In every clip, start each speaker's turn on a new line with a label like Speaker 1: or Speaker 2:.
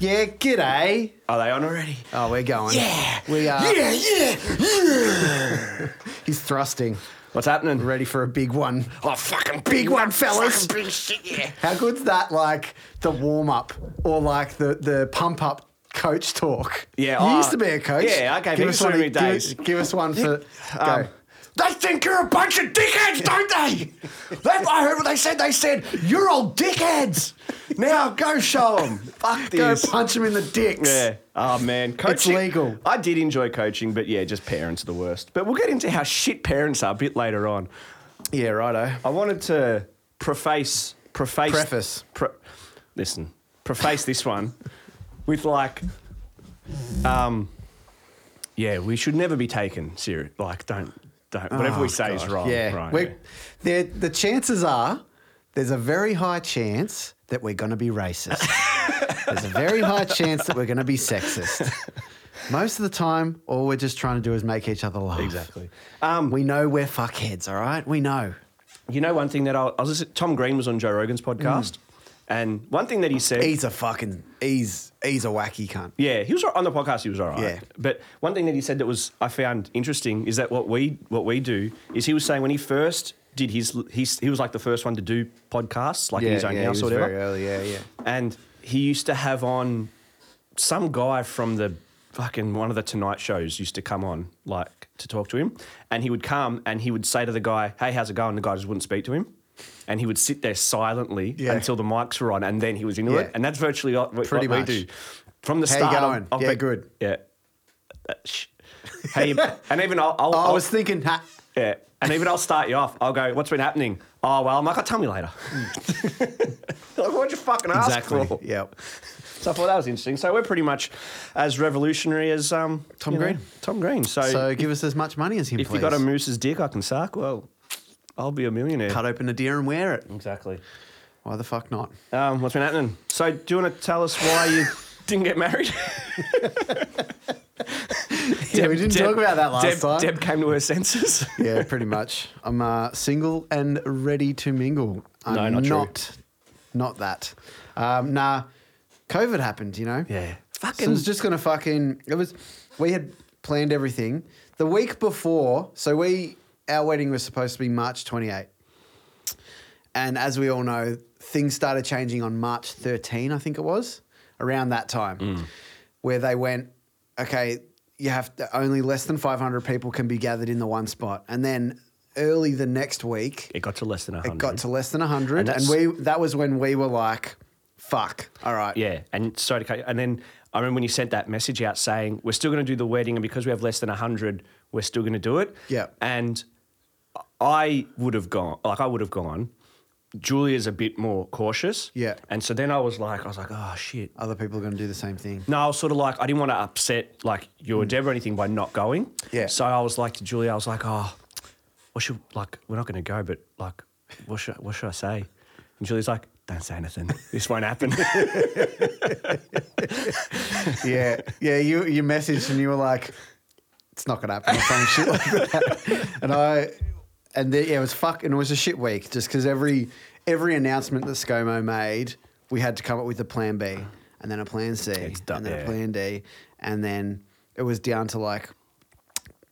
Speaker 1: Yeah, g'day.
Speaker 2: Are they on already?
Speaker 1: Oh, we're going. Yeah. We are.
Speaker 2: Yeah, yeah, yeah.
Speaker 1: He's thrusting,
Speaker 2: What's happening?
Speaker 1: ready for a big one.
Speaker 2: Oh, fucking
Speaker 1: Big one, fellas.
Speaker 2: Fucking big shit, yeah.
Speaker 1: How good's that, like the warm up or like the, the pump up coach talk?
Speaker 2: Yeah,
Speaker 1: You
Speaker 2: oh,
Speaker 1: used to be a coach.
Speaker 2: yeah, I gave heaps of
Speaker 1: one,
Speaker 2: them days.
Speaker 1: Give, give us one for.
Speaker 2: Um,
Speaker 1: go.
Speaker 2: they think you're a bunch of dickheads, don't they? That, I heard what they said. They said, you're all dickheads. Now go show them. Fuck
Speaker 1: Go
Speaker 2: this.
Speaker 1: punch him in the dicks.
Speaker 2: Yeah. Oh man, coaching.
Speaker 1: legal.
Speaker 2: I did enjoy coaching, but yeah, just parents are the worst. But we'll get into how shit parents are a bit later on.
Speaker 1: Yeah, righto.
Speaker 2: I wanted to preface, preface,
Speaker 1: Preface.
Speaker 2: Pre- listen, preface this one with like, um, yeah, we should never be taken serious. Like, don't, don't. Whatever
Speaker 1: Oh,
Speaker 2: we say is
Speaker 1: God.
Speaker 2: wrong.
Speaker 1: Yeah.
Speaker 2: right.
Speaker 1: we there The chances are there's a very high chance that we're going to be racist. there's a very high chance that we're going to be sexist. Most of the time, all we're just trying to do is make each other laugh.
Speaker 2: Exactly. Um,
Speaker 1: we know we're fuckheads, all right? We know.
Speaker 2: you know, one thing that I, I was listening, Tom Green was on Joe Rogan's
Speaker 1: Mm.
Speaker 2: podcast, and one thing that he said.
Speaker 1: He's a fucking, he's, he's a wacky cunt.
Speaker 2: Yeah, he was all- on the podcast. He was all right.
Speaker 1: Yeah.
Speaker 2: But one thing that he said that was I found interesting is that what we what we do is he was saying when he first did his he he was like the first one to do podcasts like in his own house or whatever,
Speaker 1: early, yeah, yeah.
Speaker 2: and he used to have on some guy from the fucking one of the Tonight shows used to come on like to talk to him, and he would come and he would say to the guy, "Hey, how's it going?" The guy just wouldn't speak to him. And he would sit there silently
Speaker 1: Yeah.
Speaker 2: until the mics were on, and then he was into
Speaker 1: Yeah.
Speaker 2: it. And that's virtually what, what
Speaker 1: Pretty
Speaker 2: we
Speaker 1: much.
Speaker 2: do. From the
Speaker 1: How you
Speaker 2: start,
Speaker 1: going? Yeah, good.
Speaker 2: Yeah. Uh, sh- How you, and even I'll, I'll,
Speaker 1: I
Speaker 2: I'll-
Speaker 1: was thinking, ha,
Speaker 2: yeah, and even I'll start you off. I'll go, "What's been happening?" Oh well, I'm like, "Oh, "Tell me later." like, what'd you fucking ask for?
Speaker 1: Yep.
Speaker 2: So I thought that was interesting. So we're pretty much as revolutionary as um,
Speaker 1: Tom
Speaker 2: you know,
Speaker 1: Green.
Speaker 2: Tom Green. So,
Speaker 1: So give us as much money as him,
Speaker 2: if
Speaker 1: please.
Speaker 2: you got a moose's dick I can suck, well, I'll be a millionaire.
Speaker 1: cut open a deer and wear it.
Speaker 2: Exactly.
Speaker 1: Why the fuck not?
Speaker 2: Um, what's been happening? So do you want to tell us why you didn't get married?
Speaker 1: Yeah, we didn't talk about that last
Speaker 2: Deb,
Speaker 1: time.
Speaker 2: Deb came to her senses.
Speaker 1: yeah, pretty much. I'm uh, single and ready to mingle. I'm
Speaker 2: No, not true.
Speaker 1: not, not that. Um, nah, COVID happened, you know.
Speaker 2: Yeah.
Speaker 1: fucking. So it was just gonna fucking. It was. We had planned everything the week before. So we our wedding was supposed to be March 28, and as we all know, things started changing on March 13, I think it was, around that time,
Speaker 2: Mm.
Speaker 1: where they went, okay, you have to, only less than 500 people can be gathered in the one spot, and then early the next week,
Speaker 2: It got to less than a hundred.
Speaker 1: it got to less than 100,
Speaker 2: And
Speaker 1: and,
Speaker 2: that's-
Speaker 1: we that was when we were like, fuck, all right,
Speaker 2: Yeah, and sorry to cut you. And then I remember when you sent that message out saying we're still going to do the wedding, and because we have less than hundred, we're still going to do it.
Speaker 1: Yeah.
Speaker 2: and I would have gone. Like I would have gone. Julia's a bit more cautious.
Speaker 1: Yeah.
Speaker 2: and so then I was like, I was like, oh shit.
Speaker 1: other people are going to do the same thing.
Speaker 2: No, I was sort of like I didn't want to upset like your Deb or anything by not going.
Speaker 1: Mm. Yeah.
Speaker 2: So I was like to Julia, I was like, oh, what should like we're not going to go, but like, what should what should I say? And Julia's like, don't say anything. This won't happen.
Speaker 1: Yeah, yeah. You you messaged and you were like, "It's not gonna happen." Or some shit like that. And I, and the, yeah, it was fuck, and it was a shit week just because every every announcement that ScoMo made, we had to come up with a plan B and then a plan C
Speaker 2: It's du-
Speaker 1: and then
Speaker 2: yeah.
Speaker 1: a plan D, and then it was down to like.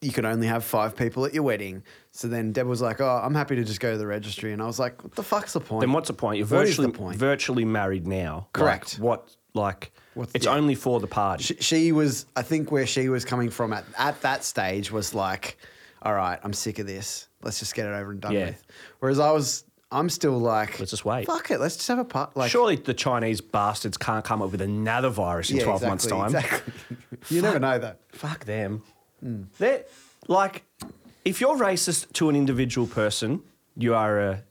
Speaker 1: You could only have five people at your wedding. So then Deb was like, Oh, I'm happy to just go to the registry. And I was like, What the fuck's the point?
Speaker 2: Then what's the point? You're
Speaker 1: What is the
Speaker 2: virtually
Speaker 1: point?
Speaker 2: virtually married now.
Speaker 1: Correct.
Speaker 2: Like, what like
Speaker 1: What's
Speaker 2: it's
Speaker 1: the-
Speaker 2: only for the party.
Speaker 1: she, she was i think where she was coming from at, at that stage was like all right i'm sick of this let's just get it over and done
Speaker 2: Yeah.
Speaker 1: with whereas i was i'm still like
Speaker 2: Let's just wait.
Speaker 1: fuck it let's just have a part like
Speaker 2: Surely the Chinese bastards can't come up with another virus in
Speaker 1: yeah,
Speaker 2: twelve
Speaker 1: exactly,
Speaker 2: months' time.
Speaker 1: exactly. Hmm. you never know that
Speaker 2: Fuck them. They're like if you're racist to an individual person, you are a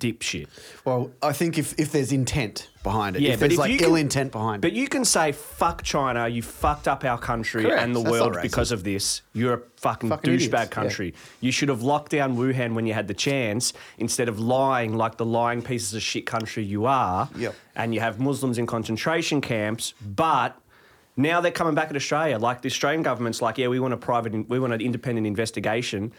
Speaker 2: dipshit.
Speaker 1: well i think if, if there's intent behind it
Speaker 2: Yeah,
Speaker 1: if
Speaker 2: but
Speaker 1: there's
Speaker 2: if
Speaker 1: like
Speaker 2: you
Speaker 1: ill
Speaker 2: can-
Speaker 1: intent behind
Speaker 2: But
Speaker 1: it
Speaker 2: you can say fuck China, you fucked up our country
Speaker 1: Correct.
Speaker 2: and the
Speaker 1: That's not
Speaker 2: world
Speaker 1: racist.
Speaker 2: because of this. You're a fucking,
Speaker 1: Fucking idiots, yeah.
Speaker 2: douchebag country. You should have locked down Wuhan when you had the chance instead of lying like the lying pieces of shit country you are.
Speaker 1: Yep.
Speaker 2: And you have Muslims in concentration camps, but now they're coming back at Australia. Like the Australian government's like, yeah, we want a private, in- we want an independent investigation,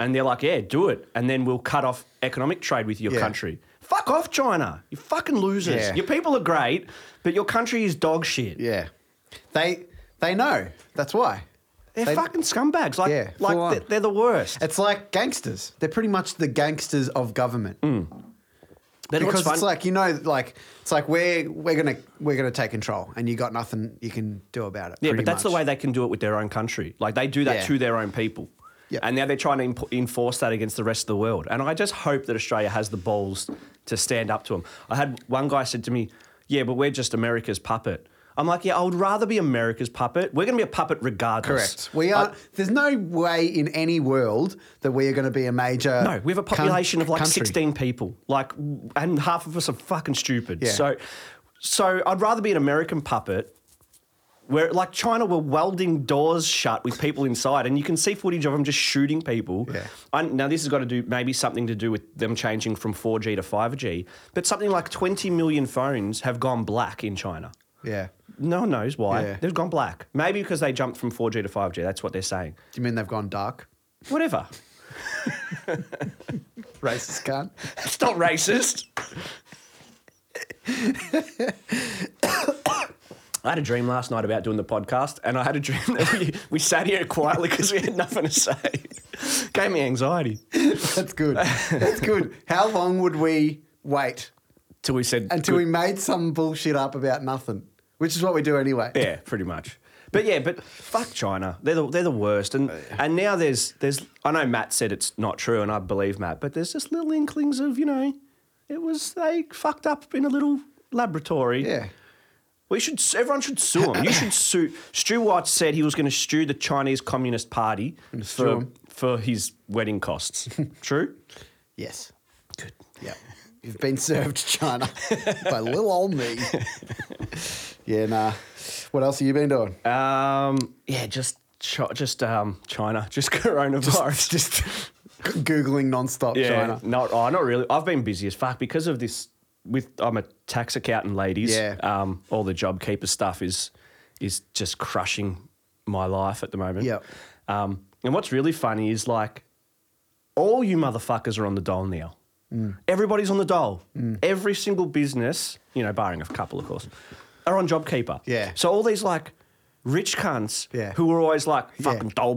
Speaker 2: and they're like, yeah, do it, and then we'll cut off economic trade with your
Speaker 1: Yeah.
Speaker 2: country. Fuck off, China. You fucking losers.
Speaker 1: Yeah.
Speaker 2: Your people are great, but your country is dog shit.
Speaker 1: Yeah. They they know. That's why.
Speaker 2: They're
Speaker 1: They-
Speaker 2: fucking scumbags. Like,
Speaker 1: Yeah, full on.
Speaker 2: like they're, they're the worst.
Speaker 1: It's like gangsters. They're pretty much the gangsters of government.
Speaker 2: But
Speaker 1: because
Speaker 2: what's fun-
Speaker 1: it's like you know, like it's like we're we're gonna we're gonna take control, and you got nothing you can do about it.
Speaker 2: Yeah,
Speaker 1: pretty
Speaker 2: but that's
Speaker 1: much.
Speaker 2: the way they can do it with their own country. Like they do that
Speaker 1: Yeah.
Speaker 2: to their own people.
Speaker 1: Yeah.
Speaker 2: And now they're trying to imp- enforce that against the rest of the world. And I just hope that Australia has the balls to stand up to them. I had one guy said to me, "Yeah, but we're just America's puppet." I'm like, "Yeah, I would rather be America's puppet. We're going to be a puppet regardless."
Speaker 1: Correct. We
Speaker 2: Like,
Speaker 1: are. there's no way in any world that we are going to be a major.
Speaker 2: no, we have a
Speaker 1: coun-
Speaker 2: population of like
Speaker 1: Uh, country.
Speaker 2: 16 people. Like and half of us are fucking stupid.
Speaker 1: Yeah.
Speaker 2: So so I'd rather be an American puppet where like China were welding doors shut with people inside and you can see footage of them just shooting people.
Speaker 1: Yeah.
Speaker 2: I, now this has got to do maybe something to do with them changing from 4G to 5G, but something like 20 million phones have gone black in China.
Speaker 1: Yeah.
Speaker 2: No one knows why.
Speaker 1: Yeah.
Speaker 2: They've gone black. Maybe because they jumped from 4G to 5G. That's what they're saying.
Speaker 1: Do you mean they've gone dark?
Speaker 2: Whatever.
Speaker 1: Racist cunt.
Speaker 2: It's not racist. I had a dream last night about doing the podcast, and I had a dream that we, we sat here quietly because we had nothing to say. Gave me anxiety.
Speaker 1: That's good. That's good. How long would we wait
Speaker 2: Till we said.
Speaker 1: until we made some bullshit up about nothing? Which is what we do anyway.
Speaker 2: Yeah, pretty much. But yeah, but fuck China. They're the, they're the worst. And and now there's there's I know Matt said it's not true, and I believe Matt. But there's just little inklings of you know, it was they fucked up in a little laboratory.
Speaker 1: Yeah.
Speaker 2: We should. Everyone should sue him. You should sue. Stu White said he was going to sue the Chinese Communist Party
Speaker 1: sue
Speaker 2: for,
Speaker 1: 'em.
Speaker 2: for his wedding costs. True.
Speaker 1: Yes. Good. Yeah. You've been served, China, by little old me. yeah, nah. What else have you been doing?
Speaker 2: Um. Yeah. Just. Chi- Just. Um. China. Just coronavirus.
Speaker 1: Just Googling nonstop
Speaker 2: yeah.
Speaker 1: China.
Speaker 2: Not. Oh, not really. I've been busy as fuck because of this. With I'm a tax accountant, ladies.
Speaker 1: Yeah.
Speaker 2: Um. All the JobKeeper stuff is is just crushing my life at the moment.
Speaker 1: Yep.
Speaker 2: Um. And what's really funny is like all you motherfuckers are on the dole now.
Speaker 1: Mm.
Speaker 2: Everybody's on the dole. Every single business, you know, barring a couple, of course, are on JobKeeper.
Speaker 1: Yeah.
Speaker 2: So all these like rich cunts
Speaker 1: Yeah.
Speaker 2: who were always like fucking dole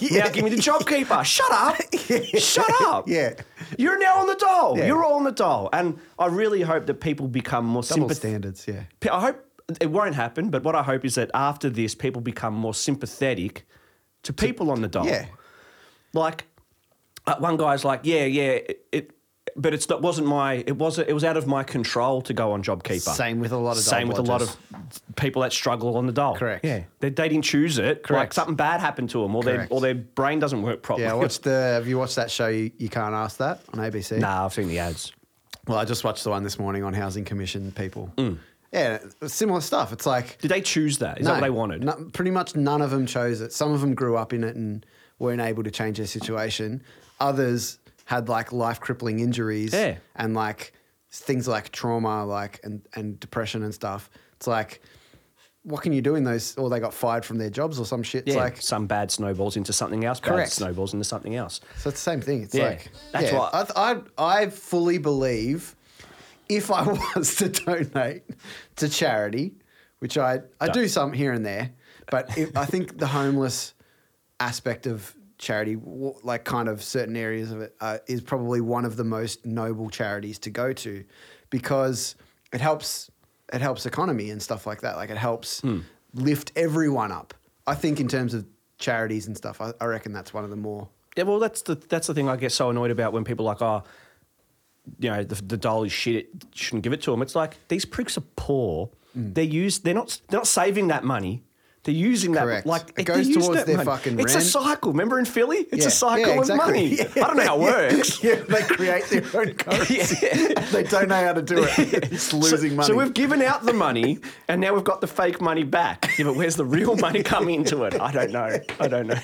Speaker 1: Yeah, yeah.
Speaker 2: Now give me the JobKeeper. Shut up. Shut up.
Speaker 1: Yeah.
Speaker 2: You're now on the dole.
Speaker 1: Yeah.
Speaker 2: You're all on the dole. And I really hope that people become more
Speaker 1: Double
Speaker 2: sympathetic.
Speaker 1: standards, yeah.
Speaker 2: P- I hope it won't happen, but what I hope is that after this, people become more sympathetic to people on the dole.
Speaker 1: Yeah.
Speaker 2: Like, uh, one guy's like, yeah, yeah, it, it but it's that wasn't my, it wasn't, it was out of my control to go on JobKeeper.
Speaker 1: Same with a lot of dole
Speaker 2: Same with a lot
Speaker 1: blodgers.
Speaker 2: of people that struggle on the dole.
Speaker 1: Correct.
Speaker 2: Yeah. They, they didn't choose it. Like
Speaker 1: Correct.
Speaker 2: something bad happened to them or their,
Speaker 1: Correct.
Speaker 2: or their brain doesn't work properly.
Speaker 1: Yeah, I watched the. Have you watched that show? You, you can't ask that on ABC.
Speaker 2: nah, I've seen the ads.
Speaker 1: Well, I just watched the one this morning on housing commission people. Yeah, similar stuff. It's like
Speaker 2: Did they choose that? Is that what they wanted?
Speaker 1: no- pretty much none of them chose it. Some of them grew up in it and weren't able to change their situation. Others had like life crippling injuries
Speaker 2: Yeah.
Speaker 1: and like things like trauma, like and, and depression and stuff. It's like, what can you do in those? Or they got fired from their jobs or some shit. It's
Speaker 2: Yeah,
Speaker 1: like,
Speaker 2: some bad snowballs into something else, bad
Speaker 1: Correct.
Speaker 2: snowballs into something else.
Speaker 1: So it's the same thing. It's
Speaker 2: Yeah,
Speaker 1: like
Speaker 2: that's
Speaker 1: yeah,
Speaker 2: what-
Speaker 1: I, th- I I fully believe if I was to donate to charity, which I I do some here and there, but if, I think the homeless aspect of charity, w- like kind of certain areas of it, uh, is probably one of the most noble charities to go to because it helps it helps economy and stuff like that. Like it helps
Speaker 2: Hmm.
Speaker 1: lift everyone up. I think in terms of charities and stuff, I, I reckon that's one of the more
Speaker 2: Yeah, well, that's the that's the thing I get so annoyed about when people are like, oh, you know, the, the doll is shit. It shouldn't give it to them. It's like these pricks are poor.
Speaker 1: Mm.
Speaker 2: They're used. They're not. They're not saving that money. They're using that
Speaker 1: Correct.
Speaker 2: like
Speaker 1: It
Speaker 2: they
Speaker 1: goes
Speaker 2: use
Speaker 1: towards
Speaker 2: that
Speaker 1: their
Speaker 2: money.
Speaker 1: fucking
Speaker 2: It's
Speaker 1: rent.
Speaker 2: a cycle. Remember in Philly, it's
Speaker 1: Yeah.
Speaker 2: a cycle
Speaker 1: Yeah,
Speaker 2: of
Speaker 1: exactly.
Speaker 2: money.
Speaker 1: Yeah.
Speaker 2: I don't know how it works.
Speaker 1: yeah, they create their own currency. They don't know how to do it. It's losing
Speaker 2: so,
Speaker 1: money.
Speaker 2: So we've given out the money, and now we've got the fake money back. Yeah, but where's the real money coming into it? I don't know. I don't know.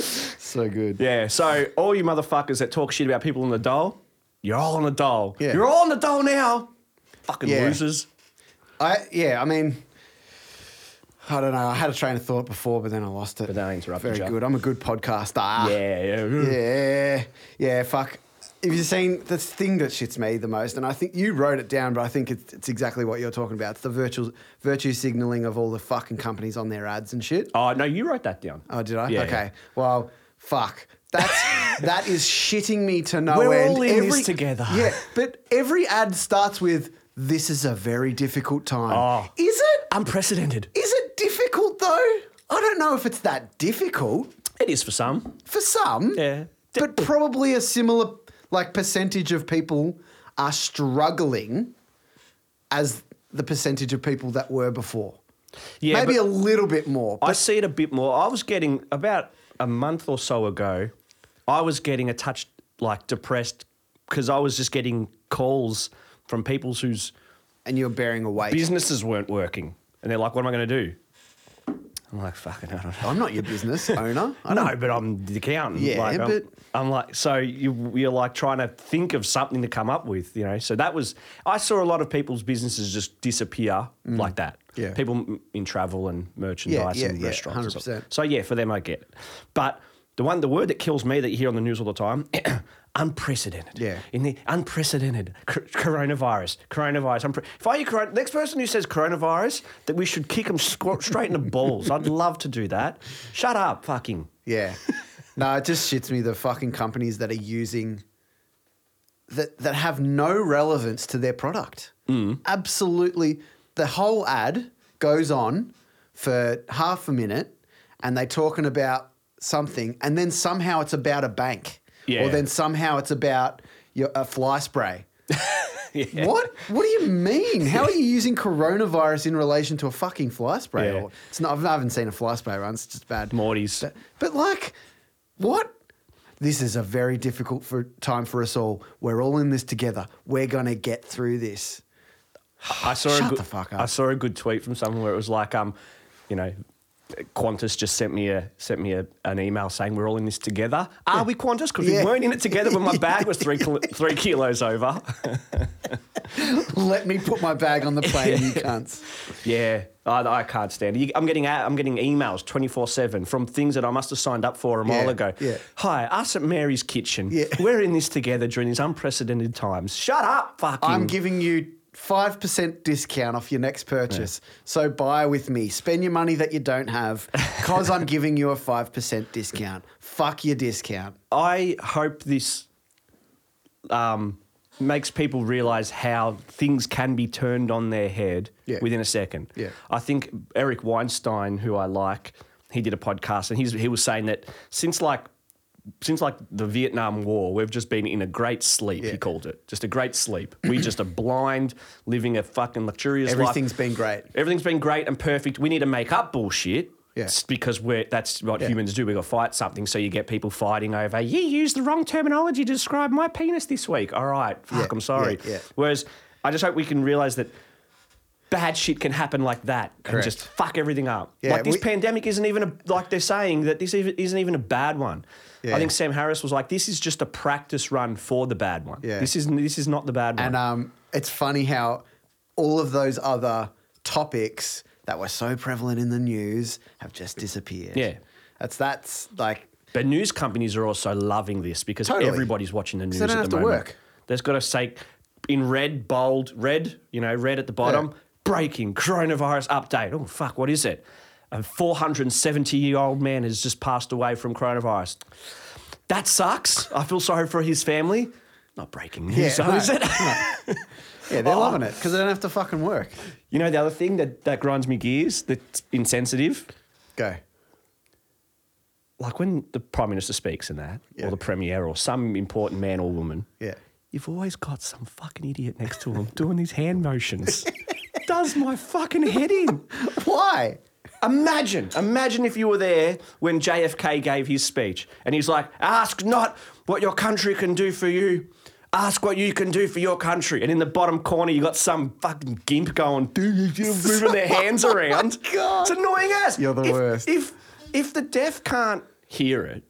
Speaker 1: so good.
Speaker 2: Yeah, so all you motherfuckers that talk shit about people on the dole, you're all on the dole.
Speaker 1: Yeah.
Speaker 2: You're all on the dole now. Fucking
Speaker 1: Yeah.
Speaker 2: losers.
Speaker 1: I yeah, I mean, I don't know. I had a train of thought before, but then I lost it. But
Speaker 2: that ain't interrupted
Speaker 1: Very
Speaker 2: you.
Speaker 1: good. I'm a good podcaster.
Speaker 2: Yeah, yeah.
Speaker 1: Yeah, yeah. Fuck. If you're saying the thing that shits me the most, and I think you wrote it down, but I think it's, it's exactly what you're talking about. It's the virtual virtue signaling of all the fucking companies on their ads and shit.
Speaker 2: Oh no, you wrote that down.
Speaker 1: Oh, did I?
Speaker 2: Yeah,
Speaker 1: okay.
Speaker 2: yeah.
Speaker 1: Well, fuck. That's that is shitting me to no
Speaker 2: We're
Speaker 1: end.
Speaker 2: all in this together.
Speaker 1: Yeah, but every ad starts with "This is a very difficult time."
Speaker 2: Oh.
Speaker 1: Is it?
Speaker 2: Unprecedented.
Speaker 1: Is it difficult though? I don't know if it's that difficult
Speaker 2: It is for some.
Speaker 1: for some.
Speaker 2: Yeah.
Speaker 1: But probably a similar like percentage of people are struggling as the percentage of people that were before.
Speaker 2: Yeah,
Speaker 1: Maybe
Speaker 2: but-
Speaker 1: a little bit more.
Speaker 2: I see it a bit more. I was getting about a month or so ago. I was getting a touch like depressed because I was just getting calls from people whose
Speaker 1: and you're bearing a weight.
Speaker 2: businesses weren't working, and they're like, "What am I going to do?" I'm like, "Fucking, I don't know."
Speaker 1: I'm not your business owner. I
Speaker 2: I know, but I'm the accountant.
Speaker 1: Hmm. Yeah,
Speaker 2: like, I'm,
Speaker 1: but-
Speaker 2: I'm like, so you, you're like trying to think of something to come up with, you know. So that was, I saw a lot of people's businesses just disappear like that.
Speaker 1: Hmm. Yeah.
Speaker 2: people m- in travel and merchandise
Speaker 1: Yeah, yeah,
Speaker 2: and
Speaker 1: yeah,
Speaker 2: restaurants. and stuff.
Speaker 1: 100%.
Speaker 2: So yeah, for them I get it, but the one, the word that kills me that you hear on the news all the time. Unprecedented.
Speaker 1: Yeah.
Speaker 2: In the unprecedented cr- coronavirus, coronavirus. Unpre- if I hear coron- next person who says coronavirus, that we should kick them straight in the balls. I'd love to do that. Shut up, fucking.
Speaker 1: Yeah. no, it just shits me the fucking companies that are using that that have no relevance to their product.
Speaker 2: Mm.
Speaker 1: Absolutely. The whole ad goes on for half a minute and they talking about something and then somehow it's about a bank.
Speaker 2: Yeah.
Speaker 1: Or then somehow it's about your, a fly spray.
Speaker 2: Yeah.
Speaker 1: What? What do you mean? How are you using coronavirus in relation to a fucking fly spray?
Speaker 2: Yeah.
Speaker 1: Or, it's not. I haven't seen a fly spray run. It's just bad.
Speaker 2: Morty's.
Speaker 1: But, but like, what? This is a very difficult for, time for us all. We're all in this together. We're gonna get through this.
Speaker 2: I saw
Speaker 1: Shut
Speaker 2: a good,
Speaker 1: the fuck up.
Speaker 2: I saw a good tweet from someone where it was like, um, you know, Qantas just sent me a sent me a, an email saying we're all in this together. Are we Qantas? Because
Speaker 1: Yeah.
Speaker 2: we weren't in it together when my bag was three kil- three kilos over.
Speaker 1: Let me put my bag on the plane, you cunts.
Speaker 2: yeah, I, I can't stand it. You- I'm getting out, I'm getting emails twenty four seven from things that I must have signed up for a while
Speaker 1: Yeah,
Speaker 2: ago.
Speaker 1: yeah.
Speaker 2: Hi, us at Mary's Kitchen.
Speaker 1: Yeah.
Speaker 2: We're in this together during these unprecedented times. Shut up, fucking.
Speaker 1: I'm giving you. 5% discount off your next purchase. So buy with me. Spend your money that you don't have because I'm giving you a 5% discount. Fuck your discount.
Speaker 2: I hope this um, makes people realize how things can be turned on their head
Speaker 1: Yeah.
Speaker 2: within a second.
Speaker 1: Yeah.
Speaker 2: I think Eric Weinstein, who I like, he did a podcast and he's, he was saying that since like since like the Vietnam War, we've just been in a great sleep.
Speaker 1: Yeah.
Speaker 2: He called it just a great sleep. We just are blind, living a fucking luxurious life.
Speaker 1: Everything's been great.
Speaker 2: Everything's been great and perfect. We need to make up bullshit.
Speaker 1: Yeah.
Speaker 2: S- Because we're that's what
Speaker 1: Yeah.
Speaker 2: humans do. We gotta fight something. So you get people fighting over, you used the wrong terminology to describe my penis this week. All right. Fuck,
Speaker 1: Yeah,
Speaker 2: I'm sorry.
Speaker 1: yeah, yeah.
Speaker 2: Whereas I just hope we can realize that bad shit can happen like that and
Speaker 1: Correct.
Speaker 2: just fuck everything up.
Speaker 1: Yeah,
Speaker 2: like this
Speaker 1: we-
Speaker 2: pandemic isn't even a, like they're saying that this even, isn't even a bad one.
Speaker 1: Yeah.
Speaker 2: I think Sam Harris was like, this is just a practice run for the bad one.
Speaker 1: Yeah.
Speaker 2: This is this is not the bad one.
Speaker 1: And um, it's funny how all of those other topics that were so prevalent in the news have just disappeared.
Speaker 2: Yeah.
Speaker 1: That's that's like
Speaker 2: But news companies are also loving this because
Speaker 1: Totally.
Speaker 2: everybody's watching the news.
Speaker 1: they don't
Speaker 2: at
Speaker 1: have
Speaker 2: the
Speaker 1: to
Speaker 2: moment.
Speaker 1: work.
Speaker 2: There's got to say in red, bold, red. You know, red at the bottom.
Speaker 1: Yeah.
Speaker 2: Breaking coronavirus update. Oh fuck, what is it? A 470 year old man has just passed away from coronavirus. That sucks. I feel sorry for his family. Not breaking news,
Speaker 1: Yeah,
Speaker 2: though,
Speaker 1: no,
Speaker 2: is it?
Speaker 1: yeah, they're
Speaker 2: Oh.
Speaker 1: loving it because they don't have to fucking work.
Speaker 2: you know, the other thing that, that grinds me gears that's insensitive.
Speaker 1: Go.
Speaker 2: Like when the prime minister speaks and that,
Speaker 1: Yeah.
Speaker 2: or the premier, or some important man or woman.
Speaker 1: Yeah.
Speaker 2: You've always got some fucking idiot next to him doing these hand motions. Does my fucking head in.
Speaker 1: Why?
Speaker 2: Imagine, imagine if you were there when JFK gave his speech and he's like, ask not what your country can do for you. Ask what you can do for your country. And in the bottom corner, you got some fucking gimp going, moving their hands around.
Speaker 1: God.
Speaker 2: It's annoying as.
Speaker 1: You're the
Speaker 2: if,
Speaker 1: worst.
Speaker 2: If, if the deaf can't hear it,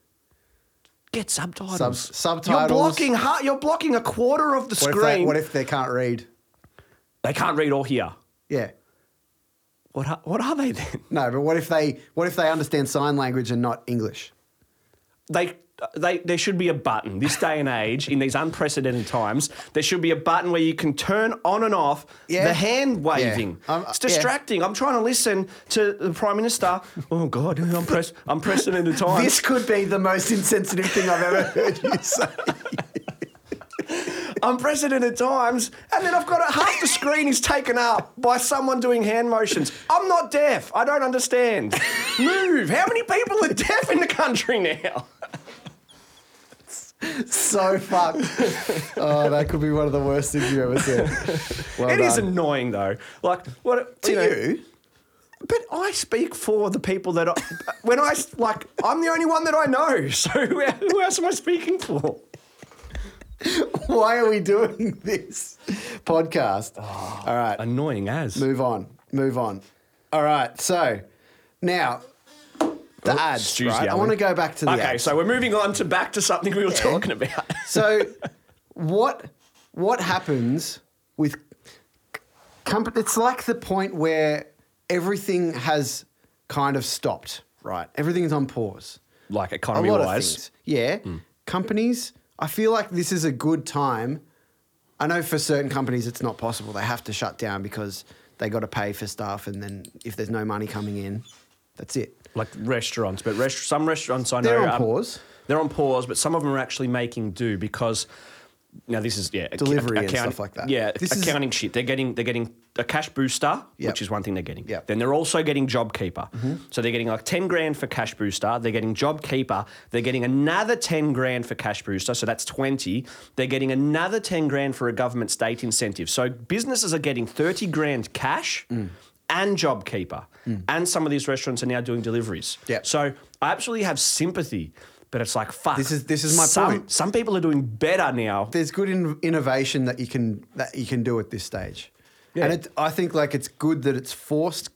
Speaker 2: get subtitles.
Speaker 1: Subs- subtitles.
Speaker 2: You're blocking, ha- you're blocking a quarter of the
Speaker 1: What if,
Speaker 2: screen.
Speaker 1: they, what if they can't read?
Speaker 2: They can't read or hear.
Speaker 1: Yeah.
Speaker 2: What are, what are they then?
Speaker 1: No, but what if they what if they understand sign language and not English?
Speaker 2: They They, there should be a button this day and age in these unprecedented times. There should be a button where you can turn on and off
Speaker 1: Yeah.
Speaker 2: the hand waving.
Speaker 1: Yeah. Um,
Speaker 2: It's
Speaker 1: yeah.
Speaker 2: distracting. I'm trying to listen to the prime minister. Oh God, I'm press, I'm pressing into time.
Speaker 1: This could be the most insensitive thing I've ever heard you say.
Speaker 2: unprecedented times, and then I've got it, half the screen is taken up by someone doing hand motions. I'm not deaf. I don't understand. Move. How many people are deaf in the country now?
Speaker 1: So fucked. Oh, that could be one of the worst things you've ever said. Well
Speaker 2: It is
Speaker 1: done.
Speaker 2: annoying though. Like what
Speaker 1: to
Speaker 2: know-
Speaker 1: you.
Speaker 2: But I speak for the people that I, when I like, I'm the only one that I know. So who who else am I speaking for?
Speaker 1: Why are we doing this podcast?
Speaker 2: Oh.
Speaker 1: All right.
Speaker 2: Annoying as.
Speaker 1: Move on. Move on. All right. So now the ads.
Speaker 2: Oh, Stu's
Speaker 1: right? I
Speaker 2: yelling.
Speaker 1: want to go back to the
Speaker 2: Okay,
Speaker 1: ads.
Speaker 2: so we're moving on to back to something we were talking about.
Speaker 1: So what what happens with company? It's like the point where everything has kind of stopped. Right. Everything's on pause.
Speaker 2: Like
Speaker 1: A
Speaker 2: economy
Speaker 1: lot of things. Yeah. Companies. I feel like this is a good time. I know for certain companies it's not possible. They have to shut down because they got to pay for stuff, and then if there's no money coming in, that's it.
Speaker 2: like restaurants, but rest- some restaurants I know
Speaker 1: They're on
Speaker 2: are-
Speaker 1: pause.
Speaker 2: They're on pause, but some of them are actually making do because now this is yeah ac-
Speaker 1: Delivery and
Speaker 2: account-
Speaker 1: stuff like that.
Speaker 2: Yeah,
Speaker 1: This is-
Speaker 2: accounting shit. They're getting they're getting a cash booster,
Speaker 1: Yep.
Speaker 2: which is one thing they're getting.
Speaker 1: Yep.
Speaker 2: Then they're also getting JobKeeper. So they're getting like ten grand for cash booster. They're getting JobKeeper. They're getting another ten grand for cash booster. So that's twenty. They're getting another ten grand for a government state incentive. So businesses are getting thirty grand cash. And JobKeeper, and some of these restaurants are now doing deliveries.
Speaker 1: Yep.
Speaker 2: So I absolutely have sympathy, but it's like fuck.
Speaker 1: This is- this is my
Speaker 2: some,
Speaker 1: point.
Speaker 2: Some people are doing better now.
Speaker 1: there's good in- innovation that you can that you can do at this stage,
Speaker 2: Yeah.
Speaker 1: and it, I think like it's good that it's forced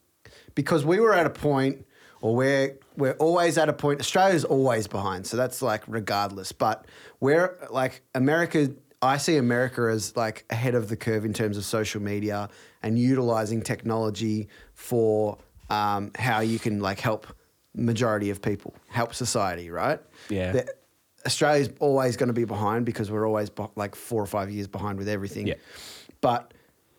Speaker 1: because we were at a point, or we're we're always at a point. Australia's always behind, so that's like regardless. But we're like America. I see America as like ahead of the curve in terms of social media and utilizing technology for um, how you can like help majority of people, help society, right?
Speaker 2: Yeah.
Speaker 1: The- Australia's always going to be behind because we're always beh- like four or five years behind with everything.
Speaker 2: Yeah.
Speaker 1: But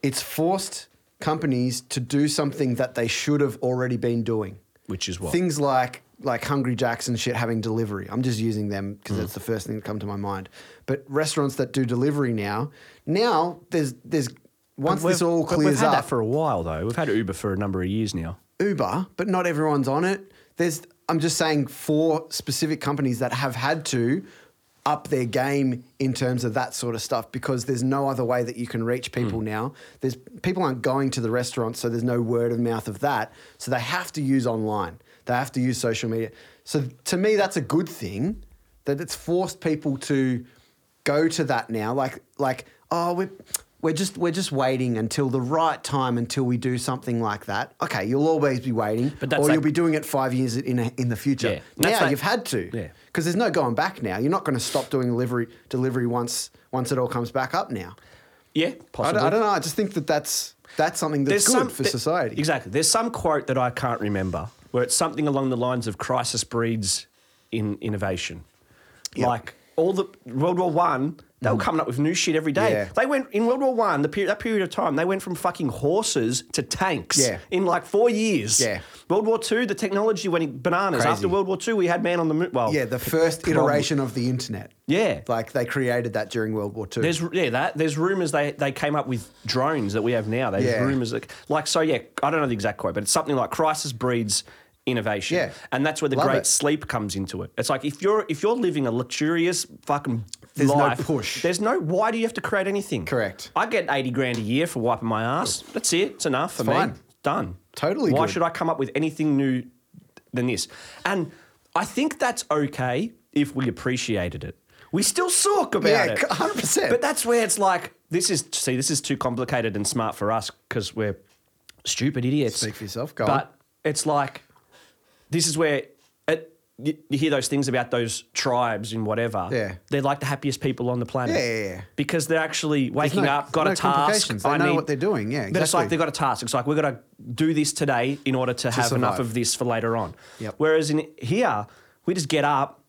Speaker 1: it's forced companies to do something that they should have already been doing.
Speaker 2: Which is what?
Speaker 1: Things like like Hungry Jacks and shit having delivery. I'm just using them because
Speaker 2: Mm.
Speaker 1: that's the first thing that come to my mind. But restaurants that do delivery now, now there's there's once this all
Speaker 2: But we've
Speaker 1: clears
Speaker 2: had
Speaker 1: up
Speaker 2: that for a while though. We've had Uber for a number of years now.
Speaker 1: Uber, but not everyone's on it. There's, I'm just saying, four specific companies that have had to up their game in terms of that sort of stuff because there's no other way that you can reach people now. There's people aren't going to the restaurants, so there's no word of mouth of that. So they have to use online. They have to use social media. So to me, that's a good thing that it's forced people to go to that now. Like like oh we we're just we're just waiting until the right time until we do something like that. Okay, you'll always be waiting,
Speaker 2: But that's
Speaker 1: or
Speaker 2: like-
Speaker 1: you'll be doing it five years in a, in the future.
Speaker 2: Yeah, that's
Speaker 1: Now
Speaker 2: like-
Speaker 1: you've had to,
Speaker 2: Yeah.
Speaker 1: because there's no going back now. You're not going to stop doing delivery delivery once once it all comes back up. Now,
Speaker 2: Yeah,
Speaker 1: I
Speaker 2: possibly.
Speaker 1: don't, I don't know. I just think that that's that's something that's good for
Speaker 2: th-
Speaker 1: society.
Speaker 2: Exactly. There's some quote that I can't remember where it's something along the lines of crisis breeds in innovation.
Speaker 1: Yep.
Speaker 2: Like all the World War One, they were coming up with new shit every day.
Speaker 1: Mm. Yeah.
Speaker 2: They went in World War One, the period that period of time, they went from fucking horses to tanks
Speaker 1: Yeah.
Speaker 2: in like four years.
Speaker 1: Yeah.
Speaker 2: World War Two, the technology went in bananas.
Speaker 1: Crazy.
Speaker 2: After World War Two, we had man on the moon. Well,
Speaker 1: Yeah, the first
Speaker 2: problem-
Speaker 1: iteration of the internet.
Speaker 2: Yeah.
Speaker 1: like they created that during World War Two.
Speaker 2: There's yeah, that there's rumors they, they came up with drones that we have now. There's
Speaker 1: Yeah.
Speaker 2: rumors that like so yeah, I don't know the exact quote, but it's something like crisis breeds innovation.
Speaker 1: Yeah.
Speaker 2: And that's where the
Speaker 1: Love
Speaker 2: great
Speaker 1: it.
Speaker 2: sleep comes into it. It's like if you're if you're living a luxurious fucking
Speaker 1: There's no
Speaker 2: life,
Speaker 1: push.
Speaker 2: There's no why do you have to create anything?
Speaker 1: Correct.
Speaker 2: I get 80 grand a year for wiping my ass. That's it. It's enough for
Speaker 1: fine.
Speaker 2: me. Done.
Speaker 1: Totally
Speaker 2: Why
Speaker 1: good.
Speaker 2: should I come up with anything new than this? And I think that's okay if we appreciated it. We still suck about
Speaker 1: Yeah,
Speaker 2: it.
Speaker 1: 100%.
Speaker 2: But that's where it's like, this is, see, this is too complicated and smart for us because we're stupid idiots.
Speaker 1: Speak for yourself, go
Speaker 2: But
Speaker 1: on.
Speaker 2: it's like, this is where it, you, you hear those things about those tribes and whatever.
Speaker 1: Yeah.
Speaker 2: They're like the happiest people on the planet.
Speaker 1: Yeah, yeah, yeah.
Speaker 2: Because they're actually waking
Speaker 1: no-
Speaker 2: up, got
Speaker 1: no
Speaker 2: a task.
Speaker 1: complications. They know what they're doing, yeah,
Speaker 2: But it's
Speaker 1: exactly.
Speaker 2: like they've got a task. It's like, we've got to do this today in order to, have enough
Speaker 1: survive.
Speaker 2: of this for later on.
Speaker 1: Yep.
Speaker 2: Whereas in here, we just get up,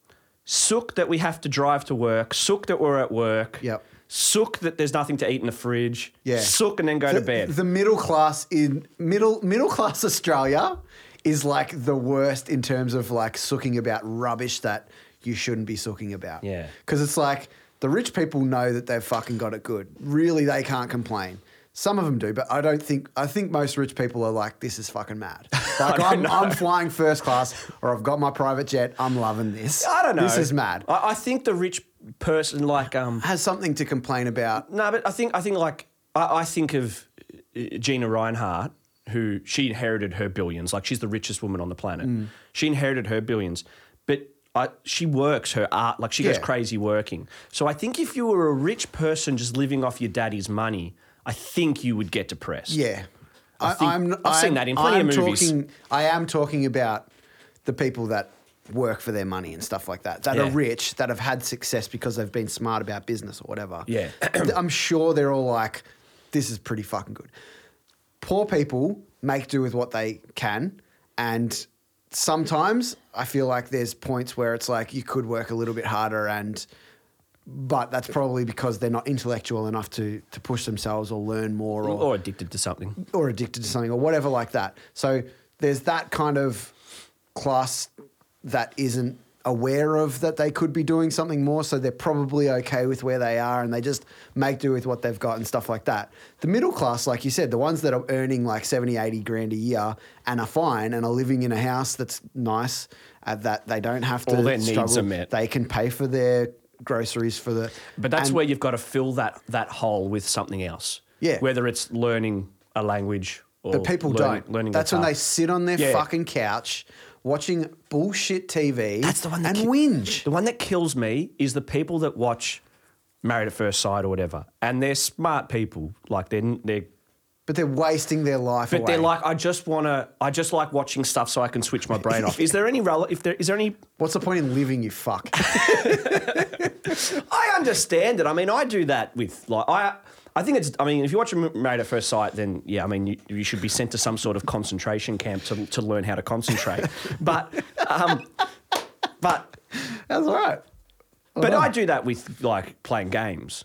Speaker 2: sook that we have to drive to work, sook that we're at work,
Speaker 1: Yep.
Speaker 2: sook that there's nothing to eat in the fridge,
Speaker 1: Yeah.
Speaker 2: sook and then go
Speaker 1: the,
Speaker 2: to bed.
Speaker 1: The middle class in middle middle class Australia is like the worst in terms of like sooking about rubbish that you shouldn't be sooking about.
Speaker 2: Yeah.
Speaker 1: Because it's like the rich people know that they've fucking got it good. Really, they can't complain. Some of them do, but I don't think I think most rich people are like, this is fucking mad. Like I'm, I'm flying first class or I've got my private jet. I'm loving this.
Speaker 2: I don't know.
Speaker 1: This is mad.
Speaker 2: I, I think the rich person, like, um,
Speaker 1: Has something to complain about.
Speaker 2: no, but I think, I think, like, I, I think of uh, Gina Reinhardt, who she inherited her billions. Like, she's the richest woman on the planet.
Speaker 1: Mm.
Speaker 2: She inherited her billions, but I, she works her art, like, she goes
Speaker 1: Yeah.
Speaker 2: crazy working. So I think if you were a rich person just living off your daddy's money, I think you would get depressed.
Speaker 1: Yeah.
Speaker 2: I think- I've seen that in plenty of movies.
Speaker 1: Talking, I am talking about the people that work for their money and stuff like that, that are
Speaker 2: Yeah.
Speaker 1: rich, that have had success because they've been smart about business or whatever.
Speaker 2: Yeah.
Speaker 1: I'm sure they're all like, this is pretty fucking good. Poor people make do with what they can. And sometimes I feel like there's points where it's like you could work a little bit harder and but that's probably because they're not intellectual enough to to push themselves or learn more or,
Speaker 2: Or addicted to something.
Speaker 1: or addicted to something or whatever like that. So there's that kind of class that isn't aware of that they could be doing something more, so they're probably okay with where they are and they just make do with what they've got and stuff like that. The middle class, like you said, the ones that are earning like 70, 80 grand a year and are fine and are living in a house that's nice and that they don't have to
Speaker 2: All their needs
Speaker 1: struggle.
Speaker 2: are met.
Speaker 1: They can pay for their groceries for the
Speaker 2: But that's
Speaker 1: and-
Speaker 2: where you've got to fill that that hole with something else.
Speaker 1: Yeah.
Speaker 2: Whether it's learning a language or
Speaker 1: But people
Speaker 2: learning,
Speaker 1: don't.
Speaker 2: Learning
Speaker 1: That's when
Speaker 2: guitar.
Speaker 1: they sit on their
Speaker 2: Yeah.
Speaker 1: fucking couch watching bullshit TV.
Speaker 2: That's the one that
Speaker 1: and
Speaker 2: ki-
Speaker 1: whinge.
Speaker 2: The one that kills me is the people that watch Married at First Sight or whatever, and they're smart people. Like they're they're.
Speaker 1: But they're wasting their life
Speaker 2: But
Speaker 1: away.
Speaker 2: they're like, I just want to. I just like watching stuff so I can switch my brain off. Is there any rel- If there is there any
Speaker 1: what's the point in living, you fuck?
Speaker 2: I understand it. I mean, I do that with like I. I think it's. I mean, if you watch M- Married at First Sight, then yeah, I mean, you, you should be sent to some sort of concentration camp to, to learn how to concentrate. but, um, but,
Speaker 1: That's all right.
Speaker 2: but I do that with like playing games.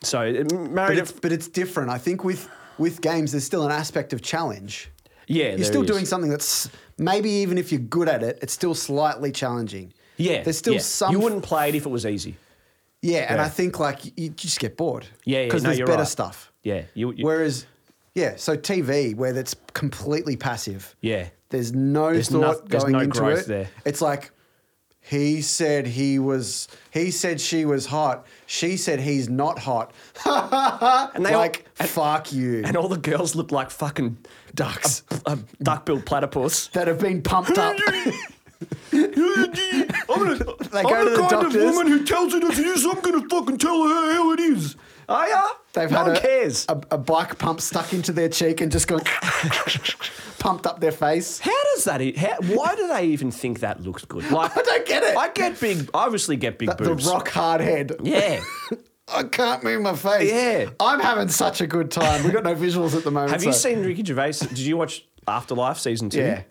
Speaker 2: So uh,
Speaker 1: But
Speaker 2: Married at
Speaker 1: it's, but it's different. I think with, with games, there's still an aspect of challenge.
Speaker 2: yeah,
Speaker 1: You're
Speaker 2: there
Speaker 1: still
Speaker 2: is.
Speaker 1: doing something that's maybe even if you're good at it, it's still slightly challenging.
Speaker 2: Yeah,
Speaker 1: There's still
Speaker 2: yeah.
Speaker 1: some.
Speaker 2: You wouldn't play it if it was easy.
Speaker 1: yeah, and
Speaker 2: Yeah.
Speaker 1: I think like you- you just get bored.
Speaker 2: Yeah, yeah,
Speaker 1: Because
Speaker 2: no,
Speaker 1: there's
Speaker 2: you're
Speaker 1: better
Speaker 2: right.
Speaker 1: stuff.
Speaker 2: Yeah, you. you
Speaker 1: Whereas, yeah, so TV where that's completely passive.
Speaker 2: Yeah.
Speaker 1: there's no
Speaker 2: There's
Speaker 1: thought
Speaker 2: noth- there's
Speaker 1: going
Speaker 2: no
Speaker 1: into
Speaker 2: growth
Speaker 1: it.
Speaker 2: there.
Speaker 1: It's like he said he was. He said she was hot. She said he's not hot. and
Speaker 2: they all-
Speaker 1: like fuck you
Speaker 2: and all the girls look like fucking
Speaker 1: ducks
Speaker 2: a duck-billed platypus.
Speaker 1: that have been pumped up.
Speaker 2: I'm, gonna,
Speaker 1: go
Speaker 2: I'm
Speaker 1: to the
Speaker 2: the kind
Speaker 1: doctors.
Speaker 2: of woman who tells it as it is. I'm going to fucking tell her how it is. I uh,
Speaker 1: They've
Speaker 2: no
Speaker 1: had
Speaker 2: one
Speaker 1: a,
Speaker 2: cares.
Speaker 1: A, a bike pump stuck into their cheek and just gone pumped up their face.
Speaker 2: how does that? e- How, why do they even think that looks good? Like
Speaker 1: I don't get it.
Speaker 2: I get big. I obviously get big
Speaker 1: the
Speaker 2: boobs.
Speaker 1: rock hard head.
Speaker 2: Yeah.
Speaker 1: I can't move my face.
Speaker 2: Yeah.
Speaker 1: I'm having such a good time. We've got no visuals at the moment.
Speaker 2: Have you
Speaker 1: so-
Speaker 2: seen Ricky Gervais? Did you watch Afterlife season two?
Speaker 1: Yeah.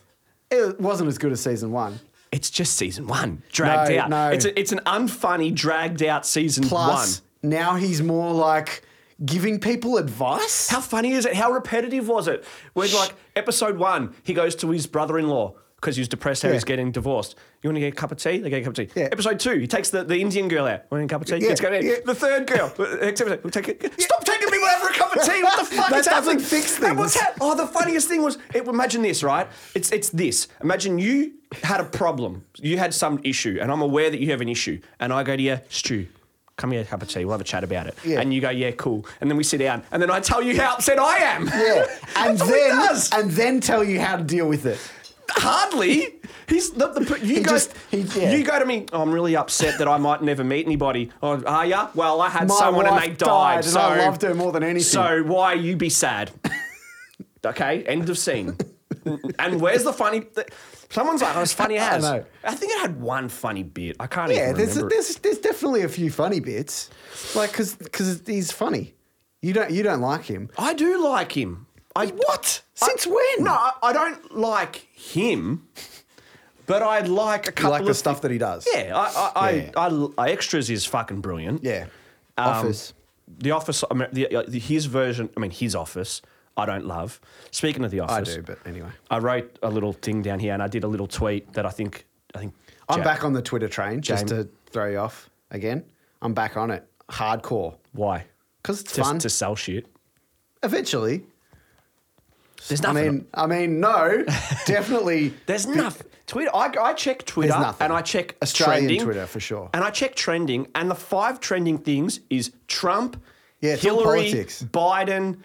Speaker 1: It wasn't as good as season one.
Speaker 2: It's just season one dragged
Speaker 1: No,
Speaker 2: out.
Speaker 1: no.
Speaker 2: It's a, it's an unfunny dragged out season
Speaker 1: Plus,
Speaker 2: one.
Speaker 1: now he's more like giving people advice.
Speaker 2: How funny is it? How repetitive was it? Where like episode one, he goes to his brother-in-law because he was depressed how
Speaker 1: Yeah.
Speaker 2: he's getting divorced. You want to get a cup of tea? They get a cup of tea.
Speaker 1: Yeah.
Speaker 2: Episode two, he takes the, the Indian girl out. Want a cup of tea?
Speaker 1: Yeah,
Speaker 2: Let's go there.
Speaker 1: yeah.
Speaker 2: The third girl. Next episode, we'll take it. Stop taking people out for a cup of tea. What the fuck
Speaker 1: That
Speaker 2: is happening?
Speaker 1: doesn't fix
Speaker 2: And what's
Speaker 1: things.
Speaker 2: hap- Oh, the funniest thing was, it, imagine this, right? It's it's this. Imagine you had a problem. You had some issue, and I'm aware that you have an issue, and I go to you, Stu. Come here, cup of tea. We'll have a chat about it.
Speaker 1: Yeah.
Speaker 2: And you go, yeah, cool. And then we sit down, and then I tell you how upset I am.
Speaker 1: yeah. And
Speaker 2: That's what he
Speaker 1: then
Speaker 2: does.
Speaker 1: and then tell you how to deal with it.
Speaker 2: hardly. He's the, the you
Speaker 1: He
Speaker 2: go.
Speaker 1: just- he- yeah.
Speaker 2: You go to me. "Oh, I'm really upset that I might never meet anybody. Oh, are ya? Well, I had
Speaker 1: My
Speaker 2: someone and
Speaker 1: wife
Speaker 2: they died.
Speaker 1: died and
Speaker 2: so
Speaker 1: I loved her more than anything.
Speaker 2: So why you be sad? okay, end of scene. and where's the funny? th- someone's like, oh, it's funny as.
Speaker 1: know.
Speaker 2: I think it had one funny bit. I can't
Speaker 1: Yeah,
Speaker 2: even
Speaker 1: there's
Speaker 2: remember. it.
Speaker 1: there's there's definitely a few funny bits. Like cuz cuz he's funny. You don't you don't like him.
Speaker 2: I do like him. I
Speaker 1: What?
Speaker 2: I-
Speaker 1: Since when?
Speaker 2: No, I, I don't like him. But I'd like a
Speaker 1: You
Speaker 2: couple
Speaker 1: like
Speaker 2: of
Speaker 1: the stuff that he does.
Speaker 2: thi- Yeah, I, I,
Speaker 1: Yeah.
Speaker 2: I, I, I extras is fucking brilliant.
Speaker 1: Yeah.
Speaker 2: Um,
Speaker 1: Office.
Speaker 2: The Office, I mean, the, uh, the, his version, I mean, his Office, I don't love. Speaking of The
Speaker 1: I
Speaker 2: Office,
Speaker 1: do, but anyway.
Speaker 2: I wrote a little thing down here and I did a little tweet that I think, I think.
Speaker 1: I'm
Speaker 2: Ja-
Speaker 1: back on the Twitter train just
Speaker 2: Jamie-
Speaker 1: to throw you off again. I'm back on it. Hardcore.
Speaker 2: Why?
Speaker 1: Because it's
Speaker 2: To,
Speaker 1: fun.
Speaker 2: to sell shit.
Speaker 1: Eventually.
Speaker 2: There's
Speaker 1: I
Speaker 2: nothing.
Speaker 1: mean, I mean, no, definitely.
Speaker 2: There's nothing. Twitter. I, I check Twitter
Speaker 1: nothing.
Speaker 2: and I check
Speaker 1: Australian
Speaker 2: trending,
Speaker 1: Twitter, for sure.
Speaker 2: And I check trending, and the five trending things is Trump,
Speaker 1: Yeah, it's all
Speaker 2: Hillary,
Speaker 1: politics.
Speaker 2: Biden,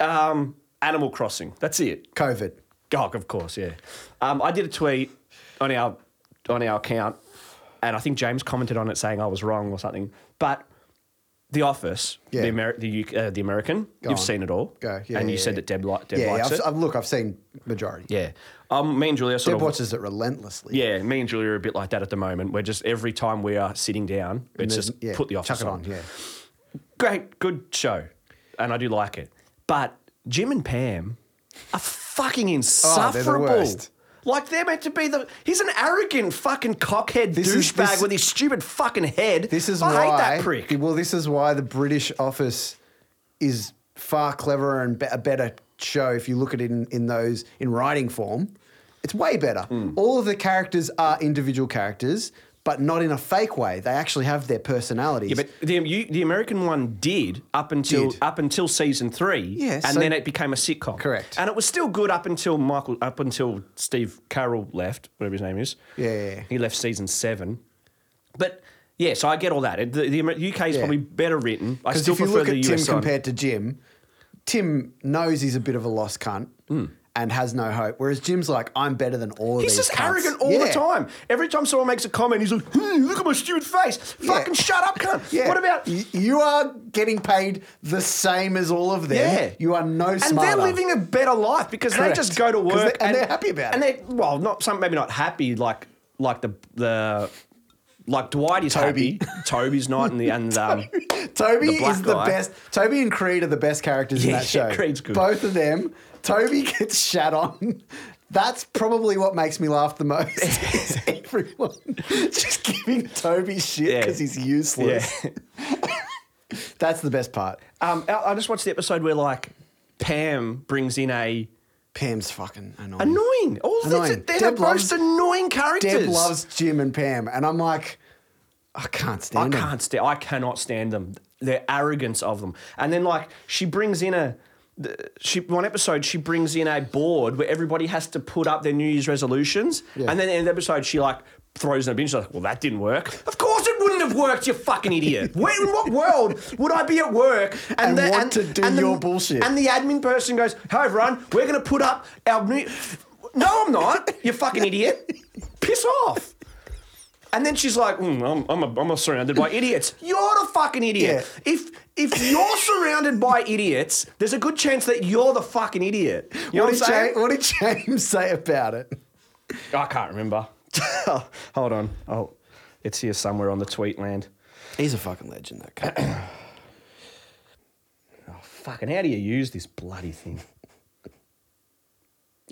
Speaker 2: um, Animal Crossing. That's it.
Speaker 1: COVID.
Speaker 2: Oh, of course, yeah. Um, I did a tweet on our on our account, and I think James commented on it saying I was wrong or something. But The Office,
Speaker 1: Yeah.
Speaker 2: the, Ameri- the, UK, uh, the American,
Speaker 1: Go
Speaker 2: you've
Speaker 1: on.
Speaker 2: seen it all.
Speaker 1: Go. Yeah,
Speaker 2: and
Speaker 1: yeah,
Speaker 2: you said
Speaker 1: yeah.
Speaker 2: that Deb, li- Deb
Speaker 1: Yeah, yeah
Speaker 2: likes
Speaker 1: I've,
Speaker 2: it.
Speaker 1: I've, look, I've seen majority.
Speaker 2: yeah. Um, me and Julia sort
Speaker 1: Deb
Speaker 2: of
Speaker 1: watches it relentlessly.
Speaker 2: yeah, me and Julia are a bit like that at the moment. We're just every time we are sitting down, it's
Speaker 1: There's-
Speaker 2: just
Speaker 1: yeah,
Speaker 2: put the
Speaker 1: chuck
Speaker 2: office
Speaker 1: it on.
Speaker 2: on.
Speaker 1: Yeah.
Speaker 2: Great, good show, and I do like it. But Jim and Pam are fucking
Speaker 1: Oh, they're the
Speaker 2: insufferable.
Speaker 1: worst.
Speaker 2: like they're meant to be the. He's an arrogant fucking cockhead
Speaker 1: This is-
Speaker 2: douchebag
Speaker 1: this-
Speaker 2: with his stupid fucking head.
Speaker 1: This is
Speaker 2: I
Speaker 1: why.
Speaker 2: hate that prick.
Speaker 1: Well, this is why the British Office is far cleverer and be- a better show if you look at it in, in those in writing form. It's way better.
Speaker 2: Hmm.
Speaker 1: All of the characters are individual characters, but not in a fake way. They actually have their personalities.
Speaker 2: Yeah, but the you, the American one did up until
Speaker 1: Did.
Speaker 2: up until season three,
Speaker 1: Yeah,
Speaker 2: and
Speaker 1: so-
Speaker 2: then it became a sitcom.
Speaker 1: Correct.
Speaker 2: and it was still good up until Michael, up until Steve Carroll left, whatever his name is.
Speaker 1: Yeah, yeah, yeah.
Speaker 2: he left season seven. But yeah, so I get all that. It- The, the Amer- UK is
Speaker 1: Yeah.
Speaker 2: probably better written. I
Speaker 1: Because
Speaker 2: still
Speaker 1: if you
Speaker 2: prefer
Speaker 1: look
Speaker 2: the
Speaker 1: at Tim
Speaker 2: US one.
Speaker 1: compared to Jim, Tim knows he's a bit of a lost cunt and has no hope. Whereas Jim's like, I'm better than all of
Speaker 2: Hmm. He's
Speaker 1: these
Speaker 2: just
Speaker 1: cunts."
Speaker 2: arrogant all the
Speaker 1: Yeah.
Speaker 2: time. Every time someone makes a comment, he's like, "Hmm, "Look at my stupid face! Fucking shut up, cunt!
Speaker 1: Yeah.
Speaker 2: What about
Speaker 1: Y- you are getting paid the same as all of them?
Speaker 2: Yeah.
Speaker 1: You are no smarter.
Speaker 2: And they're living a better life because
Speaker 1: Correct.
Speaker 2: they just go to
Speaker 1: 'Cause
Speaker 2: work
Speaker 1: they- and they're happy about
Speaker 2: and they well, not some maybe not happy like like the the like Dwight is
Speaker 1: Toby.
Speaker 2: happy. Toby's not and the and um
Speaker 1: Toby
Speaker 2: The black
Speaker 1: is the
Speaker 2: guy.
Speaker 1: best. Toby and Creed are the best characters in
Speaker 2: Yeah,
Speaker 1: that show.
Speaker 2: Creed's good.
Speaker 1: Both of them. Toby gets shat on. That's probably what makes me laugh the most. is everyone just giving Toby shit
Speaker 2: Yeah.
Speaker 1: because he's useless. That's the best part.
Speaker 2: um I, I just watched the episode where like Pam brings in a
Speaker 1: Pam's fucking annoying.
Speaker 2: annoying. All
Speaker 1: Annoying.
Speaker 2: annoying. they're
Speaker 1: Deb
Speaker 2: the
Speaker 1: loves-
Speaker 2: most annoying characters.
Speaker 1: Deb loves Jim and Pam, and I'm like, I can't
Speaker 2: I
Speaker 1: stand them.
Speaker 2: can't stand. I cannot stand them. Their arrogance of them. And then like she brings in a. th- She, one episode, she brings in a board where everybody has to put up their New Year's resolutions,
Speaker 1: Yeah.
Speaker 2: and then in the episode, she like throws in a bin. She's like, "Well, that didn't work. Of course, it wouldn't have worked. You fucking idiot. Where in what world would I be at work
Speaker 1: And want to do your bullshit.
Speaker 2: And the admin person goes, "Hey, everyone, we're going to put up our new." No, I'm not. You fucking idiot. Piss off. And then she's like, mm, I'm, I'm, a, I'm a surrounded by idiots. You're the fucking idiot. If if you're surrounded by idiots, there's a good chance that you're the fucking idiot. You
Speaker 1: What
Speaker 2: know
Speaker 1: did,
Speaker 2: what, I'm saying?
Speaker 1: James, what did James say about it?
Speaker 2: I can't remember. Hold on. Oh, it's here somewhere on the tweet land.
Speaker 1: He's a fucking legend, that guy.
Speaker 2: Oh, fucking, how do you use this bloody thing?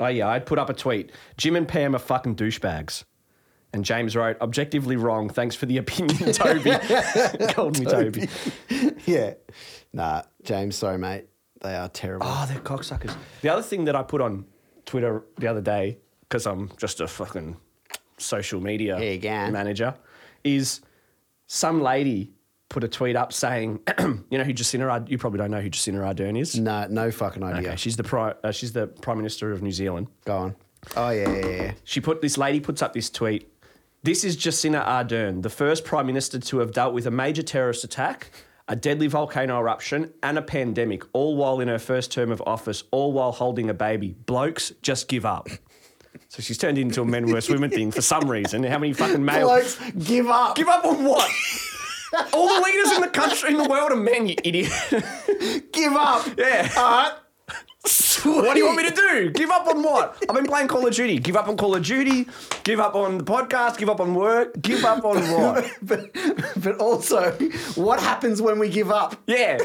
Speaker 2: Oh, yeah, I'd put up a tweet. Jim and Pam are fucking douchebags. And James wrote, objectively wrong. Thanks for the opinion, Toby. Called me Toby.
Speaker 1: yeah. Nah, James, sorry, mate. They are terrible.
Speaker 2: Oh, they're cocksuckers. The other thing that I put on Twitter the other day, because I'm just a fucking social media
Speaker 1: There you go.
Speaker 2: manager, is some lady put a tweet up saying, you know who Jacinda Ardern, you probably don't know who Jacinda Ardern is.
Speaker 1: No, no fucking idea.
Speaker 2: Okay, she's the, pri- uh, she's the Prime Minister of New Zealand.
Speaker 1: Go on. Oh, yeah, yeah, yeah.
Speaker 2: She put this lady puts up this tweet. This is Jacinda Ardern, the first prime minister to have dealt with a major terrorist attack, a deadly volcano eruption, and a pandemic, all while in her first term of office, all while holding a baby. Blokes, just give up. So she's turned into a men versus women thing for some reason. How many fucking males?
Speaker 1: Blokes, give up.
Speaker 2: Give up on what? all the leaders in the country, in the world, are men. You idiot.
Speaker 1: give up.
Speaker 2: Yeah.
Speaker 1: All right.
Speaker 2: What do you want me to do? Give up on what? I've been playing Call of Duty. Give up on Call of Duty. Give up on the podcast. Give up on work. Give up on what?
Speaker 1: but, but also, what happens when we give up?
Speaker 2: Yeah.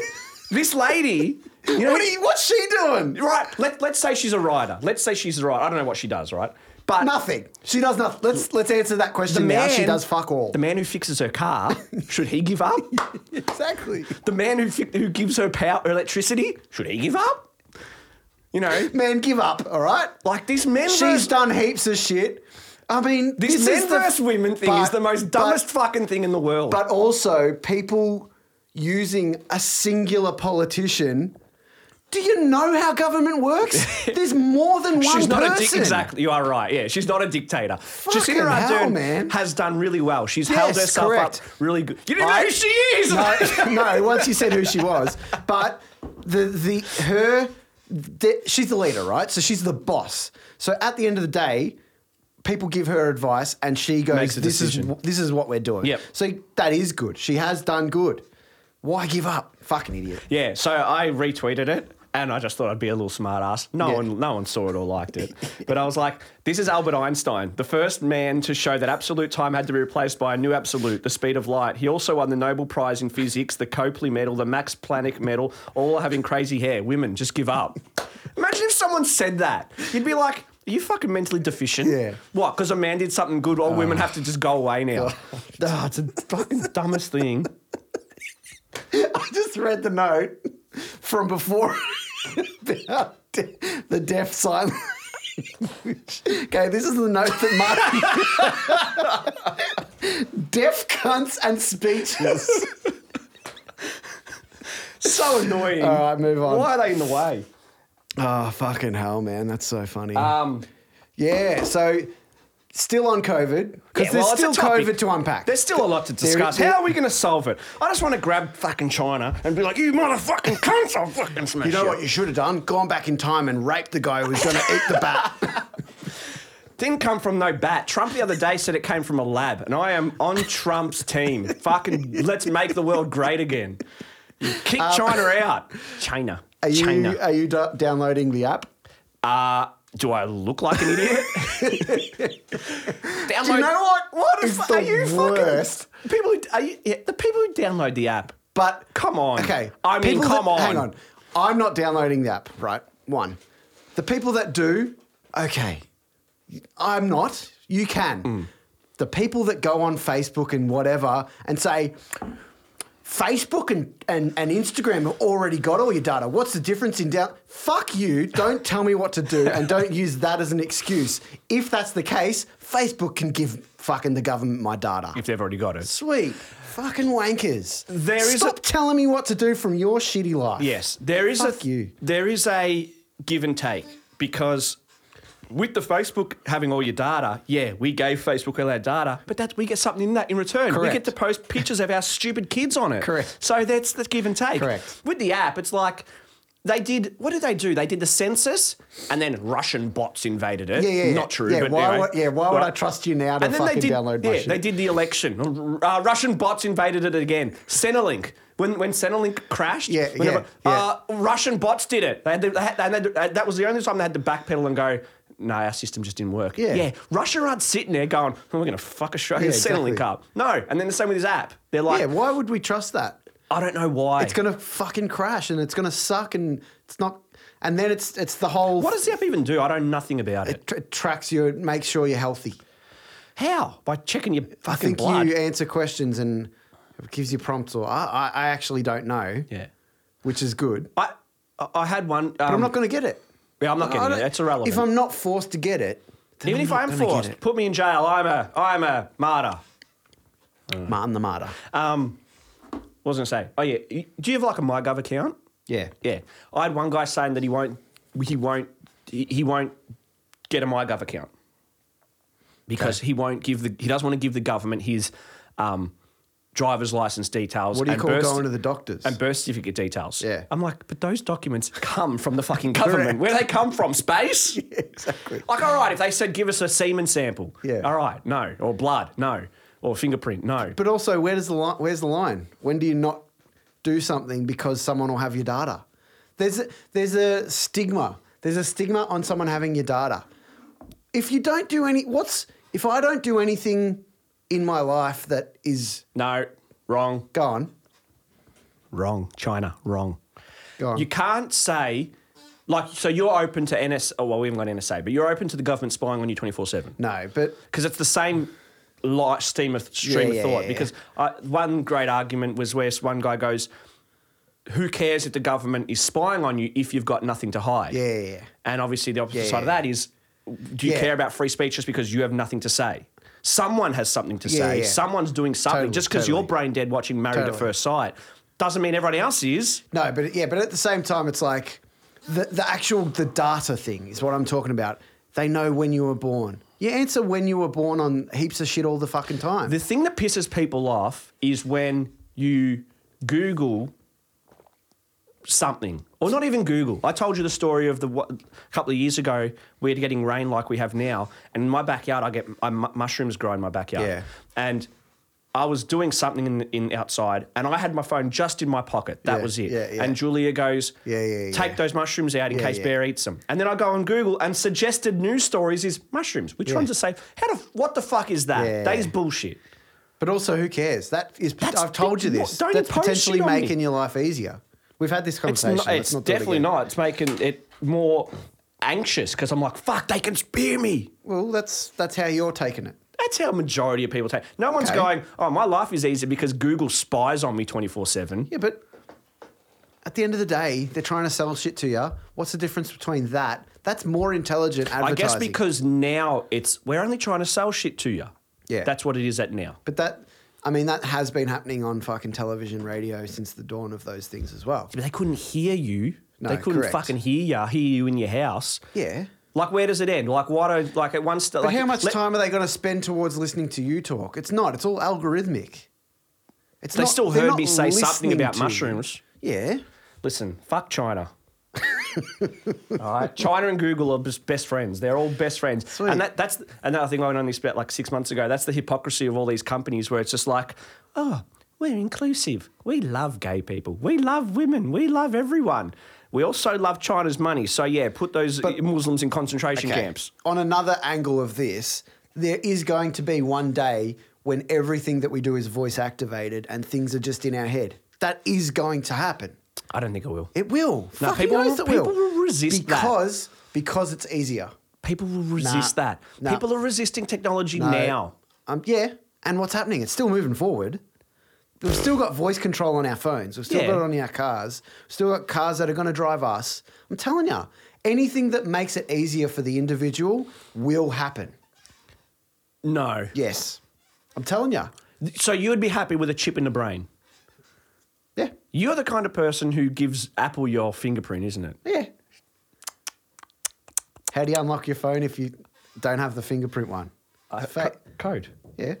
Speaker 2: This lady, you know,
Speaker 1: What are you, what's she doing?
Speaker 2: right? Let, let's say she's a writer. Let's say she's a writer. I don't know what she does, right? But
Speaker 1: nothing. She does nothing. Let's let's answer that
Speaker 2: the
Speaker 1: question now.
Speaker 2: man
Speaker 1: She does fuck all.
Speaker 2: The man who fixes her car, should he give up?
Speaker 1: exactly.
Speaker 2: the man who fi- who gives her power electricity, should he give up? You know,
Speaker 1: Man, give up. All right.
Speaker 2: like this men
Speaker 1: She's
Speaker 2: versus-
Speaker 1: done heaps of shit. I mean,
Speaker 2: this,
Speaker 1: this
Speaker 2: men
Speaker 1: is the-
Speaker 2: versus women thing is
Speaker 1: but-
Speaker 2: the most dumbest fucking thing in the world.
Speaker 1: But, but also, people using a singular politician. Do you know how government works? There's more than one
Speaker 2: She's not a dic-
Speaker 1: person.
Speaker 2: exactly. You are right. Yeah, she's not a dictator.
Speaker 1: Fucking
Speaker 2: Jacinda
Speaker 1: hell,
Speaker 2: Ardern
Speaker 1: man.
Speaker 2: has done really well. She's
Speaker 1: Yes,
Speaker 2: held herself
Speaker 1: correct.
Speaker 2: up really good. You didn't
Speaker 1: I-
Speaker 2: know who she is.
Speaker 1: no, no, once you said who she was, but the the her the, she's the leader, right? So she's the boss. So at the end of the day, people give her advice, and she goes,
Speaker 2: Makes a
Speaker 1: "This is
Speaker 2: decision.
Speaker 1: wh- this is what we're doing."
Speaker 2: Yep.
Speaker 1: So that is good. She has done good. Why give up? Fucking idiot.
Speaker 2: Yeah, so I retweeted it and I just thought I'd be a little smart ass. No
Speaker 1: Yeah.
Speaker 2: one no one saw it or liked it. but I was like, this is Albert Einstein, the first man to show that absolute time had to be replaced by a new absolute, the speed of light. He also won the Nobel Prize in Physics, the Copley Medal, the Max Planck Medal, all having crazy hair. Women, just give up. Imagine if someone said that. You'd be like, are you fucking mentally deficient?
Speaker 1: Yeah.
Speaker 2: What? Because a man did something good, all women have to just go away now. Ah, it's the fucking dumbest thing.
Speaker 1: I just read the note from before about de- the deaf sign. language. okay, this is the note that Martin. deaf cunts and speeches.
Speaker 2: So annoying.
Speaker 1: All right, move on.
Speaker 2: Why are they in the way?
Speaker 1: Oh, fucking hell, man. That's so funny.
Speaker 2: Um,
Speaker 1: yeah, so still on COVID. Because
Speaker 2: Yeah,
Speaker 1: there's
Speaker 2: well, it's
Speaker 1: still
Speaker 2: a topic.
Speaker 1: COVID to unpack.
Speaker 2: There's still a lot to
Speaker 1: There-
Speaker 2: discuss.
Speaker 1: there-
Speaker 2: How are we going to solve it? I just want to grab fucking China and be like, you motherfucking cunts, I'll fucking smash
Speaker 1: you know what you should have done? Gone back in time and raped the guy who was going to eat the bat.
Speaker 2: Didn't come from no bat. Trump the other day said it came from a lab, and I am on Trump's team. fucking let's make the world great again. Kick China out. China.
Speaker 1: Um, Are you,
Speaker 2: China.
Speaker 1: Are you do- downloading the app?
Speaker 2: Uh, do I look like an idiot? download.
Speaker 1: Do you know what?
Speaker 2: What
Speaker 1: is
Speaker 2: if
Speaker 1: the
Speaker 2: are you
Speaker 1: worst?
Speaker 2: fucking people? Who, are you, yeah, the people who download the app?
Speaker 1: But
Speaker 2: Come on.
Speaker 1: Okay.
Speaker 2: I mean,
Speaker 1: people
Speaker 2: come
Speaker 1: that-
Speaker 2: on.
Speaker 1: Hang on. I'm not downloading the app, right? One. The people that do, okay. I'm not. You can.
Speaker 2: Hmm.
Speaker 1: The people that go on Facebook and whatever and say, Facebook and, and, and Instagram have already got all your data. What's the difference in down? Fuck you. Don't tell me what to do and don't use that as an excuse. If that's the case, Facebook can give fucking the government my data.
Speaker 2: If they've already got it.
Speaker 1: Sweet. Fucking wankers.
Speaker 2: There is a-
Speaker 1: Stop telling me what to do from your shitty life.
Speaker 2: Yes, there is
Speaker 1: Fuck
Speaker 2: a
Speaker 1: you.
Speaker 2: there is a give and take because with the Facebook having all your data, yeah, we gave Facebook all our data, but that we get something in that in return. We
Speaker 1: Correct.
Speaker 2: get to post pictures of our stupid kids on it.
Speaker 1: Correct.
Speaker 2: So that's the give and take.
Speaker 1: Correct.
Speaker 2: With the app, it's like they did. What did they do? They did the census, and then Russian bots invaded it.
Speaker 1: Yeah, yeah, yeah.
Speaker 2: Not true.
Speaker 1: Yeah,
Speaker 2: but
Speaker 1: why
Speaker 2: anyway.
Speaker 1: would- yeah, why would
Speaker 2: Well,
Speaker 1: I trust you now to
Speaker 2: and then
Speaker 1: fucking
Speaker 2: they did,
Speaker 1: download my
Speaker 2: yeah,
Speaker 1: shit?
Speaker 2: They did the election. Uh, Russian bots invaded it again. Centrelink. When when Centrelink crashed.
Speaker 1: Yeah,
Speaker 2: whenever-
Speaker 1: yeah, yeah.
Speaker 2: Uh, Russian bots did it. They had, to, they had, they had to- that was the only time they had to backpedal and go, no, our system just didn't work.
Speaker 1: Yeah.
Speaker 2: yeah. Russia aren't sitting there going, oh, we're going to fuck Australian
Speaker 1: Yeah, exactly.
Speaker 2: Centrelink up. No. And then the same with this app. They're like,
Speaker 1: Yeah, why would we trust that?
Speaker 2: I don't know why.
Speaker 1: It's gonna fucking crash and it's gonna suck and it's not and then it's it's the whole
Speaker 2: what does the app even do? I know nothing about it.
Speaker 1: tr- it tracks you, it makes sure you're healthy.
Speaker 2: How? By checking your
Speaker 1: I
Speaker 2: fucking
Speaker 1: think
Speaker 2: blood.
Speaker 1: you answer questions and it gives you prompts or I, I, I actually don't know.
Speaker 2: yeah.
Speaker 1: Which is good.
Speaker 2: I, I- I had one. Um,
Speaker 1: But I'm not gonna get it.
Speaker 2: Yeah, I'm not
Speaker 1: I
Speaker 2: getting it.
Speaker 1: don't-
Speaker 2: That's irrelevant.
Speaker 1: If I'm not forced to get it, then
Speaker 2: Even if
Speaker 1: not
Speaker 2: I am
Speaker 1: gonna get
Speaker 2: forced,
Speaker 1: it.
Speaker 2: put me in jail. I'm a, I'm a martyr.
Speaker 1: Martin the Martyr.
Speaker 2: Um, what was I going to say? Oh yeah, y- do you have like a MyGov account?
Speaker 1: yeah.
Speaker 2: Yeah, I had one guy saying that he won't, he won't, he he won't get a MyGov account because he won't give the, he doesn't want to give the government his um, driver's license details.
Speaker 1: What do you
Speaker 2: and
Speaker 1: call
Speaker 2: birth-
Speaker 1: going to the doctors?
Speaker 2: And birth certificate details.
Speaker 1: Yeah.
Speaker 2: I'm like, but those documents come from the fucking government. Where they come from? Space?
Speaker 1: exactly.
Speaker 2: Like, all right, if they said give us a semen sample,
Speaker 1: Yeah.
Speaker 2: all right, no, or blood, no, or fingerprint, no.
Speaker 1: But also, where does the line? Where's the line? When do you not do something because someone will have your data? There's a, there's a stigma. There's a stigma on someone having your data. If you don't do any, what's if I don't do anything in my life that is
Speaker 2: no, wrong,
Speaker 1: gone?
Speaker 2: wrong. China, wrong.
Speaker 1: Go on.
Speaker 2: You can't say Like, so you're open to NS. Oh, well, we haven't got NSA, but you're open to the government spying on you 24 7.
Speaker 1: No, but
Speaker 2: because it's the same light stream of stream
Speaker 1: yeah,
Speaker 2: of thought.
Speaker 1: yeah,
Speaker 2: because I, one great argument was where one guy goes, "Who cares if the government is spying on you if you've got nothing to hide?"
Speaker 1: Yeah, yeah, yeah.
Speaker 2: And obviously, the opposite
Speaker 1: Yeah,
Speaker 2: side of
Speaker 1: yeah.
Speaker 2: that is, do you
Speaker 1: Yeah.
Speaker 2: care about free speech just because you have nothing to say? Someone has something to
Speaker 1: Yeah,
Speaker 2: say.
Speaker 1: yeah.
Speaker 2: Someone's doing something.
Speaker 1: Totally,
Speaker 2: just because
Speaker 1: totally.
Speaker 2: you're brain dead watching Married
Speaker 1: Totally.
Speaker 2: at First Sight doesn't mean everyone else is.
Speaker 1: No, but yeah, but at the same time, it's like the, the actual the data thing is what I'm talking about. They know when you were born. You answer when you were born on heaps of shit all the fucking time.
Speaker 2: The thing that pisses people off is when you Google something, or not even Google. I told you the story of the wa- a couple of years ago. We are getting rain like we have now, and in my backyard, I get I, mu- mushrooms grow in my backyard.
Speaker 1: Yeah.
Speaker 2: and I was doing something in, in outside, and I had my phone just in my pocket. That
Speaker 1: Yeah,
Speaker 2: was it.
Speaker 1: yeah, yeah.
Speaker 2: And Julia goes,
Speaker 1: Yeah, yeah, yeah.
Speaker 2: take those mushrooms out in
Speaker 1: Yeah,
Speaker 2: case
Speaker 1: yeah.
Speaker 2: bear eats them." And then I go on Google, and suggested news stories is mushrooms, which ones are safe? How the what the fuck is that?
Speaker 1: Yeah.
Speaker 2: That is bullshit.
Speaker 1: But also, who cares? That is,
Speaker 2: That's-
Speaker 1: I've told you this.
Speaker 2: don't
Speaker 1: That's
Speaker 2: impose shit
Speaker 1: potentially
Speaker 2: on me.
Speaker 1: making your life easier. We've had this
Speaker 2: It's,
Speaker 1: conversation.
Speaker 2: not,
Speaker 1: Let's
Speaker 2: it's
Speaker 1: not do it
Speaker 2: definitely
Speaker 1: again.
Speaker 2: not. It's making it more anxious because I'm like, fuck, they can spear me.
Speaker 1: Well, that's that's how you're taking it.
Speaker 2: That's how majority of people take. No one's
Speaker 1: Okay.
Speaker 2: going, oh, my life is easier because Google spies on me 24 seven.
Speaker 1: Yeah, but at the end of the day, they're trying to sell shit to you. What's the difference between that? That's more intelligent
Speaker 2: I
Speaker 1: advertising.
Speaker 2: guess because now it's we're only trying to sell shit to you.
Speaker 1: Yeah.
Speaker 2: that's what it is at now.
Speaker 1: But that, I mean, that has been happening on fucking television, radio since the dawn of those things as well.
Speaker 2: But they couldn't hear you.
Speaker 1: No,
Speaker 2: they couldn't
Speaker 1: correct.
Speaker 2: fucking hear you. Hear you in your house.
Speaker 1: Yeah.
Speaker 2: Like where does it end? Like why don't like at one stage?
Speaker 1: But how much time are they going to spend towards listening to you talk? It's not. It's all algorithmic. It's
Speaker 2: They
Speaker 1: not-
Speaker 2: still
Speaker 1: they're
Speaker 2: heard
Speaker 1: not
Speaker 2: me say something
Speaker 1: listening
Speaker 2: about
Speaker 1: to you.
Speaker 2: mushrooms.
Speaker 1: Yeah.
Speaker 2: Listen, fuck China. all right, China and Google are just best friends. They're all best friends,
Speaker 1: Sweet.
Speaker 2: and that, that's another thing I went on this about like six months ago. That's the hypocrisy of all these companies, where it's just like, oh, we're inclusive. We love gay people. We love women. We love everyone. We also love China's money. So yeah, put those Muslims in concentration
Speaker 1: Okay.
Speaker 2: camps.
Speaker 1: On another angle of this, there is going to be one day when everything that we do is voice activated and things are just in our head. That is going to happen.
Speaker 2: I don't think I will.
Speaker 1: It will.
Speaker 2: No,
Speaker 1: Fucking
Speaker 2: people
Speaker 1: knows
Speaker 2: will-
Speaker 1: it will.
Speaker 2: people will resist that.
Speaker 1: because because it's easier.
Speaker 2: People will resist
Speaker 1: Nah.
Speaker 2: that.
Speaker 1: Nah.
Speaker 2: People are resisting technology
Speaker 1: No.
Speaker 2: now.
Speaker 1: Um, yeah. And what's happening? It's still moving forward. We've still got voice control on our phones. We've still
Speaker 2: Yeah.
Speaker 1: got it on our cars. We've still got cars that are going to drive us. I'm telling you, anything that makes it easier for the individual will happen.
Speaker 2: No.
Speaker 1: Yes. I'm telling you.
Speaker 2: So you would be happy with a chip in the brain.
Speaker 1: Yeah.
Speaker 2: You're the kind of person who gives Apple your fingerprint, isn't it?
Speaker 1: Yeah. How do you unlock your phone if you don't have the fingerprint one? Fa-
Speaker 2: code.
Speaker 1: yeah.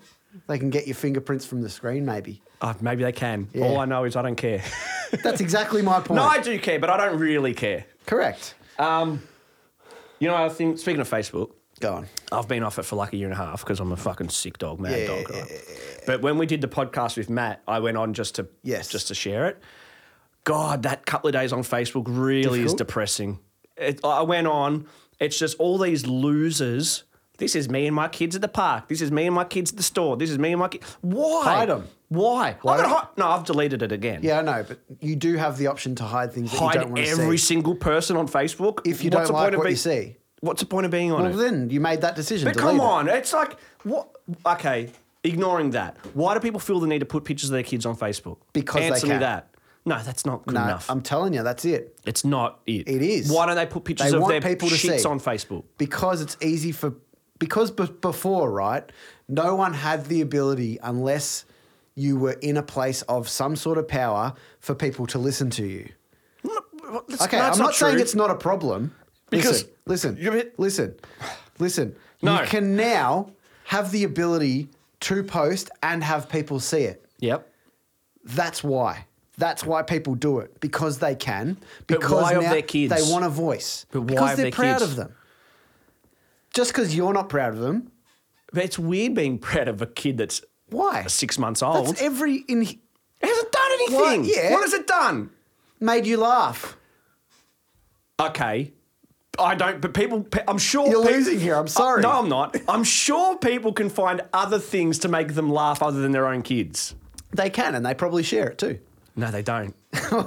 Speaker 1: They can get your fingerprints from the screen, maybe.
Speaker 2: Oh, maybe they can.
Speaker 1: Yeah.
Speaker 2: All I know is I don't care.
Speaker 1: That's exactly my point.
Speaker 2: no, I do care, but I don't really care.
Speaker 1: Correct.
Speaker 2: Um, you know, I think speaking of Facebook,
Speaker 1: Go on.
Speaker 2: I've been off it for like a year and a half because I'm a fucking sick dog, mad
Speaker 1: Yeah,
Speaker 2: dog.
Speaker 1: yeah,
Speaker 2: right? But when we did the podcast with Matt, I went on just to
Speaker 1: Yes.
Speaker 2: just to share it. God, that couple of days on Facebook really is
Speaker 1: Difficult?
Speaker 2: depressing. It, I went on. It's just all these losers. This is me and my kids at the park. This is me and my kids at the store. This is me and my kids. Why?
Speaker 1: Hide 'em.
Speaker 2: Why?
Speaker 1: Why
Speaker 2: Why?
Speaker 1: don't-
Speaker 2: no, I've deleted it again.
Speaker 1: Yeah, I know, but you do have the option to hide things that you don't
Speaker 2: Hide
Speaker 1: want to
Speaker 2: every
Speaker 1: see.
Speaker 2: single person on Facebook.
Speaker 1: If you don't
Speaker 2: What's the point
Speaker 1: like
Speaker 2: of
Speaker 1: what
Speaker 2: being-
Speaker 1: you see.
Speaker 2: What's the point of being on
Speaker 1: Well,
Speaker 2: it?
Speaker 1: then you made that decision.
Speaker 2: But
Speaker 1: Delete
Speaker 2: come
Speaker 1: it.
Speaker 2: on, it's like what? Okay, ignoring that, why do people feel the need to put pictures of their kids on Facebook?
Speaker 1: Because they
Speaker 2: answer me
Speaker 1: can.
Speaker 2: that. No, that's not good
Speaker 1: No,
Speaker 2: enough.
Speaker 1: Uh, I'm telling you, that's it.
Speaker 2: it's not it.
Speaker 1: It is.
Speaker 2: Why don't they put pictures
Speaker 1: They
Speaker 2: of
Speaker 1: want
Speaker 2: their
Speaker 1: people to
Speaker 2: shits
Speaker 1: see.
Speaker 2: on Facebook?
Speaker 1: Because it's easy for. Because b- before, right, no one had the ability unless you were in a place of some sort of power for people to listen to you.
Speaker 2: No, that's-
Speaker 1: Okay,
Speaker 2: no,
Speaker 1: I'm
Speaker 2: that's
Speaker 1: not, saying
Speaker 2: true.
Speaker 1: it's not a problem.
Speaker 2: Because-
Speaker 1: listen,
Speaker 2: You
Speaker 1: listen,
Speaker 2: mean-
Speaker 1: listen, listen.
Speaker 2: No.
Speaker 1: You can now have the ability to post and have people see it.
Speaker 2: Yep.
Speaker 1: That's why. That's why people do it because they can.
Speaker 2: But
Speaker 1: Because
Speaker 2: why of
Speaker 1: now
Speaker 2: their kids?
Speaker 1: They want a voice.
Speaker 2: But why
Speaker 1: because
Speaker 2: of
Speaker 1: they're
Speaker 2: their
Speaker 1: proud
Speaker 2: kids?
Speaker 1: of them. Just because you're not proud of them,
Speaker 2: But it's weird being proud of a kid that's
Speaker 1: why?
Speaker 2: six months old.
Speaker 1: That's every in
Speaker 2: it hasn't done anything.
Speaker 1: What? Yeah.
Speaker 2: What has it done?
Speaker 1: made you laugh.
Speaker 2: okay. I don't, but people, pe- I'm sure.
Speaker 1: You're losing here, I'm sorry.
Speaker 2: no, I'm not. I'm sure people can find other things to make them laugh other than their own kids.
Speaker 1: They can, and they probably share it too.
Speaker 2: No, they don't.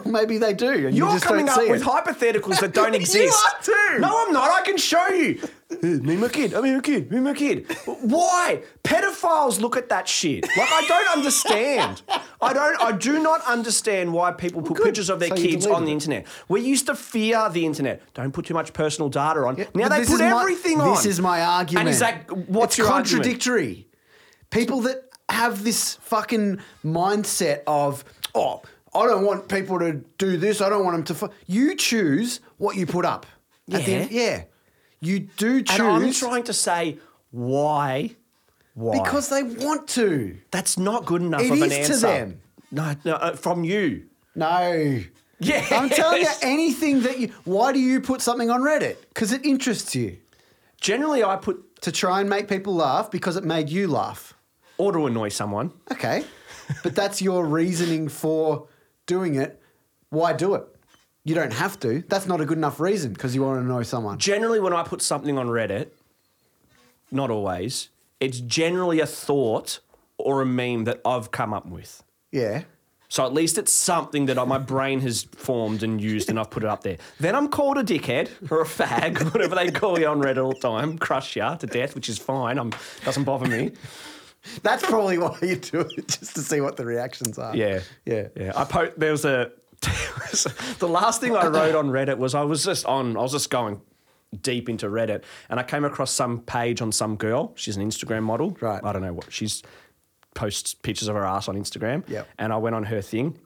Speaker 1: Maybe they do. And you
Speaker 2: You're
Speaker 1: just
Speaker 2: coming
Speaker 1: don't
Speaker 2: up
Speaker 1: see
Speaker 2: with
Speaker 1: it.
Speaker 2: hypotheticals that don't
Speaker 1: You
Speaker 2: exist.
Speaker 1: are too.
Speaker 2: No, I'm not. I can show you. Me, and my kid. I mean, my kid. Me, and my kid. Why? Pedophiles look at that shit. Like I don't understand. I don't. I do not understand why people put pictures of their
Speaker 1: So you
Speaker 2: kids on
Speaker 1: deleted
Speaker 2: the
Speaker 1: it.
Speaker 2: internet. We used to fear the internet. Don't put too much personal data on. now
Speaker 1: But
Speaker 2: they
Speaker 1: this
Speaker 2: put
Speaker 1: is my-
Speaker 2: everything on.
Speaker 1: This is my argument.
Speaker 2: And is that what's
Speaker 1: it's
Speaker 2: your argument?
Speaker 1: contradictory? People that have this fucking mindset of oh, I don't want people to do this. I don't want them to. Fu-. You choose what you put up. At the
Speaker 2: Yeah.
Speaker 1: end- yeah. You do choose
Speaker 2: And I'm trying to say why. Why?
Speaker 1: because they want to.
Speaker 2: that's not good enough
Speaker 1: It
Speaker 2: of
Speaker 1: is
Speaker 2: an
Speaker 1: to
Speaker 2: answer.
Speaker 1: them.
Speaker 2: No, no, uh, from you.
Speaker 1: No.
Speaker 2: Yes.
Speaker 1: I'm telling you, anything that you. Why do you put something on Reddit? Because it interests you
Speaker 2: Generally, I put
Speaker 1: to try and make people laugh because it made you laugh.
Speaker 2: or to annoy someone.
Speaker 1: Okay. But that's your reasoning for doing it. Why do it? You don't have to. That's not a good enough reason because you want to know someone.
Speaker 2: Generally, when I put something on Reddit, not always, it's generally a thought or a meme that I've come up with.
Speaker 1: Yeah.
Speaker 2: So at least it's something that I, my brain has formed and used, and I've put it up there. Then I'm called a dickhead or a fag, whatever they call you on Reddit all the time, crush ya to death, which is fine. I'm doesn't bother me.
Speaker 1: That's probably why you do it, just to see what the reactions are.
Speaker 2: Yeah,
Speaker 1: Yeah.
Speaker 2: yeah. I po- there was a there was a- the last thing I wrote on Reddit was I was just on I was just going deep into Reddit and I came across some page on some girl. She's an Instagram model.
Speaker 1: Right.
Speaker 2: I don't know what she's posts pictures of her ass on Instagram.
Speaker 1: Yep.
Speaker 2: And I went on her thing,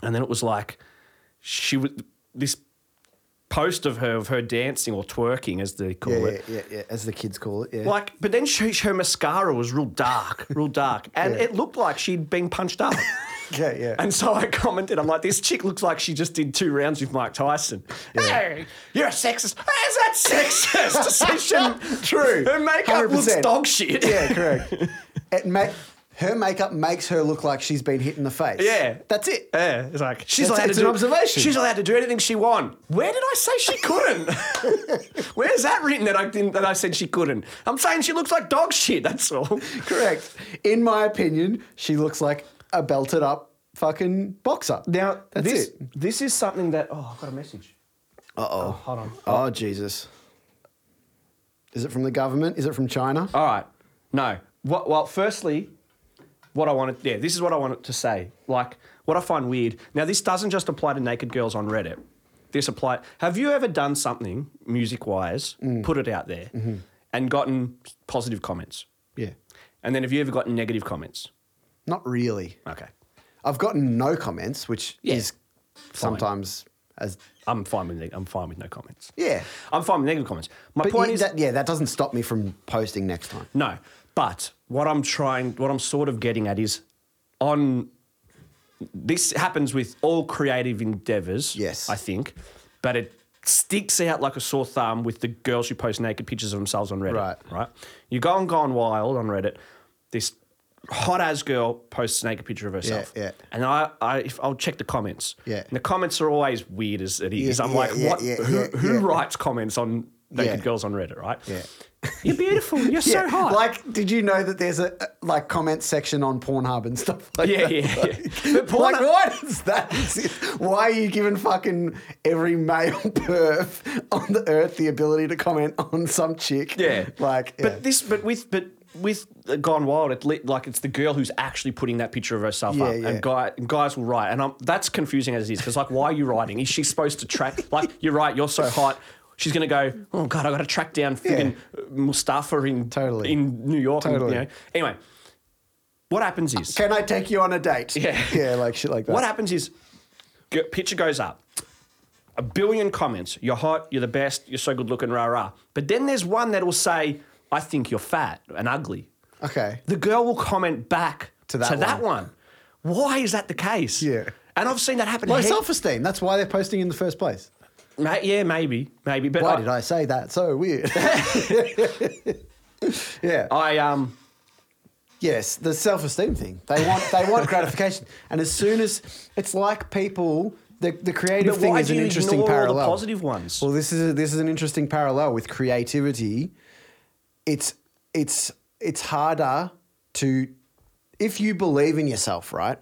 Speaker 2: and then it was like she was this post of her of her dancing or twerking as they call
Speaker 1: Yeah,
Speaker 2: it.
Speaker 1: yeah, yeah, yeah, as the kids call it. Yeah.
Speaker 2: Like, but then she, her mascara was real dark, real dark, and
Speaker 1: Yeah.
Speaker 2: it looked like she'd been punched up.
Speaker 1: Yeah, yeah.
Speaker 2: And so I commented, I'm like, this chick looks like she just did two rounds with Mike Tyson. Hey, you're a sexist. How is that sexist? Decision.
Speaker 1: True.
Speaker 2: Her makeup looks
Speaker 1: 100%.
Speaker 2: dog shit.
Speaker 1: Yeah, correct. it ma- her makeup makes her look like she's been hit in the face.
Speaker 2: Yeah. Uh,
Speaker 1: That's it.
Speaker 2: Yeah, it's like she's
Speaker 1: That's-
Speaker 2: allowed
Speaker 1: it's
Speaker 2: to
Speaker 1: an
Speaker 2: do
Speaker 1: observation.
Speaker 2: She's allowed to do anything she want. Where did I say she couldn't? Where's that written that I didn't that I said she couldn't? I'm saying she looks like dog shit. That's all.
Speaker 1: Correct. In my opinion, she looks like a belted up fucking boxer.
Speaker 2: Now
Speaker 1: That's
Speaker 2: this
Speaker 1: it.
Speaker 2: this is something that oh I've got a message.
Speaker 1: Uh oh.
Speaker 2: Hold on.
Speaker 1: Oh, Jesus. Is it from the government? Is it from China?
Speaker 2: All right. No. What, well, firstly, what I wanted, yeah, this is what I wanted to say. Like, what I find weird. Now, this doesn't just apply to naked girls on Reddit. This apply. Have you ever done something music-wise,
Speaker 1: Mm.
Speaker 2: put it out there,
Speaker 1: Mm-hmm.
Speaker 2: and gotten positive comments?
Speaker 1: Yeah.
Speaker 2: And then have you ever gotten negative comments?
Speaker 1: Not really.
Speaker 2: Okay,
Speaker 1: I've gotten no comments, which
Speaker 2: Yeah.
Speaker 1: is sometimes as.
Speaker 2: I'm fine with neg- I'm fine with no comments.
Speaker 1: Yeah.
Speaker 2: I'm fine with negative comments. My
Speaker 1: But
Speaker 2: point
Speaker 1: you-
Speaker 2: is
Speaker 1: that, yeah, that doesn't stop me from posting next time.
Speaker 2: No, but what I'm trying, what I'm sort of getting at is on this happens with all creative endeavors.
Speaker 1: Yes.
Speaker 2: I think, but it sticks out like a sore thumb with the girls who post naked pictures of themselves on Reddit.
Speaker 1: Right.
Speaker 2: Right. You go on Gone Wild on Reddit. This hot ass girl posts a naked picture of herself.
Speaker 1: yeah.
Speaker 2: And I, I, if I'll check the comments.
Speaker 1: Yeah.
Speaker 2: And the comments are always weird as it is.
Speaker 1: Yeah,
Speaker 2: I'm
Speaker 1: yeah,
Speaker 2: like,
Speaker 1: yeah,
Speaker 2: what?
Speaker 1: yeah,
Speaker 2: who
Speaker 1: yeah,
Speaker 2: who
Speaker 1: yeah.
Speaker 2: writes comments on naked
Speaker 1: Yeah.
Speaker 2: girls on Reddit? Right.
Speaker 1: Yeah.
Speaker 2: You're beautiful. You're so
Speaker 1: Yeah,
Speaker 2: hot.
Speaker 1: Like, did you know that there's a uh, like comment section on Pornhub and stuff like
Speaker 2: Yeah,
Speaker 1: that?
Speaker 2: yeah, yeah.
Speaker 1: Like,
Speaker 2: But Pornhub-
Speaker 1: like, why does that exist? Why are you giving fucking every male perf on the earth the ability to comment on some chick?
Speaker 2: Yeah,
Speaker 1: Like, yeah.
Speaker 2: but this, but with, but with uh, Gone Wild, it li- like it's the girl who's actually putting that picture of herself
Speaker 1: Yeah,
Speaker 2: up,
Speaker 1: yeah.
Speaker 2: and guy, and guys will write, and I'm, that's confusing as it is because like, why are you writing? Is she supposed to track? Like, you're right, you're so hot. She's gonna go. Oh God, I gotta track down friggin' Mustafa in
Speaker 1: Totally.
Speaker 2: in New York. and,
Speaker 1: Totally.
Speaker 2: you know. Anyway, what happens is
Speaker 1: Can I take you on a date?
Speaker 2: Yeah.
Speaker 1: Yeah, like shit like that.
Speaker 2: What happens is, g- picture goes up, a billion comments. You're hot. You're the best. You're so good looking. Rah rah. But then there's one that will say, "I think you're fat and ugly."
Speaker 1: okay.
Speaker 2: The girl will comment back
Speaker 1: To that
Speaker 2: one. Why is that the case?
Speaker 1: Yeah.
Speaker 2: And I've seen that happen.
Speaker 1: Low
Speaker 2: heck-
Speaker 1: self esteem. That's why they're posting in the first place.
Speaker 2: Ma- yeah, maybe, maybe. But
Speaker 1: Why
Speaker 2: I,
Speaker 1: did I say that? So weird. yeah.
Speaker 2: I um.
Speaker 1: Yes, the self-esteem thing. They want they want gratification, and as soon as it's like people, the the creative
Speaker 2: But
Speaker 1: thing
Speaker 2: why
Speaker 1: is
Speaker 2: do
Speaker 1: an
Speaker 2: you
Speaker 1: interesting
Speaker 2: ignore all the
Speaker 1: parallel.
Speaker 2: positive ones?
Speaker 1: Well, this is a, this is an interesting parallel with creativity. It's it's it's harder to if you believe in yourself, right?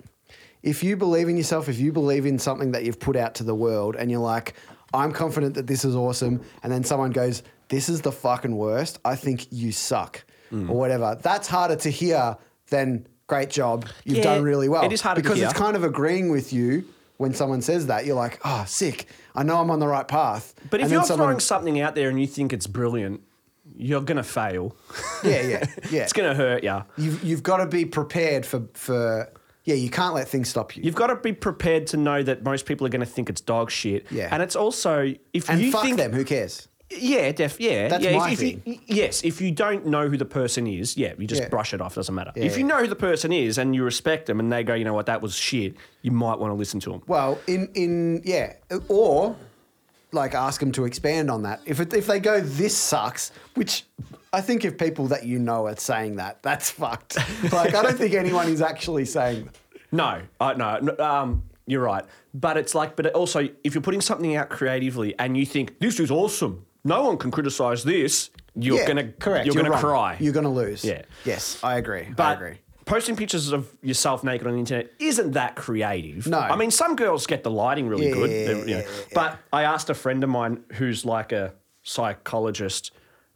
Speaker 1: if you believe in yourself, if you believe in something that you've put out to the world and you're like, I'm confident that this is awesome, and then someone goes, This is the fucking worst, I think you suck, or whatever. That's harder to hear than great job, you've
Speaker 2: Yeah,
Speaker 1: done really well.
Speaker 2: it is harder to
Speaker 1: because it's
Speaker 2: hear.
Speaker 1: kind of agreeing with you when someone says that. You're like, Oh, sick. I know I'm on the right path.
Speaker 2: But if
Speaker 1: And then
Speaker 2: you're
Speaker 1: someone-
Speaker 2: throwing something out there and you think it's brilliant, you're gonna fail.
Speaker 1: yeah, yeah, yeah,
Speaker 2: it's gonna hurt you.
Speaker 1: you've you've got to be prepared for for yeah. You can't let things stop you.
Speaker 2: You've got to be prepared to know that most people are gonna think it's dog shit.
Speaker 1: Yeah.
Speaker 2: And it's also if
Speaker 1: and
Speaker 2: you
Speaker 1: fuck
Speaker 2: think
Speaker 1: them. Who cares?
Speaker 2: Yeah, def yeah.
Speaker 1: That's
Speaker 2: yeah,
Speaker 1: my
Speaker 2: if, If you, yes, if you don't know who the person is, yeah, you just
Speaker 1: Yeah.
Speaker 2: brush it off, doesn't matter.
Speaker 1: Yeah,
Speaker 2: if you
Speaker 1: yeah.
Speaker 2: know who the person is and you respect them and they go, you know what, that was shit, you might want to listen to them.
Speaker 1: Well, in in yeah, or like ask them to expand on that. If it, if they go, this sucks, which I think if people that you know are saying that, that's fucked. like I don't think anyone is actually saying.
Speaker 2: No, I no, n- um, you're right. But it's like, but it also, if you're putting something out creatively and you think this is awesome, no one can criticize this, you're
Speaker 1: Yeah,
Speaker 2: gonna
Speaker 1: correct.
Speaker 2: you're, gonna
Speaker 1: right.
Speaker 2: cry.
Speaker 1: You're gonna lose.
Speaker 2: Yeah.
Speaker 1: Yes, I agree. I
Speaker 2: but
Speaker 1: agree.
Speaker 2: posting pictures of yourself naked on the internet isn't that creative.
Speaker 1: No.
Speaker 2: I mean, some girls get the lighting really
Speaker 1: Yeah,
Speaker 2: good.
Speaker 1: yeah,
Speaker 2: they-
Speaker 1: yeah,
Speaker 2: you know.
Speaker 1: yeah, yeah.
Speaker 2: But I asked a friend of mine who's like a psychologist.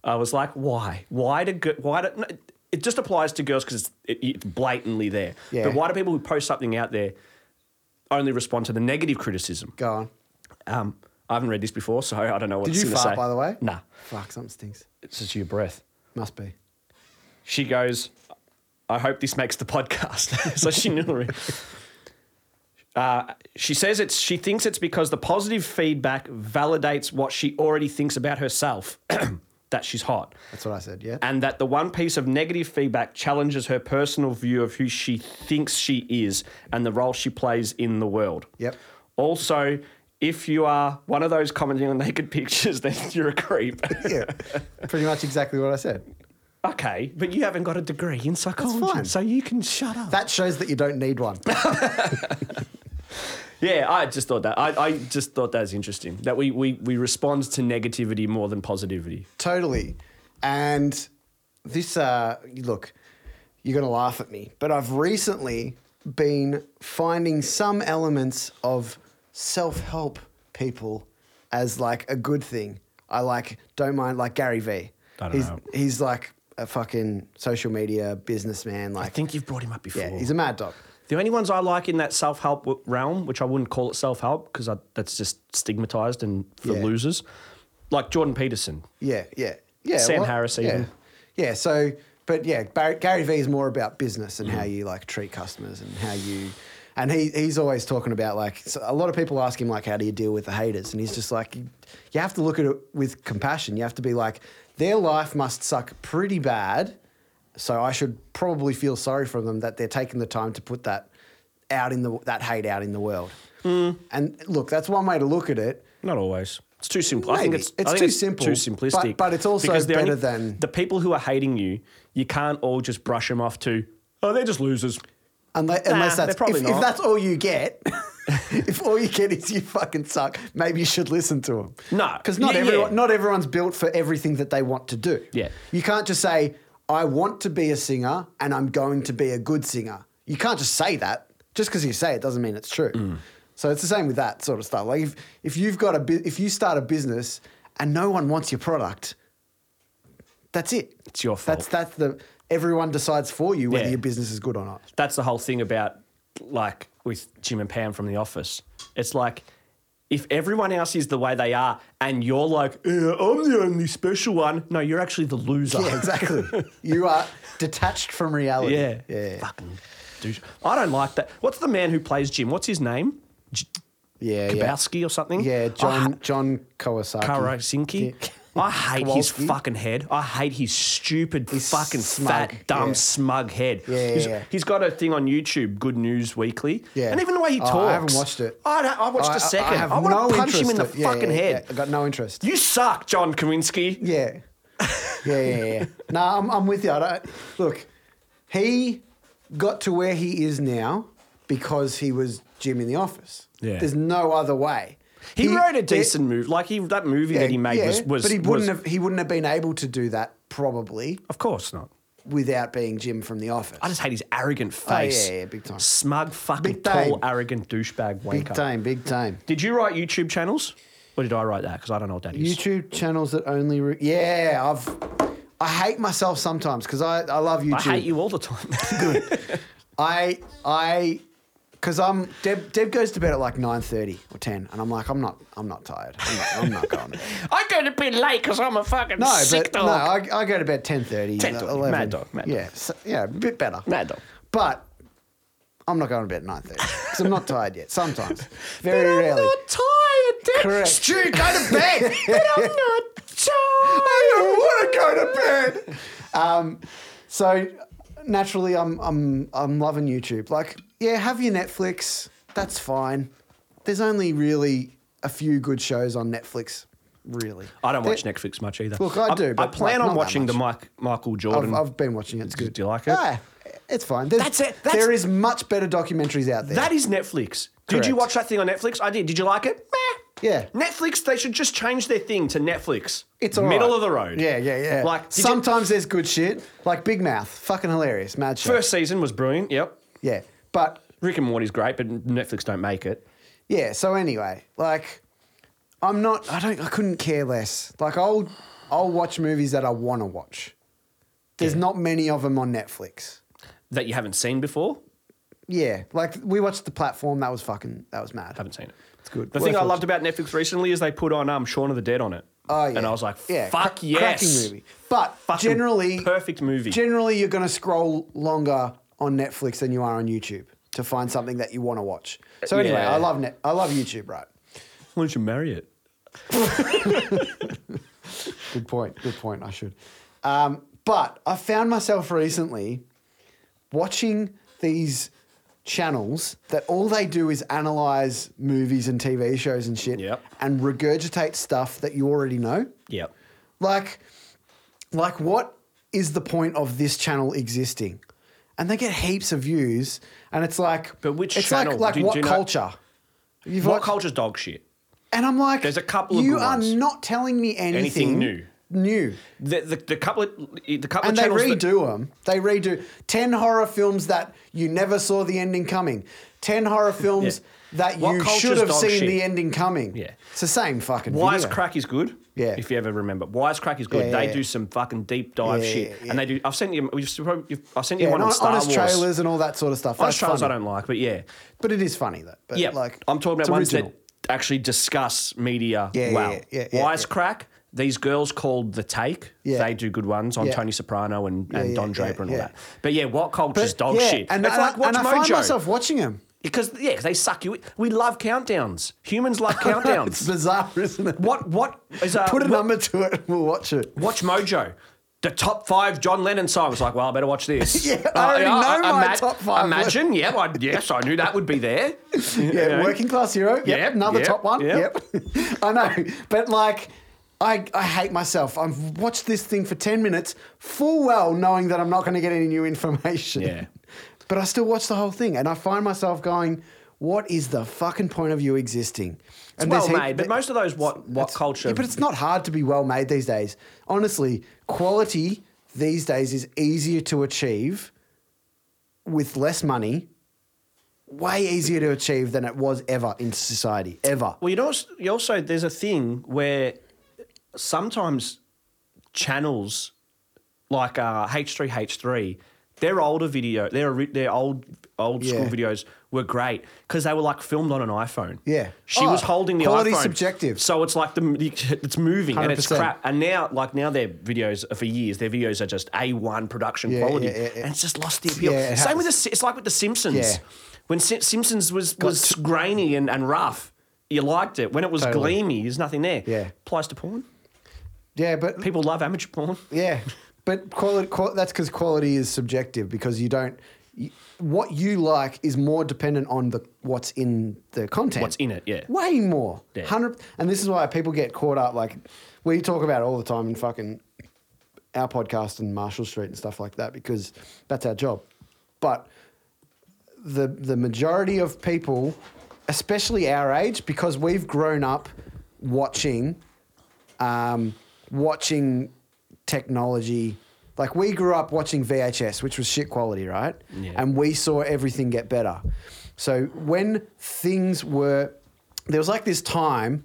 Speaker 2: I was like, why? Why do gi- why do no, it just applies to girls because it, it's blatantly there.
Speaker 1: Yeah.
Speaker 2: But why do people who post something out there only respond to the negative criticism?
Speaker 1: Go on.
Speaker 2: Um, I haven't read this before, so I don't know what
Speaker 1: Did
Speaker 2: it's
Speaker 1: you
Speaker 2: gonna
Speaker 1: fart
Speaker 2: say.
Speaker 1: by the way?
Speaker 2: Nah,
Speaker 1: Fuck, something stinks.
Speaker 2: it's just your breath
Speaker 1: Must be.
Speaker 2: she goes, I hope this makes the podcast. so she knew already. Uh, she says it's she thinks it's because the positive feedback validates what she already thinks about herself that she's hot
Speaker 1: That's what I said. Yeah.
Speaker 2: and that the one piece of negative feedback challenges her personal view of who she thinks she is and the role she plays in the world.
Speaker 1: Yep.
Speaker 2: Also, if you are one of those commenting on naked pictures, then you're a creep.
Speaker 1: yeah. Pretty much exactly what I said.
Speaker 2: okay, but you haven't got a degree in psychology,
Speaker 1: fine.
Speaker 2: so you can shut up.
Speaker 1: That shows that you don't need one.
Speaker 2: Yeah, I just thought that. I, I just thought that was interesting. That we, we we respond to negativity more than positivity.
Speaker 1: totally. And this, uh, look, you're going to laugh at me, but I've recently been finding some elements of self help people as like a good thing. I like, don't mind, like Gary Vee.
Speaker 2: I don't
Speaker 1: he's,
Speaker 2: know.
Speaker 1: he's like a fucking social media businessman.
Speaker 2: I
Speaker 1: Like,
Speaker 2: think you've brought him up before.
Speaker 1: yeah, he's a mad dog.
Speaker 2: the only ones I like in that self help realm, which I wouldn't call it self help because that's just stigmatized and for
Speaker 1: Yeah.
Speaker 2: losers, like Jordan Peterson.
Speaker 1: Yeah, yeah, yeah.
Speaker 2: Sam Harris
Speaker 1: yeah.
Speaker 2: even.
Speaker 1: Yeah, so, but yeah, Bar- Gary Vee is more about business and
Speaker 2: Mm.
Speaker 1: how you like treat customers and how you, and he, he's always talking about like, so a lot of people ask him like, how do you deal with the haters? And he's just like, you, you have to look at it with compassion. You have to be like, their life must suck pretty bad. So I should probably feel sorry for them that they're taking the time to put that out in the, that hate out in the world.
Speaker 2: Mm.
Speaker 1: And look, that's one way to look at it.
Speaker 2: Not always. It's too simple. I think
Speaker 1: Maybe.
Speaker 2: it's, I
Speaker 1: It's
Speaker 2: think
Speaker 1: too simple,
Speaker 2: Too
Speaker 1: but-
Speaker 2: simplistic.
Speaker 1: but it's also
Speaker 2: Because the only-
Speaker 1: better than-
Speaker 2: the people who are hating you. You can't all just brush them off to oh they're just losers.
Speaker 1: Unless,
Speaker 2: Nah,
Speaker 1: unless that's
Speaker 2: they're probably
Speaker 1: if, if
Speaker 2: not.
Speaker 1: that's all you get, if all you get is you fucking suck, maybe you should listen to them.
Speaker 2: No.
Speaker 1: because not
Speaker 2: Yeah,
Speaker 1: everyone,
Speaker 2: yeah.
Speaker 1: not everyone's built for everything that they want to do.
Speaker 2: Yeah.
Speaker 1: you can't just say I want to be a singer and I'm going to be a good singer. You can't just say that. Just because you say it doesn't mean it's true.
Speaker 2: Mm.
Speaker 1: So it's the same with that sort of stuff. Like if if you've got a bu- if you start a business and no one wants your product, that's it.
Speaker 2: It's your
Speaker 1: That's
Speaker 2: fault.
Speaker 1: that's the everyone decides for you whether
Speaker 2: Yeah.
Speaker 1: your business is good or not.
Speaker 2: that's the whole thing about like with Jim and Pam from The Office. It's like if everyone else is the way they are and you're like, "Yeah, I'm the only special one, no, you're actually the loser.
Speaker 1: Yeah, exactly. you are detached from reality.
Speaker 2: yeah.
Speaker 1: Yeah.
Speaker 2: Fucking douche. I don't like that. What's the man who plays Jim? What's his name? J-
Speaker 1: Yeah. Yeah.
Speaker 2: Kabowski or something?
Speaker 1: Yeah.
Speaker 2: I
Speaker 1: John
Speaker 2: ha-
Speaker 1: John Kawasaki.
Speaker 2: Karasinki.
Speaker 1: Yeah.
Speaker 2: I hate
Speaker 1: Kowalski.
Speaker 2: his fucking head. I hate his stupid, fucking
Speaker 1: smug,
Speaker 2: fat, dumb,
Speaker 1: yeah.
Speaker 2: smug head.
Speaker 1: Yeah, yeah,
Speaker 2: He's-
Speaker 1: yeah.
Speaker 2: he's got a thing on YouTube, Good News Weekly.
Speaker 1: Yeah.
Speaker 2: And even the way he
Speaker 1: Oh, I
Speaker 2: talks.
Speaker 1: haven't watched it.
Speaker 2: I, don't- I watched
Speaker 1: I- I-
Speaker 2: a second.
Speaker 1: I,
Speaker 2: I,
Speaker 1: have
Speaker 2: want
Speaker 1: no
Speaker 2: to punch him in
Speaker 1: interest
Speaker 2: the
Speaker 1: of- yeah,
Speaker 2: fucking
Speaker 1: yeah,
Speaker 2: head.
Speaker 1: yeah. I got no interest.
Speaker 2: You suck, John Kaminsky.
Speaker 1: Yeah. Yeah, yeah, yeah. no, I'm, I'm with you. I don't, look, he got to where he is now because he was Jim in the office.
Speaker 2: Yeah.
Speaker 1: There's no other way.
Speaker 2: He, wrote a
Speaker 1: there-
Speaker 2: decent move. Like he that movie that he made was was
Speaker 1: but he
Speaker 2: was-
Speaker 1: wouldn't have he wouldn't have been able to do that probably
Speaker 2: Of course not.
Speaker 1: without being Jim from The Office.
Speaker 2: I just hate his arrogant
Speaker 1: Oh, yeah,
Speaker 2: face.
Speaker 1: yeah, yeah, big time.
Speaker 2: Smug, fucking
Speaker 1: Big
Speaker 2: tall,
Speaker 1: time.
Speaker 2: arrogant douchebag wanker.
Speaker 1: big time, big time.
Speaker 2: Did you write YouTube channels? Or did I write that? Because I don't know what that is.
Speaker 1: YouTube channels that only re- yeah, I've I hate myself sometimes because I I love YouTube.
Speaker 2: I hate you all the time.
Speaker 1: I I because I'm Deb. Deb goes to bed at like nine thirty or ten, and I'm like, I'm not, I'm not tired. I'm not, I'm not going to bed.
Speaker 2: I'm going to be late because I'm a fucking
Speaker 1: No,
Speaker 2: sick
Speaker 1: but no,
Speaker 2: dog.
Speaker 1: I, I go to bed ten thirty,
Speaker 2: 10:30,
Speaker 1: eleven.
Speaker 2: mad dog, mad dog.
Speaker 1: yeah, so- yeah, a bit better.
Speaker 2: Mad dog.
Speaker 1: but I'm not going to bed at nine thirty because I'm not tired yet. Sometimes, very rarely.
Speaker 2: tired, Dad.
Speaker 1: Correct.
Speaker 2: Stu, go to bed. but I'm not tired.
Speaker 1: I don't want to go to bed. Um, so naturally, I'm I'm I'm loving YouTube. Like, yeah, have your Netflix. That's fine. There's only really a few good shows on Netflix. Really,
Speaker 2: I don't watch
Speaker 1: There-
Speaker 2: Netflix much either.
Speaker 1: Look, I do,
Speaker 2: I
Speaker 1: but, like,
Speaker 2: plan
Speaker 1: not
Speaker 2: on
Speaker 1: that
Speaker 2: watching the
Speaker 1: much.
Speaker 2: Mike, Michael
Speaker 1: I've,
Speaker 2: Jordan.
Speaker 1: I've been watching it. It's
Speaker 2: Do-
Speaker 1: good.
Speaker 2: do you like it?
Speaker 1: Yeah, it's fine. There's,
Speaker 2: That's it. That's-
Speaker 1: there is much better documentaries out there.
Speaker 2: That is Netflix. Did you
Speaker 1: Correct.
Speaker 2: watch that thing on Netflix? I did. Did you like it? Meh.
Speaker 1: Yeah.
Speaker 2: Netflix, they should just change their thing to Netflix.
Speaker 1: it's all
Speaker 2: middle
Speaker 1: right.
Speaker 2: of the road.
Speaker 1: Yeah, yeah, yeah.
Speaker 2: Like
Speaker 1: Like
Speaker 2: did you-
Speaker 1: sometimes there's good shit, like Big Mouth, fucking hilarious, mad show.
Speaker 2: first season was brilliant. Yep.
Speaker 1: yeah, but
Speaker 2: Rick and Morty's great, but Netflix don't make it.
Speaker 1: yeah so anyway like i'm not i don't i couldn't care less like i'll i'll watch movies that i want to watch there's not many of them on netflix
Speaker 2: That you haven't seen before.
Speaker 1: yeah like we watched the platform that was fucking that was mad
Speaker 2: Haven't seen it.
Speaker 1: it's good
Speaker 2: The thing I loved about Netflix recently is they put on um, Shaun of the Dead on it.
Speaker 1: oh yeah
Speaker 2: And I was like,
Speaker 1: Yeah,
Speaker 2: fuck
Speaker 1: cra-
Speaker 2: yes.
Speaker 1: cracking movie but
Speaker 2: Fucking
Speaker 1: generally
Speaker 2: perfect movie.
Speaker 1: generally you're going to scroll longer on netflix than you are on youtube to find something that you want to watch so anyway
Speaker 2: Yeah.
Speaker 1: i love net i love youtube right
Speaker 2: Why don't you marry it?
Speaker 1: Good point. Good point. I should. Um, but I found myself recently watching these channels that all they do is analyze movies and TV shows and shit
Speaker 2: Yep.
Speaker 1: and regurgitate stuff that you already know.
Speaker 2: Yep.
Speaker 1: Like, like what is the point of this channel existing? And they get heaps of views, and it's like,
Speaker 2: But which
Speaker 1: it's
Speaker 2: channel?
Speaker 1: Like, like
Speaker 2: Do- do
Speaker 1: what
Speaker 2: you know-
Speaker 1: culture? You've
Speaker 2: What
Speaker 1: watched-
Speaker 2: culture's dog shit?
Speaker 1: And I'm like,
Speaker 2: There's a couple of
Speaker 1: you
Speaker 2: good
Speaker 1: are
Speaker 2: ones.
Speaker 1: not telling me anything,
Speaker 2: Anything new.
Speaker 1: New.
Speaker 2: The, the, the couple of, the couple
Speaker 1: and
Speaker 2: of
Speaker 1: they
Speaker 2: channels that-
Speaker 1: redo them. They redo 10 horror films that you never saw the ending coming. 10 horror films that
Speaker 2: What
Speaker 1: you
Speaker 2: culture's
Speaker 1: should have
Speaker 2: dog
Speaker 1: seen
Speaker 2: shit?
Speaker 1: the ending coming.
Speaker 2: Yeah.
Speaker 1: It's the same fucking video.
Speaker 2: Wisecrack is good.
Speaker 1: Yeah.
Speaker 2: If you ever remember, Wisecrack is
Speaker 1: Yeah,
Speaker 2: good.
Speaker 1: yeah,
Speaker 2: they
Speaker 1: yeah.
Speaker 2: do some fucking deep dive
Speaker 1: Yeah, yeah,
Speaker 2: shit,
Speaker 1: yeah.
Speaker 2: and they do. I've sent you. We've, probably- you've, I've sent you
Speaker 1: Yeah,
Speaker 2: one
Speaker 1: and
Speaker 2: on
Speaker 1: hon-
Speaker 2: Star
Speaker 1: honest
Speaker 2: Wars.
Speaker 1: trailers and all that sort of stuff.
Speaker 2: honest
Speaker 1: That's
Speaker 2: trailers
Speaker 1: funny.
Speaker 2: I don't like, but yeah,
Speaker 1: But it is funny though. But
Speaker 2: yeah.
Speaker 1: like
Speaker 2: I'm talking
Speaker 1: it's
Speaker 2: about ones
Speaker 1: original.
Speaker 2: that actually discuss media
Speaker 1: Yeah, yeah,
Speaker 2: well.
Speaker 1: yeah, yeah, yeah,
Speaker 2: Wisecrack. These girls called the Take.
Speaker 1: Yeah.
Speaker 2: They do good ones on
Speaker 1: Yeah.
Speaker 2: Tony Soprano and, and
Speaker 1: yeah,
Speaker 2: Don
Speaker 1: yeah,
Speaker 2: Draper and all
Speaker 1: yeah.
Speaker 2: that. But yeah, what culture's dog
Speaker 1: yeah,
Speaker 2: shit?
Speaker 1: And,
Speaker 2: it's
Speaker 1: and
Speaker 2: like
Speaker 1: I-
Speaker 2: Watch
Speaker 1: and I
Speaker 2: Mojo
Speaker 1: find myself watching them.
Speaker 2: because yeah, 'cause they suck you. in. We love countdowns. Humans love
Speaker 1: It's
Speaker 2: countdowns.
Speaker 1: bizarre, isn't it?
Speaker 2: what what is uh,
Speaker 1: Put a
Speaker 2: what-
Speaker 1: number to it and we'll watch it.
Speaker 2: Watch Mojo. The top five John Lennon songs. Like, well, I better watch this. Uh,
Speaker 1: Yeah, I already know my top five.
Speaker 2: Imagine, yeah, I, yes, I knew that would be there.
Speaker 1: Yeah,
Speaker 2: You know?
Speaker 1: working class hero. Yep,
Speaker 2: Yep,
Speaker 1: another
Speaker 2: yep,
Speaker 1: top one.
Speaker 2: yep.
Speaker 1: Yep. I know, but like, I I hate myself. I've watched this thing for ten minutes, full well knowing that I'm not going to get any new information.
Speaker 2: Yeah.
Speaker 1: But I still watch the whole thing, and I find myself going, "What is the fucking point of you existing?" And
Speaker 2: well
Speaker 1: there's heap-
Speaker 2: made, but most of those what what
Speaker 1: that's-
Speaker 2: culture?
Speaker 1: Yeah, but it's not hard to be well made these days. Honestly, quality these days is easier to achieve with less money. Way easier to achieve than it was ever in society, ever.
Speaker 2: well, you know, it's- you also there's a thing where sometimes channels like uh, H3H3, their older video, their ori- their old old school
Speaker 1: Yeah.
Speaker 2: videos were great because they were like filmed on an iPhone.
Speaker 1: Yeah.
Speaker 2: she
Speaker 1: Oh,
Speaker 2: was holding the
Speaker 1: quality's
Speaker 2: iPhone.
Speaker 1: subjective.
Speaker 2: So it's like the it's moving and it's
Speaker 1: 100%.
Speaker 2: crap. And now, like now, their videos are for years. Their videos are just a one production
Speaker 1: Yeah,
Speaker 2: quality,
Speaker 1: yeah, yeah, yeah.
Speaker 2: and it's just lost the appeal.
Speaker 1: Yeah, it
Speaker 2: Same
Speaker 1: has.
Speaker 2: with the Si- it's like with the Simpsons.
Speaker 1: Yeah.
Speaker 2: When Sim- Simpsons was was grainy and, and rough, you liked it. When it was
Speaker 1: Totally.
Speaker 2: gleamy, there's nothing there.
Speaker 1: Yeah.
Speaker 2: applies to porn.
Speaker 1: Yeah, but
Speaker 2: People love amateur porn.
Speaker 1: yeah, but quality. Qual- that's because quality is subjective because you don't. y what you like is more dependent on the what's in the content.
Speaker 2: What's in it, yeah.
Speaker 1: Way more.
Speaker 2: Yeah.
Speaker 1: Hundred. And this is why people get caught up. Like we talk about it all the time in fucking our podcast and Marshall Street and stuff like that because that's our job. But the the majority of people, especially our age, because we've grown up watching, um, watching technology Like we grew up watching VHS, which was shit quality, right?
Speaker 2: Yeah.
Speaker 1: And we saw everything get better. So when things were, there was like this time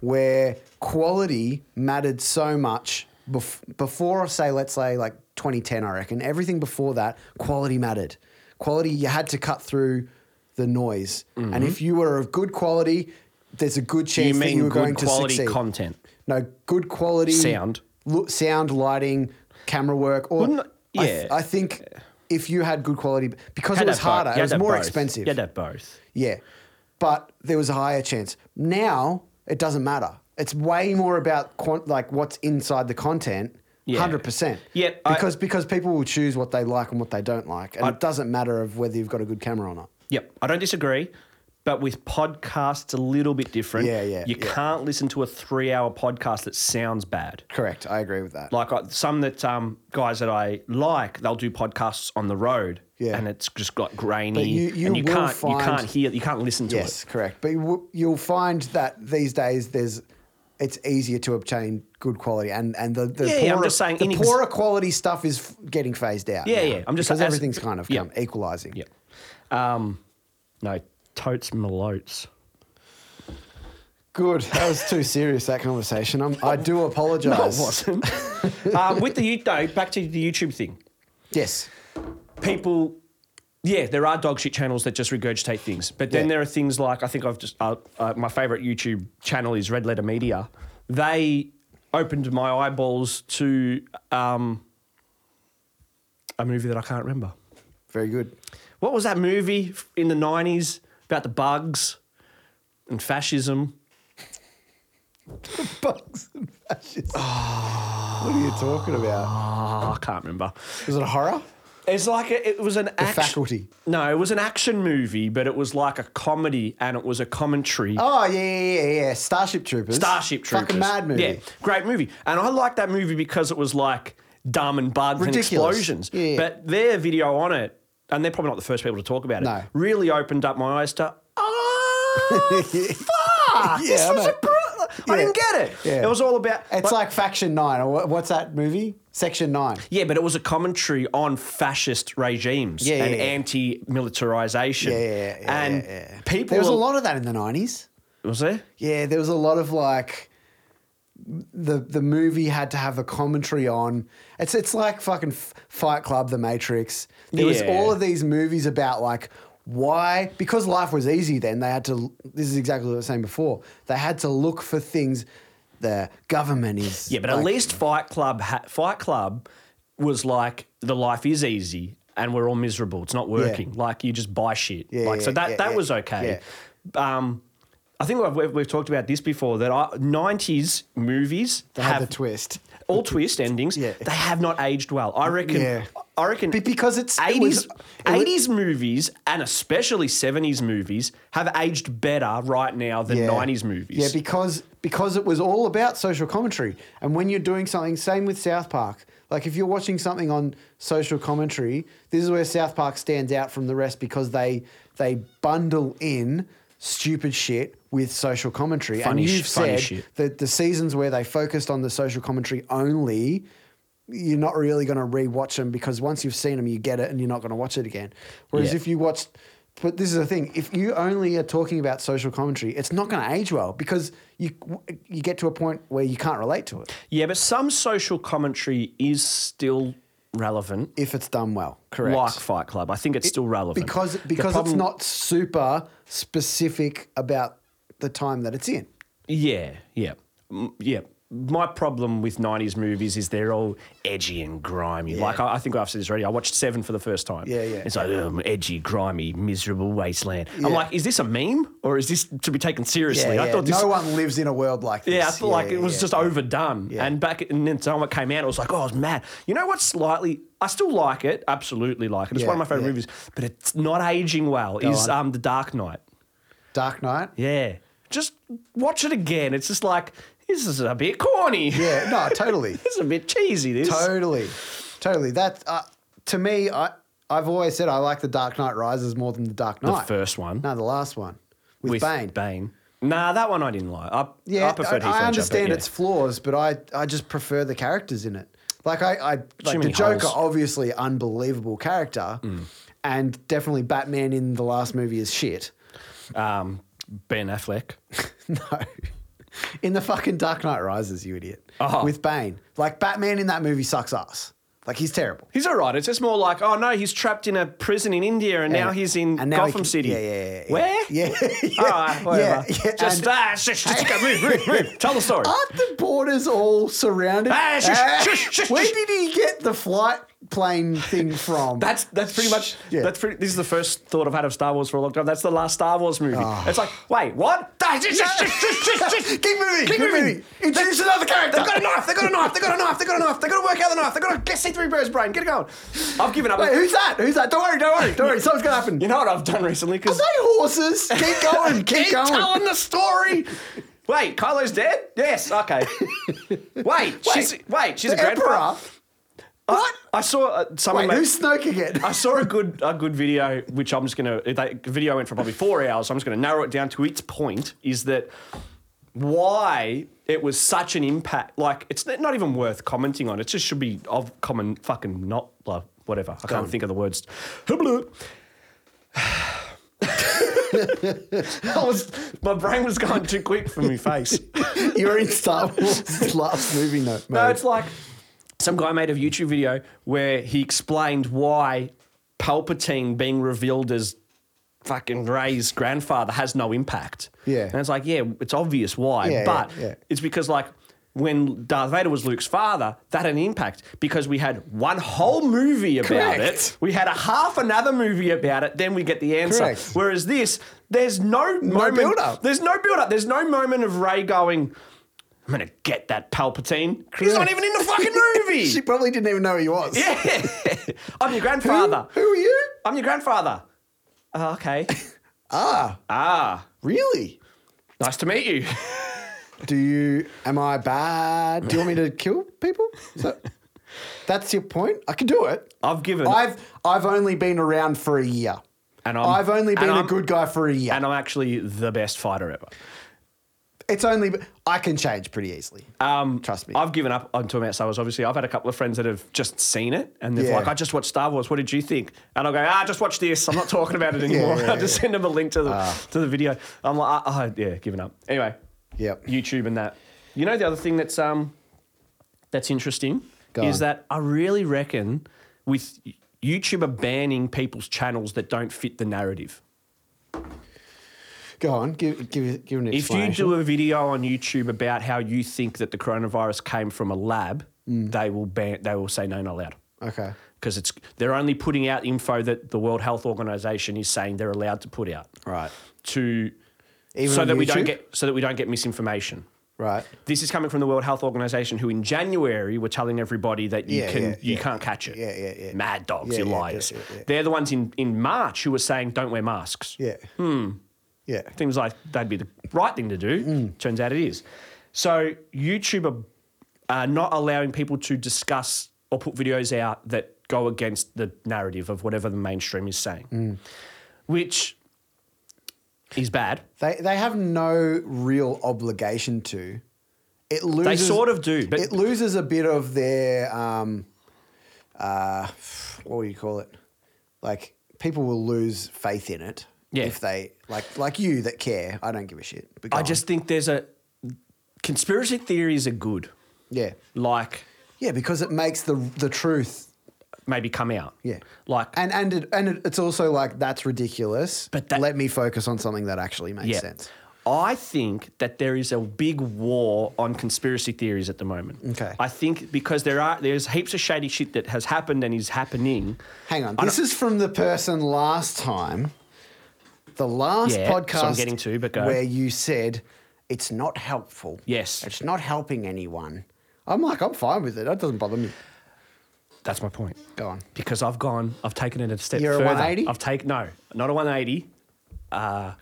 Speaker 1: where quality mattered so much bef- before, say, let's say like 2010, I reckon. Everything before that, quality mattered. Quality, you had to cut through the noise. And if you were of good quality, there's a good
Speaker 2: Mm-hmm. Do you
Speaker 1: chance that
Speaker 2: mean
Speaker 1: you were
Speaker 2: good
Speaker 1: going to
Speaker 2: quality
Speaker 1: succeed.
Speaker 2: content?
Speaker 1: No, good quality
Speaker 2: Sound.
Speaker 1: lo- sound, lighting, camera work. Or
Speaker 2: Wouldn't-
Speaker 1: I th-
Speaker 2: yeah.
Speaker 1: I, think if you had good quality, because
Speaker 2: Had
Speaker 1: it was
Speaker 2: to have
Speaker 1: harder, it
Speaker 2: both. You had
Speaker 1: was
Speaker 2: to have
Speaker 1: more
Speaker 2: both.
Speaker 1: expensive.
Speaker 2: You had to have both.
Speaker 1: Yeah, but there was a higher chance. Now it doesn't matter. It's way more about quant- like what's inside the content.
Speaker 2: Yeah.
Speaker 1: Hundred percent.
Speaker 2: Yet I-
Speaker 1: because because people will choose what they like and what they don't like, and it doesn't matter of whether you've got a good camera or not.
Speaker 2: Yep, I don't disagree. But with podcasts, it's a little bit different.
Speaker 1: Yeah, yeah,
Speaker 2: You
Speaker 1: yeah.
Speaker 2: can't listen to a three-hour podcast that sounds bad.
Speaker 1: Correct. I agree with that.
Speaker 2: Like I, some that um, guys that I like, they'll do podcasts on the road,
Speaker 1: Yeah.
Speaker 2: and it's just got grainy.
Speaker 1: you- you
Speaker 2: and you
Speaker 1: will
Speaker 2: can't
Speaker 1: find-
Speaker 2: you can't hear you can't listen to
Speaker 1: yes,
Speaker 2: it.
Speaker 1: correct. But you w- you'll find that these days there's. It's easier to obtain good quality, and and the, the
Speaker 2: Yeah, yeah,
Speaker 1: poorer,
Speaker 2: I'm just saying
Speaker 1: the
Speaker 2: in ex-
Speaker 1: poorer quality stuff is f- getting phased out.
Speaker 2: Yeah,
Speaker 1: now
Speaker 2: yeah, I'm just-
Speaker 1: because
Speaker 2: as-
Speaker 1: everything's kind of
Speaker 2: yeah.
Speaker 1: equalizing.
Speaker 2: Yep. Um, no, totes malotes.
Speaker 1: Good. That was too serious, that conversation. I'm, I do
Speaker 2: No, it
Speaker 1: apologize.
Speaker 2: wasn't. um, with the you no, back to the YouTube thing.
Speaker 1: Yes.
Speaker 2: people yeah there are dog shit channels that just regurgitate things but then
Speaker 1: Yeah.
Speaker 2: there are things like i think i've just uh, uh, my favorite youtube channel is red letter media they opened my eyeballs to um, a movie that i can't remember
Speaker 1: Very good.
Speaker 2: what was that movie f- in the 90s about the bugs and fascism
Speaker 1: Bugs and fascism. What are you talking about?
Speaker 2: Ah, i can't remember
Speaker 1: Is it a horror?
Speaker 2: It's like a, it was an action.
Speaker 1: Faculty.
Speaker 2: No, it was an action movie, but it was like a comedy, and it was a commentary.
Speaker 1: Oh, yeah, yeah, yeah, yeah. Starship Troopers.
Speaker 2: Starship Troopers.
Speaker 1: Fucking mad movie.
Speaker 2: Yeah, great movie. And I liked that movie because it was like dumb and bugs
Speaker 1: Ridiculous.
Speaker 2: and explosions.
Speaker 1: Yeah, yeah.
Speaker 2: But their video on it, and they're probably not the first people to talk about it,
Speaker 1: No.
Speaker 2: really opened up my eyes to, oh, fuck.
Speaker 1: Yeah,
Speaker 2: this
Speaker 1: I
Speaker 2: was
Speaker 1: know.
Speaker 2: a bro- I didn't get it.
Speaker 1: Yeah.
Speaker 2: It was all about.
Speaker 1: It's like Faction 9. Or what- what's that movie? Section 9.
Speaker 2: Yeah, but it was a commentary on fascist regimes
Speaker 1: Yeah, yeah,
Speaker 2: and
Speaker 1: yeah.
Speaker 2: anti-militarization.
Speaker 1: Yeah, yeah, yeah,
Speaker 2: and
Speaker 1: yeah, yeah.
Speaker 2: people
Speaker 1: There was a lot of that in the 90s.
Speaker 2: Was there?
Speaker 1: Yeah, there was a lot of like the the movie had to have a commentary on. It's it's like fucking F- Fight Club, The Matrix. There was
Speaker 2: Yeah.
Speaker 1: all of these movies about like why because life was easy then they had to this is exactly what I was saying before. They had to look for things the government is
Speaker 2: Yeah, but at
Speaker 1: like-
Speaker 2: least Fight Club, ha- Fight Club, was like the life is easy and we're all miserable. It's not working. Like you just buy shit.
Speaker 1: Yeah,
Speaker 2: like so
Speaker 1: yeah,
Speaker 2: that
Speaker 1: yeah,
Speaker 2: that
Speaker 1: yeah,
Speaker 2: was okay. Um, I think we've, we've, we've talked about this before that I, 90s movies
Speaker 1: they had
Speaker 2: have
Speaker 1: the twist.
Speaker 2: all twist endings.
Speaker 1: Yeah.
Speaker 2: They have not aged well. I reckon.
Speaker 1: Yeah.
Speaker 2: I reckon
Speaker 1: Be- because it's- it
Speaker 2: 80s
Speaker 1: was- it was-
Speaker 2: 80s movies and especially 70s movies have aged better right now than
Speaker 1: Yeah.
Speaker 2: 90s movies.
Speaker 1: Yeah, because because it was all about social commentary. And when you're doing something, same with South Park. Like if you're watching something on social commentary, this is where South Park stands out from the rest because they they bundle in stupid shit with social commentary.
Speaker 2: Funny
Speaker 1: and
Speaker 2: sh-
Speaker 1: you've
Speaker 2: funny
Speaker 1: said
Speaker 2: shit.
Speaker 1: that the seasons where they focused on the social commentary only you're not really going to re-watch them because once you've seen them you get it and you're not going to watch it again whereas
Speaker 2: Yeah.
Speaker 1: if you watched but this is the thing if you only are talking about social commentary it's not going to age well because you you get to a point where you can't relate to it
Speaker 2: Yeah, but some social commentary is still relevant.
Speaker 1: if it's done well correct
Speaker 2: Like Fight Club. I think it's still relevant.
Speaker 1: because
Speaker 2: The
Speaker 1: because
Speaker 2: problem-
Speaker 1: it's not super specific about the time that it's in
Speaker 2: Yeah, yeah. M- Yeah. My problem with 90s movies is they're all edgy and grimy. Like, I, I think I've said this already. I watched Seven for the first time.
Speaker 1: Yeah, yeah.
Speaker 2: It's like, um, edgy, grimy, miserable wasteland. I'm
Speaker 1: Yeah.
Speaker 2: like, is this a meme or is this to be taken seriously? I thought this
Speaker 1: no one lives in a world like this
Speaker 2: Yeah, I feel like it was
Speaker 1: yeah.
Speaker 2: just overdone. And back in the time it came out, it was like, oh, it's mad. You know what? Slightly, I still like it. Absolutely like it. It's one
Speaker 1: Yeah,
Speaker 2: of my favorite
Speaker 1: yeah.
Speaker 2: movies, but it's not aging well. is
Speaker 1: on.
Speaker 2: um, the Dark Knight?
Speaker 1: dark knight
Speaker 2: Yeah, just watch it again. It's just like this is a bit corny.
Speaker 1: yeah no totally
Speaker 2: this is a bit cheesy. This.
Speaker 1: Totally, totally. That uh, to me, I I've always said I like the Dark Knight Rises more than the Dark Knight.
Speaker 2: first one.
Speaker 1: No, the last one with, Bane.
Speaker 2: Bane. Nah, that one I didn't like. I,
Speaker 1: Yeah,
Speaker 2: I preferred Heath
Speaker 1: I,
Speaker 2: Ledger, but
Speaker 1: understand
Speaker 2: yeah.
Speaker 1: its flaws, but I I just prefer the characters in it. Like I, I like the
Speaker 2: many
Speaker 1: Joker,
Speaker 2: holes. Mm.
Speaker 1: obviously unbelievable character, and definitely Batman in the last movie is shit.
Speaker 2: Um, ben Affleck.
Speaker 1: No. In the fucking Dark Knight Rises, you idiot.
Speaker 2: Oh.
Speaker 1: With Bane. Like, Batman in that movie sucks ass. Like, he's terrible.
Speaker 2: He's all right. It's just more like, oh no, he's trapped in a prison in India, and now he's in
Speaker 1: and now he
Speaker 2: Gotham
Speaker 1: can-
Speaker 2: City.
Speaker 1: yeah, yeah, yeah, yeah.
Speaker 2: Where?
Speaker 1: Yeah. yeah.
Speaker 2: All right, whatever.
Speaker 1: Yeah, yeah,
Speaker 2: Just,
Speaker 1: and- Oh.
Speaker 2: ah, shush, just go, move, move, move. Tell the story.
Speaker 1: Aren't the borders all surrounded?
Speaker 2: Ah, shush,
Speaker 1: Ah,
Speaker 2: shush, shush,
Speaker 1: Where
Speaker 2: shush.
Speaker 1: did he get the flight plane thing from?
Speaker 2: That's that's pretty much
Speaker 1: Yeah.
Speaker 2: that's pretty. This is the first thought I've had of Star Wars for a long time. That's the last Star Wars movie. It's like, wait, what? Ah, shush, shush, shush, shush, shush, shush.
Speaker 1: Oh. Keep moving.
Speaker 2: Keep moving.
Speaker 1: Introduce another character.
Speaker 2: They've got a knife. They've got a knife. They've got a knife. They've got a knife. They've got to work out the knife. They've got to get C3PO's brain. Get it going. I've given up.
Speaker 1: Wait, who's that? Who's that? Don't worry, don't worry, don't worry. Something's going to happen.
Speaker 2: you know what I've done recently?
Speaker 1: Are
Speaker 2: Because
Speaker 1: they horses? Keep going, keep, going.
Speaker 2: telling the story. Wait, Kylo's dead? Yes. Okay. wait, she's wait, she's
Speaker 1: the
Speaker 2: a grandpa.
Speaker 1: Emperor. What?
Speaker 2: I saw uh, someone.
Speaker 1: Wait,
Speaker 2: make-
Speaker 1: who's Snoke again?
Speaker 2: I saw a good a good video, which I'm just gonna. That video went for probably four hours. So I'm just gonna narrow it down to its point: is that why it was such an impact. Like it's not even worth commenting on. It just should be of common fucking not like whatever. I can't think of the words. I was, my brain was going too quick for my face.
Speaker 1: You're in Star Wars' last movie note, mate.
Speaker 2: No, it's like some guy made a YouTube video where he explained why Palpatine being revealed as fucking Ray's grandfather has no impact.
Speaker 1: Yeah.
Speaker 2: And it's like, yeah, it's obvious why,
Speaker 1: Yeah,
Speaker 2: but
Speaker 1: yeah, yeah.
Speaker 2: it's because like when Darth Vader was Luke's father, that had an impact because we had one whole movie about
Speaker 1: Correct.
Speaker 2: it. We had a half another movie about it, then we get the answer.
Speaker 1: Correct.
Speaker 2: Whereas this, there's no, moment.
Speaker 1: build-up.
Speaker 2: There's no build up. There's no moment of Ray going, I'm gonna get that Palpatine. He's not even in the fucking
Speaker 1: she
Speaker 2: movie.
Speaker 1: probably didn't even know who he was.
Speaker 2: yeah. I'm
Speaker 1: Who-
Speaker 2: your grandfather.
Speaker 1: Who, are you?
Speaker 2: I'm your grandfather. Oh, okay.
Speaker 1: Ah,
Speaker 2: Ah.
Speaker 1: really?
Speaker 2: Nice to meet you.
Speaker 1: Do you? Am I bad? Do you want me to kill people? Is that- that's your point. I can do it.
Speaker 2: I've given
Speaker 1: I've I've only been around for a year,
Speaker 2: And I'm-
Speaker 1: I've only
Speaker 2: and
Speaker 1: been a
Speaker 2: I'm-
Speaker 1: good guy for a year.
Speaker 2: and I'm actually the best fighter ever.
Speaker 1: it's only I can change pretty easily.
Speaker 2: Um,
Speaker 1: Trust me.
Speaker 2: I've given up on talking about Star Wars. Obviously, I've had a couple of friends that have just seen it, and they're
Speaker 1: Yeah.
Speaker 2: like, "I just watched Star Wars. What did you think?" And I'll go, "Ah, just watch this. I'm not talking about it anymore."
Speaker 1: yeah, Ah.
Speaker 2: I just send them a link to the to the video. I'm like, "Ah, ah, yeah, giving up." Anyway,
Speaker 1: Yep.
Speaker 2: YouTube and that. You know, the other thing that's um that's interesting
Speaker 1: Go
Speaker 2: is
Speaker 1: on.
Speaker 2: that I really reckon with YouTuber banning people's channels that don't fit the narrative.
Speaker 1: Go on, give give give an
Speaker 2: If you
Speaker 1: explanation.
Speaker 2: do a video on YouTube about how you think that the coronavirus came from a lab,
Speaker 1: Hmm.
Speaker 2: they will ban. They will say no, not allowed.
Speaker 1: okay,
Speaker 2: Because it's they're only putting out info that the World Health Organization is saying they're allowed to put out
Speaker 1: right,
Speaker 2: to
Speaker 1: Even
Speaker 2: so
Speaker 1: on
Speaker 2: that we don't
Speaker 1: YouTube?
Speaker 2: get so that we don't get misinformation.
Speaker 1: right.
Speaker 2: This is coming from the World Health Organization, who in January were telling everybody that you
Speaker 1: Yeah,
Speaker 2: can
Speaker 1: yeah,
Speaker 2: you
Speaker 1: yeah.
Speaker 2: can't catch it.
Speaker 1: Yeah, yeah, yeah.
Speaker 2: Mad dogs,
Speaker 1: Yeah,
Speaker 2: you
Speaker 1: yeah, yeah,
Speaker 2: liars.
Speaker 1: yeah, yeah.
Speaker 2: They're the ones in in March who were saying don't wear masks.
Speaker 1: Yeah. Hmm. Yeah.
Speaker 2: Things like that'd be the right thing to do.
Speaker 1: Mm.
Speaker 2: Turns out it is. So YouTube are- are not allowing people to discuss or put videos out that go against the narrative of whatever the mainstream is saying,
Speaker 1: Mm.
Speaker 2: which is bad.
Speaker 1: They they have no real obligation to. It loses.
Speaker 2: They sort of do, but
Speaker 1: It loses a bit of their um, uh, what do you call it? Like people will lose faith in it.
Speaker 2: Yeah.
Speaker 1: If they like like you that care, I don't give a shit. But go
Speaker 2: I
Speaker 1: on.
Speaker 2: just think there's a conspiracy theories are good,
Speaker 1: yeah
Speaker 2: like
Speaker 1: yeah because it makes the the truth
Speaker 2: maybe come out,
Speaker 1: yeah
Speaker 2: like
Speaker 1: and and it, and it, it's also like that's ridiculous.
Speaker 2: But that-
Speaker 1: let me focus on something that actually makes
Speaker 2: yeah.
Speaker 1: sense.
Speaker 2: I think that there is a big war on conspiracy theories at the moment.
Speaker 1: Okay.
Speaker 2: I think because there are there's heaps of shady shit that has happened and is happening.
Speaker 1: Hang on,
Speaker 2: I
Speaker 1: this is from the person last time. The last
Speaker 2: Yeah, so I'm
Speaker 1: podcast
Speaker 2: getting to, but go.
Speaker 1: where you said it's not helpful.
Speaker 2: Yes.
Speaker 1: It's not helping anyone. I'm like, I'm fine with it. That doesn't bother me.
Speaker 2: That's my point.
Speaker 1: Go on.
Speaker 2: Because I've gone, I've taken it a step
Speaker 1: You're a
Speaker 2: further.
Speaker 1: 180?
Speaker 2: I've taken no, not a 180, uh,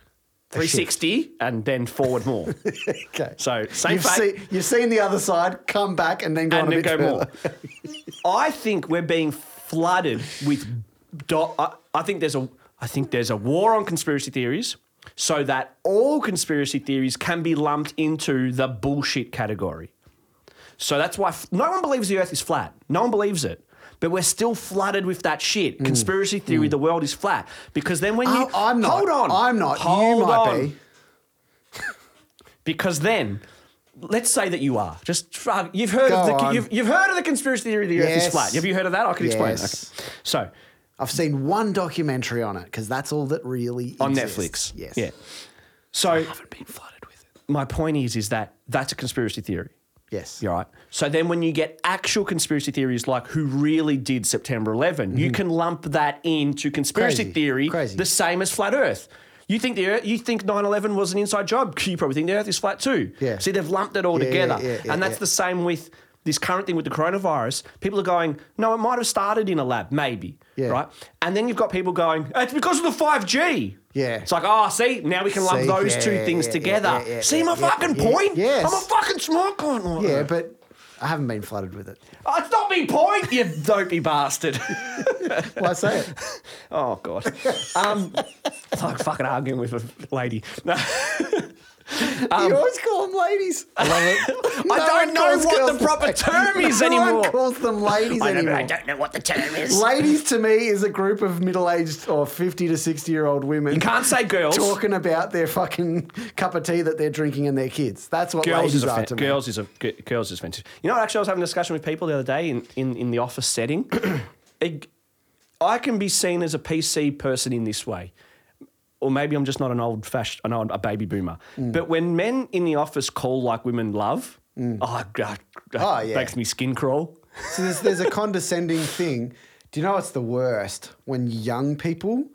Speaker 2: 360, and then forward more.
Speaker 1: Okay.
Speaker 2: So, same
Speaker 1: you've,
Speaker 2: fact.
Speaker 1: seen, you've seen the other side, come back and then go on
Speaker 2: and
Speaker 1: a
Speaker 2: then
Speaker 1: bit
Speaker 2: go
Speaker 1: further.
Speaker 2: more. I think we're being flooded with. Do- I, I think there's a. I think there's a war on conspiracy theories, so that all conspiracy theories can be lumped into the bullshit category. So that's why f- no one believes the earth is flat. No one believes it. But we're still flooded with that shit. Conspiracy theory, the world is flat. Because then when you.
Speaker 1: Mm. Oh, I'm not.
Speaker 2: Hold on.
Speaker 1: I'm not.
Speaker 2: Hold
Speaker 1: you might
Speaker 2: on.
Speaker 1: be.
Speaker 2: Because then, let's say that you are. Just uh, you've heard
Speaker 1: Go
Speaker 2: of the
Speaker 1: on.
Speaker 2: you've, you've heard of the conspiracy theory the Earth
Speaker 1: Yes.
Speaker 2: is flat. Have you heard of that? I can explain.
Speaker 1: Yes.
Speaker 2: Okay. So
Speaker 1: I've seen one documentary on it because that's all that really
Speaker 2: on
Speaker 1: exists.
Speaker 2: Netflix.
Speaker 1: Yes.
Speaker 2: Yeah. So
Speaker 1: I've been flooded with it.
Speaker 2: my point is, is that that's a conspiracy theory.
Speaker 1: Yes.
Speaker 2: You're right. So then when you get actual conspiracy theories like who really did September 11, you can lump that into conspiracy
Speaker 1: Mm-hmm. Crazy.
Speaker 2: theory
Speaker 1: Crazy.
Speaker 2: the same as flat earth. You think the earth, you think 9/11 was an inside job. You probably think the earth is flat too.
Speaker 1: Yeah.
Speaker 2: See they've lumped it all
Speaker 1: Yeah,
Speaker 2: together.
Speaker 1: yeah, yeah, yeah,
Speaker 2: and that's
Speaker 1: yeah.
Speaker 2: the same with this current thing with the coronavirus. People are going, "No, it might have started in a lab, maybe."
Speaker 1: Yeah.
Speaker 2: Right? And then you've got people going, "It's because of the 5G."
Speaker 1: Yeah.
Speaker 2: It's like, "Ah, see, now we can lump
Speaker 1: See,
Speaker 2: those
Speaker 1: yeah,
Speaker 2: two
Speaker 1: yeah,
Speaker 2: things
Speaker 1: yeah, yeah,
Speaker 2: together."
Speaker 1: yeah, yeah,
Speaker 2: see
Speaker 1: yeah,
Speaker 2: my
Speaker 1: yeah,
Speaker 2: fucking
Speaker 1: yeah.
Speaker 2: point?
Speaker 1: Yes.
Speaker 2: I'm a fucking smart guy. Like
Speaker 1: Yeah,
Speaker 2: that.
Speaker 1: but I haven't been flooded with it.
Speaker 2: Oh, it's not me point, you dopey bastard.
Speaker 1: Why say it?
Speaker 2: oh god. Um it's like fucking arguing with a lady. No. Um,
Speaker 1: you always call them ladies. I love it.
Speaker 2: I don't know what the proper term is
Speaker 1: No
Speaker 2: anymore.
Speaker 1: one calls them ladies
Speaker 2: I, know, but I
Speaker 1: anymore.
Speaker 2: don't know what the term is.
Speaker 1: Ladies to me is a group of middle-aged or fifty to sixty-year-old women
Speaker 2: You can't say girls.
Speaker 1: talking about their fucking cup of tea that they're drinking and their kids. That's what
Speaker 2: Girls
Speaker 1: ladies
Speaker 2: is,
Speaker 1: are
Speaker 2: offen-
Speaker 1: to me.
Speaker 2: girls is a g- girls is offensive. You know, actually, I was having a discussion with people the other day in, in, in the office setting. It- I can be seen as a PC person in this way, or maybe I'm just not an old fashioned. I know I'm a baby boomer,
Speaker 1: Mm.
Speaker 2: but when men in the office call like women love, oh god, that
Speaker 1: Mm. Oh, yeah.
Speaker 2: makes me skin crawl.
Speaker 1: So there's, there's a condescending thing. Do you know what's the worst? When young people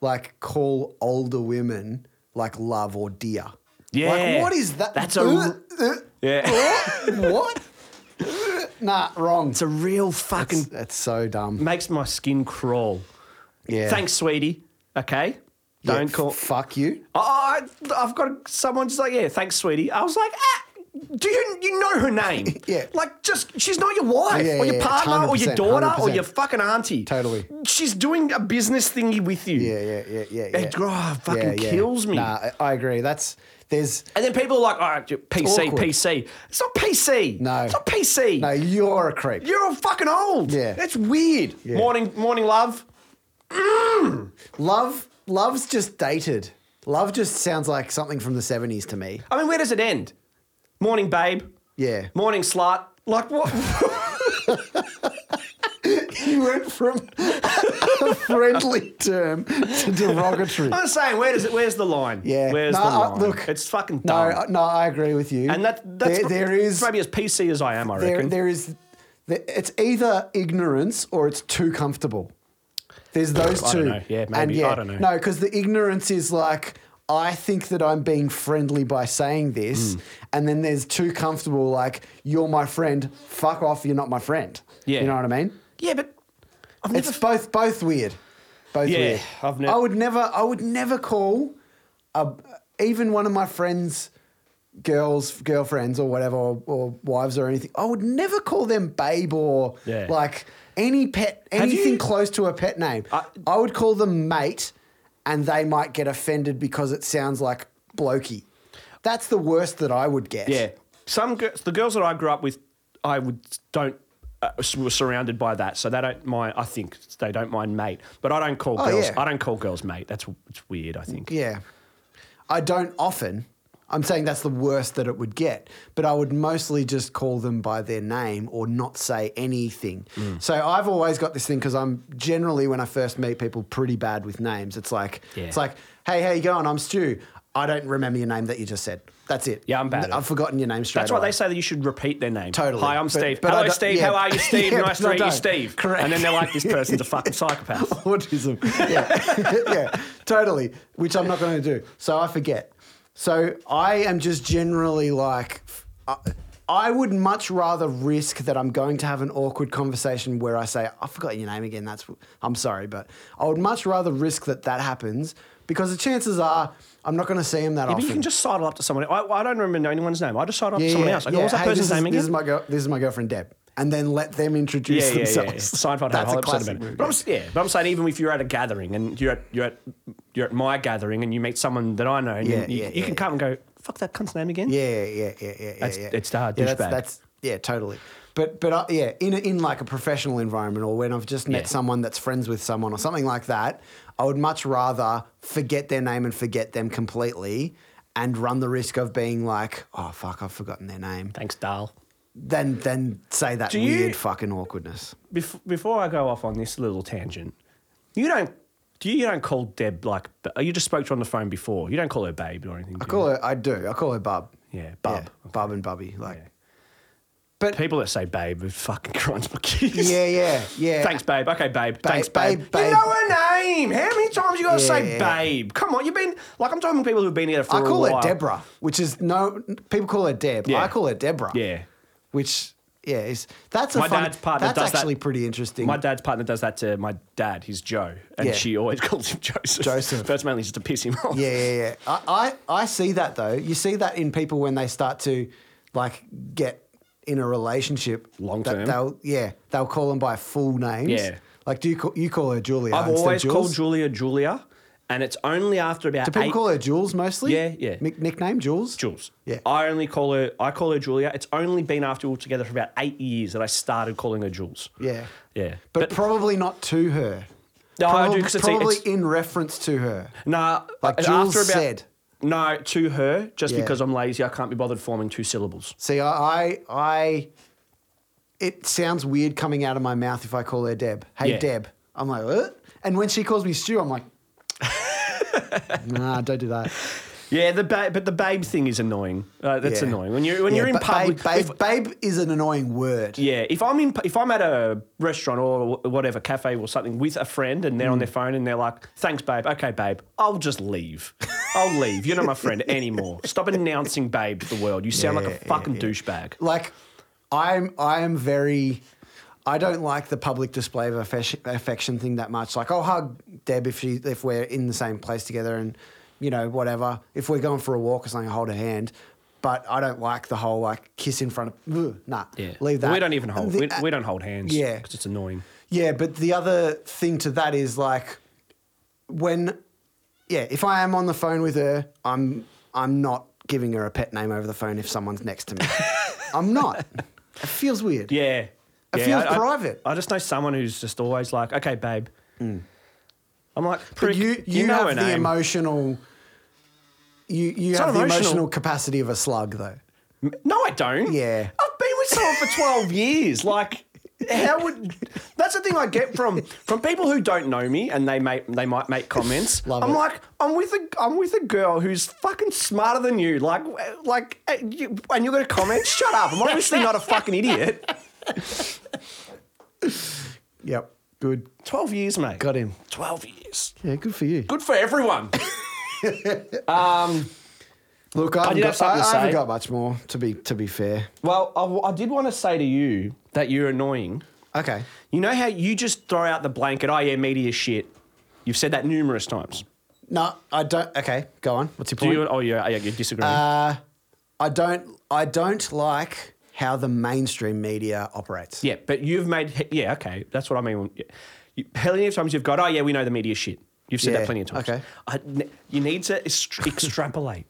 Speaker 1: like call older women like love or dear.
Speaker 2: Yeah.
Speaker 1: Like what is that?
Speaker 2: That's a-
Speaker 1: Ugh, ugh,
Speaker 2: Yeah,
Speaker 1: what? what? Ugh, nah, wrong.
Speaker 2: it's a real fucking
Speaker 1: That's so dumb.
Speaker 2: makes my skin crawl.
Speaker 1: Yeah.
Speaker 2: Thanks, sweetie. Okay,
Speaker 1: Yeah,
Speaker 2: don't
Speaker 1: f-
Speaker 2: call.
Speaker 1: Fuck you.
Speaker 2: Oh, I, I've got someone just like, yeah, thanks, sweetie. I was like, ah, do you you know her name?
Speaker 1: Yeah.
Speaker 2: Like, just she's not your wife
Speaker 1: Yeah,
Speaker 2: or your
Speaker 1: yeah, yeah, it's
Speaker 2: partner or your
Speaker 1: 100%,
Speaker 2: daughter or
Speaker 1: 100%.
Speaker 2: your fucking auntie.
Speaker 1: Totally.
Speaker 2: She's doing a business thingy with you.
Speaker 1: Yeah, yeah, yeah, yeah. yeah.
Speaker 2: It- oh, fucking
Speaker 1: Yeah, yeah.
Speaker 2: kills me.
Speaker 1: Nah, I I agree. That's there's
Speaker 2: And then people are like, all right, PC,
Speaker 1: awkward.
Speaker 2: PC. It's not PC.
Speaker 1: No.
Speaker 2: It's not PC.
Speaker 1: no. You're a creep.
Speaker 2: You're all fucking old.
Speaker 1: Yeah.
Speaker 2: That's weird.
Speaker 1: Yeah.
Speaker 2: Morning, morning, love.
Speaker 1: Love, love's just dated. Love just sounds like something from the '70s to me.
Speaker 2: I mean, where does it end? Morning, babe.
Speaker 1: Yeah.
Speaker 2: Morning, slut. Like, what?
Speaker 1: You went from a friendly term to derogatory.
Speaker 2: I'm just saying, where does it? Where's the line?
Speaker 1: Yeah.
Speaker 2: Where's
Speaker 1: No,
Speaker 2: the
Speaker 1: I-
Speaker 2: line?
Speaker 1: look,
Speaker 2: it's fucking
Speaker 1: No,
Speaker 2: dumb.
Speaker 1: I- no, I agree with you.
Speaker 2: and that that's
Speaker 1: there,
Speaker 2: prob-
Speaker 1: there is
Speaker 2: maybe as PC as I am. I
Speaker 1: there,
Speaker 2: reckon.
Speaker 1: there is there- it's either ignorance or it's too comfortable. There's those
Speaker 2: I
Speaker 1: two.
Speaker 2: don't know. Yeah,
Speaker 1: And
Speaker 2: maybe. I don't know.
Speaker 1: No, because the ignorance is like I think that I'm being friendly by saying
Speaker 2: Hmm.
Speaker 1: this, and then there's too comfortable. Like you're my friend. Fuck off. You're not my friend.
Speaker 2: Yeah.
Speaker 1: You know what I mean?
Speaker 2: yeah, but I've never.
Speaker 1: It's both both weird. Both
Speaker 2: Yeah,
Speaker 1: weird.
Speaker 2: I've nev-
Speaker 1: I would never I would never call a, even one of my friends girls girlfriends or whatever or, or wives or anything. I would never call them babe or
Speaker 2: Yeah.
Speaker 1: like any pet anything
Speaker 2: you-
Speaker 1: close to a pet name. I, would call them mate and they might get offended because it sounds like blokey. That's the worst that I would get.
Speaker 2: yeah, some girls, the girls that I grew up with, I would don't uh, s- were surrounded by that, so they don't mind. I think they don't mind mate, but I don't call
Speaker 1: Oh,
Speaker 2: girls.
Speaker 1: yeah.
Speaker 2: I don't call girls mate. That's it's weird. I think.
Speaker 1: Yeah. I don't often. I'm saying that's the worst that it would get, but I would mostly just call them by their name or not say anything.
Speaker 2: Mm.
Speaker 1: So I've always got this thing because I'm generally when I first meet people pretty bad with names. It's like
Speaker 2: Yeah.
Speaker 1: it's like, hey, how you going? I'm Stu. I don't remember your name that you just said. That's it.
Speaker 2: Yeah, I'm bad at
Speaker 1: I've
Speaker 2: it.
Speaker 1: forgotten your name straight.
Speaker 2: That's why
Speaker 1: away.
Speaker 2: they say that you should repeat their name.
Speaker 1: Totally.
Speaker 2: Hi, I'm
Speaker 1: But-
Speaker 2: Steve.
Speaker 1: but I
Speaker 2: Hello,
Speaker 1: don't-
Speaker 2: Steve.
Speaker 1: yeah.
Speaker 2: How are you, Steve?
Speaker 1: Yeah,
Speaker 2: nice
Speaker 1: but
Speaker 2: to
Speaker 1: I
Speaker 2: meet you,
Speaker 1: don't.
Speaker 2: Steve.
Speaker 1: Correct.
Speaker 2: And then they're like, this person's a fucking psychopath.
Speaker 1: autism. Yeah, yeah, totally. Which I'm not going to do. So I forget. So I am just generally like, I, I would much rather risk that I'm going to have an awkward conversation where I say I forgot your name again. That's I'm sorry, but I would much rather risk that that happens because the chances are I'm not going to see him that
Speaker 2: Yeah,
Speaker 1: often.
Speaker 2: but you can just sidle up to someone. I, I don't remember anyone's name. I just sidle up
Speaker 1: Yeah,
Speaker 2: to someone
Speaker 1: yeah,
Speaker 2: else. I go,
Speaker 1: yeah.
Speaker 2: what's that
Speaker 1: Hey,
Speaker 2: person's
Speaker 1: this is-
Speaker 2: name again?
Speaker 1: This is my girl, this is my girlfriend Deb, and then let them
Speaker 2: yeah,
Speaker 1: introduce
Speaker 2: yeah, yeah, yeah.
Speaker 1: themselves.
Speaker 2: Seinfeld had a
Speaker 1: That's
Speaker 2: whole episode
Speaker 1: classic
Speaker 2: about it.
Speaker 1: move,
Speaker 2: But I'm,
Speaker 1: yeah.
Speaker 2: s- yeah, but I'm saying even if you're at a gathering and you're at you're at you're at my gathering and you meet someone that I know, and you-
Speaker 1: Yeah,
Speaker 2: you,
Speaker 1: yeah,
Speaker 2: you can
Speaker 1: yeah.
Speaker 2: come and go, fuck that cunt's name again.
Speaker 1: Yeah, yeah, yeah, yeah, yeah.
Speaker 2: That's-
Speaker 1: yeah.
Speaker 2: it's, uh,
Speaker 1: yeah, that's,
Speaker 2: douchebag.
Speaker 1: that's Yeah, totally. But but uh, yeah, in a, in like a professional environment or when I've just met
Speaker 2: Yeah.
Speaker 1: someone that's friends with someone or something like that, I would much rather forget their name and forget them completely and run the risk of being like, oh fuck, I've forgotten their name,
Speaker 2: Thanks, Dal.
Speaker 1: than than say that
Speaker 2: Do you-
Speaker 1: weird fucking awkwardness.
Speaker 2: Bef- before I go off on this little tangent, you don't do you, you don't call Deb like ba- you just spoke to her on the phone before. You don't call her babe or anything.
Speaker 1: I call her, I do, I call her Bub.
Speaker 2: Yeah, Bub.
Speaker 1: Yeah, Bub and Bubby, like.
Speaker 2: Yeah.
Speaker 1: But
Speaker 2: People that say babe are fucking grinds my gears.
Speaker 1: yeah, yeah, yeah.
Speaker 2: Thanks, babe. Okay, babe. Thanks, babe.
Speaker 1: babe, babe.
Speaker 2: You know her name. How many times you gotta say
Speaker 1: Yeah.
Speaker 2: babe? Come on, you've been like I'm talking to people who've been here for
Speaker 1: I
Speaker 2: a
Speaker 1: call
Speaker 2: while.
Speaker 1: her Deborah, which is no people call her Deb.
Speaker 2: Yeah.
Speaker 1: I call her Deborah.
Speaker 2: Yeah.
Speaker 1: Which yeah, is that's a
Speaker 2: My
Speaker 1: fun,
Speaker 2: dad's partner
Speaker 1: That's
Speaker 2: does that-
Speaker 1: actually pretty interesting.
Speaker 2: My dad's partner does that to my dad. He's Joe, and
Speaker 1: Yeah.
Speaker 2: she always calls him Joseph.
Speaker 1: Joseph.
Speaker 2: That's mainly just to piss him off.
Speaker 1: yeah, yeah, yeah. I, I I see that though. You see that in people when they start to like get in a relationship
Speaker 2: Long
Speaker 1: that
Speaker 2: term.
Speaker 1: They'll yeah, they'll call them by full names.
Speaker 2: Yeah.
Speaker 1: Like do you call, you call her Julia?
Speaker 2: I've
Speaker 1: instead of
Speaker 2: always
Speaker 1: Jules?
Speaker 2: called Julia Julia, and it's only after about
Speaker 1: Do people
Speaker 2: eight
Speaker 1: call her Jules mostly?
Speaker 2: Yeah, yeah.
Speaker 1: Nick- nickname Jules.
Speaker 2: Jules.
Speaker 1: Yeah.
Speaker 2: I only call her I call her Julia. It's only been after we were together for about eight years that I started calling her Jules.
Speaker 1: Yeah.
Speaker 2: Yeah.
Speaker 1: But, probably not to her.
Speaker 2: No, I do,
Speaker 1: Probably-
Speaker 2: 'cause it's-
Speaker 1: probably
Speaker 2: it's-
Speaker 1: in reference to her.
Speaker 2: Nah,
Speaker 1: Like
Speaker 2: after
Speaker 1: Jules
Speaker 2: about-
Speaker 1: said.
Speaker 2: No, to her, just
Speaker 1: Yeah.
Speaker 2: because I'm lazy, I can't be bothered forming two syllables.
Speaker 1: See, I, I, I, it sounds weird coming out of my mouth if I call her Deb. Hey,
Speaker 2: Yeah.
Speaker 1: Deb. I'm like, what? And when she calls me Stu, I'm like, nah, don't do that.
Speaker 2: Yeah, the ba- but the babe thing is annoying. Uh, that's
Speaker 1: Yeah.
Speaker 2: annoying when you're when
Speaker 1: Yeah,
Speaker 2: you're in
Speaker 1: ba-
Speaker 2: public.
Speaker 1: Babe,
Speaker 2: if-
Speaker 1: babe, babe is an annoying word.
Speaker 2: Yeah, if I'm in, if I'm at a restaurant or wh- whatever cafe or something with a friend and they're
Speaker 1: Mm.
Speaker 2: on their phone and they're like, "Thanks, babe. Okay, babe. I'll just leave. I'll leave. You're not my friend anymore. Stop announcing babe to the world. You sound
Speaker 1: Yeah,
Speaker 2: like a
Speaker 1: yeah,
Speaker 2: fucking
Speaker 1: yeah.
Speaker 2: douchebag."
Speaker 1: Like, I'm, I am very, I don't like the public display of affection, affection thing that much. Like, I'll hug Deb if she, if we're in the same place together and, you know, whatever. If we're going for a walk or something, I hold her hand. But I don't like the whole like kiss in front of, ugh, nah, leave that.
Speaker 2: We don't even hold.
Speaker 1: The-
Speaker 2: we, we don't hold hands.
Speaker 1: yeah.
Speaker 2: because it's annoying.
Speaker 1: yeah, but the other thing to that is like when yeah, if I am on the phone with her, I'm I'm not giving her a pet name over the phone if someone's next to me. I'm not. It feels weird.
Speaker 2: Yeah,
Speaker 1: It
Speaker 2: yeah,
Speaker 1: feels private. Mm.
Speaker 2: I, just know someone who's just always like, "Okay, babe." I'm like,
Speaker 1: but
Speaker 2: prick,
Speaker 1: you you,
Speaker 2: know
Speaker 1: have
Speaker 2: her
Speaker 1: the
Speaker 2: name.
Speaker 1: emotional you you
Speaker 2: not
Speaker 1: have the
Speaker 2: emotional.
Speaker 1: emotional capacity of a slug though.
Speaker 2: No, I don't.
Speaker 1: Yeah.
Speaker 2: I've been with someone for 12 years. Like, how would. That's the thing I get from from people who don't know me and they make they might make comments.
Speaker 1: Love
Speaker 2: I'm
Speaker 1: it.
Speaker 2: like I'm with a I'm with a girl who's fucking smarter than you. Like like eh, you- and you're gonna comment? Shut up! I'm obviously not a fucking idiot.
Speaker 1: Yep. Good.
Speaker 2: 12 years, mate.
Speaker 1: Got him.
Speaker 2: 12 years.
Speaker 1: Yeah, good for you.
Speaker 2: Good for everyone.
Speaker 1: Look, I, haven't
Speaker 2: did
Speaker 1: got,
Speaker 2: have something
Speaker 1: I-
Speaker 2: to
Speaker 1: I haven't
Speaker 2: say.
Speaker 1: got much more to be to be fair.
Speaker 2: well, I w- I did want to say to you that you're annoying.
Speaker 1: Okay.
Speaker 2: You know how you just throw out the blanket, oh yeah, media shit. You've said that numerous times.
Speaker 1: No, I don't okay, go on. What's your
Speaker 2: Do
Speaker 1: point?
Speaker 2: you? Oh, yeah, yeah, you disagree.
Speaker 1: Uh, I don't. I don't like how the mainstream media operates.
Speaker 2: yeah, but you've made. Yeah, okay, that's what I mean. Yeah. You, plenty of times you've got. Oh yeah, we know the media shit. You've said
Speaker 1: Yeah,
Speaker 2: that plenty of times.
Speaker 1: okay.
Speaker 2: I, ne- you need to est- extrapolate.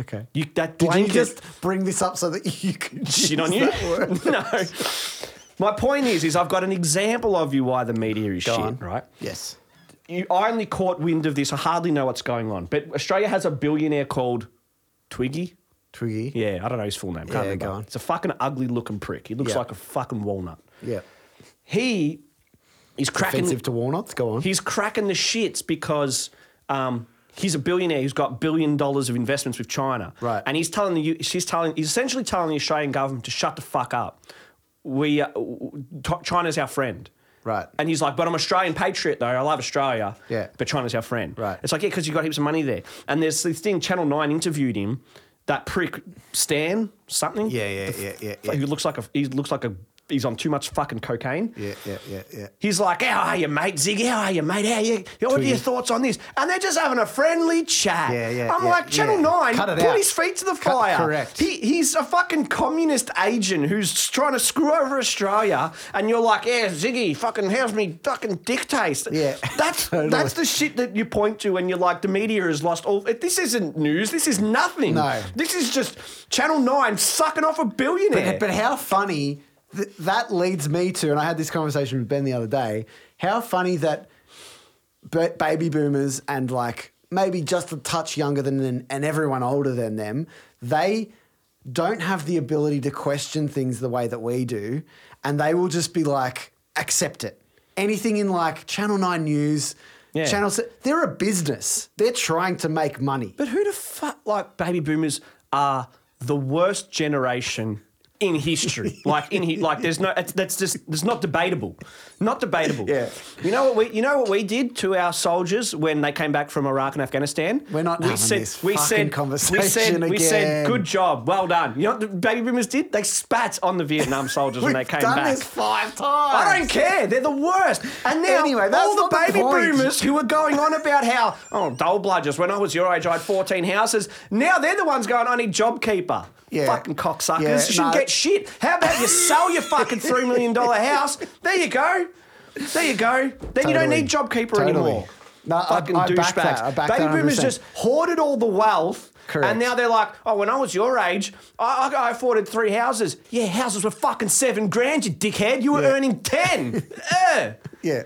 Speaker 1: Okay.
Speaker 2: You that
Speaker 1: Did you
Speaker 2: blanket.
Speaker 1: just bring this up so that you could
Speaker 2: shit on
Speaker 1: use
Speaker 2: you?
Speaker 1: that word?
Speaker 2: no. My point is, is I've got an example of you why the media is shit,
Speaker 1: on.
Speaker 2: right?
Speaker 1: Yes.
Speaker 2: you, I only caught wind of this. I hardly know what's going on. But Australia has a billionaire called Twiggy.
Speaker 1: Twiggy.
Speaker 2: Yeah, I don't know his full name. Can't
Speaker 1: Yeah,
Speaker 2: remember.
Speaker 1: go on.
Speaker 2: It's a fucking ugly looking prick. He looks
Speaker 1: Yeah.
Speaker 2: like a fucking walnut.
Speaker 1: Yeah.
Speaker 2: He is cracking.
Speaker 1: Offensive to walnuts. Go on.
Speaker 2: He's cracking the shits because um, he's a billionaire who's got billion dollars of investments with China.
Speaker 1: Right.
Speaker 2: And he's telling the U- she's telling he's essentially telling the Australian government to shut the fuck up. We uh, w- t- China's our friend.
Speaker 1: Right.
Speaker 2: And he's like, but I'm Australian patriot though. I love Australia.
Speaker 1: Yeah.
Speaker 2: But China's our friend.
Speaker 1: Right.
Speaker 2: It's like yeah, because you got heaps of money there. And there's this thing. Channel Nine interviewed him. That prick Stan something.
Speaker 1: Yeah, yeah, yeah, yeah, yeah.
Speaker 2: He looks like a he looks like a he's on too much fucking cocaine.
Speaker 1: Yeah, yeah, yeah, yeah.
Speaker 2: He's like, how are you, mate, Ziggy? How are you, mate? How are you? What are your thoughts on this? And they're just having a friendly chat.
Speaker 1: Yeah, yeah,
Speaker 2: I'm
Speaker 1: yeah,
Speaker 2: like, Channel
Speaker 1: yeah.
Speaker 2: 9,
Speaker 1: Cut it
Speaker 2: put
Speaker 1: out.
Speaker 2: his feet to the
Speaker 1: Cut-
Speaker 2: fire.
Speaker 1: correct.
Speaker 2: He, he's a fucking communist agent who's trying to screw over Australia. And you're like, yeah, Ziggy, fucking, how's me fucking dick taste?
Speaker 1: Yeah,
Speaker 2: That's,
Speaker 1: totally.
Speaker 2: that's the shit that you point to when you're like, the media has lost all. This isn't news. This is nothing.
Speaker 1: No.
Speaker 2: This is just Channel 9 sucking off a billionaire.
Speaker 1: But, but how funny th- that leads me to, and I had this conversation with Ben the other day. How funny that b- baby boomers and like maybe just a touch younger than them and everyone older than them, they don't have the ability to question things the way that we do, and they will just be like, accept it. Anything in like Channel Nine News.
Speaker 2: Yeah.
Speaker 1: Channel, se- they're a business. They're trying to make money.
Speaker 2: But who the fuck, like, baby boomers are the worst generation in history. like, in he, like, there's no, it's, that's just, it's not debatable. Not debatable.
Speaker 1: Yeah.
Speaker 2: You know what we, you know what we did to our soldiers when they came back from Iraq and Afghanistan?
Speaker 1: We're not
Speaker 2: we
Speaker 1: having
Speaker 2: said,
Speaker 1: this
Speaker 2: we
Speaker 1: fucking
Speaker 2: said, we said,
Speaker 1: conversation
Speaker 2: we said,
Speaker 1: again.
Speaker 2: good job, well done. You know what the baby boomers did? They spat on the Vietnam soldiers when they
Speaker 1: We've
Speaker 2: came
Speaker 1: done
Speaker 2: back.
Speaker 1: this five times.
Speaker 2: I don't care. They're the worst. And now
Speaker 1: Anyway, that's
Speaker 2: all the
Speaker 1: not the
Speaker 2: baby
Speaker 1: point.
Speaker 2: boomers who are going on about how oh dole bludgers. When I was your age, I had fourteen houses. Now they're the ones going. I need JobKeeper.
Speaker 1: Yeah.
Speaker 2: Fucking cocksuckers.
Speaker 1: Yeah,
Speaker 2: you shouldn't
Speaker 1: no.
Speaker 2: get shit. How about you sell your fucking three million dollar house? There you go. There you go. Then you don't
Speaker 1: Totally.
Speaker 2: need JobKeeper
Speaker 1: Totally.
Speaker 2: anymore.
Speaker 1: No, I-
Speaker 2: fucking
Speaker 1: I
Speaker 2: douchebags.
Speaker 1: back that. I back
Speaker 2: baby
Speaker 1: that
Speaker 2: boomers
Speaker 1: 100%.
Speaker 2: just hoarded all the wealth.
Speaker 1: Correct.
Speaker 2: And now they're like, oh, when I was your age, I, I, I afforded three houses. Yeah, houses were fucking seven grand, you dickhead. You were
Speaker 1: Yeah.
Speaker 2: earning 10. Eh.
Speaker 1: Yeah.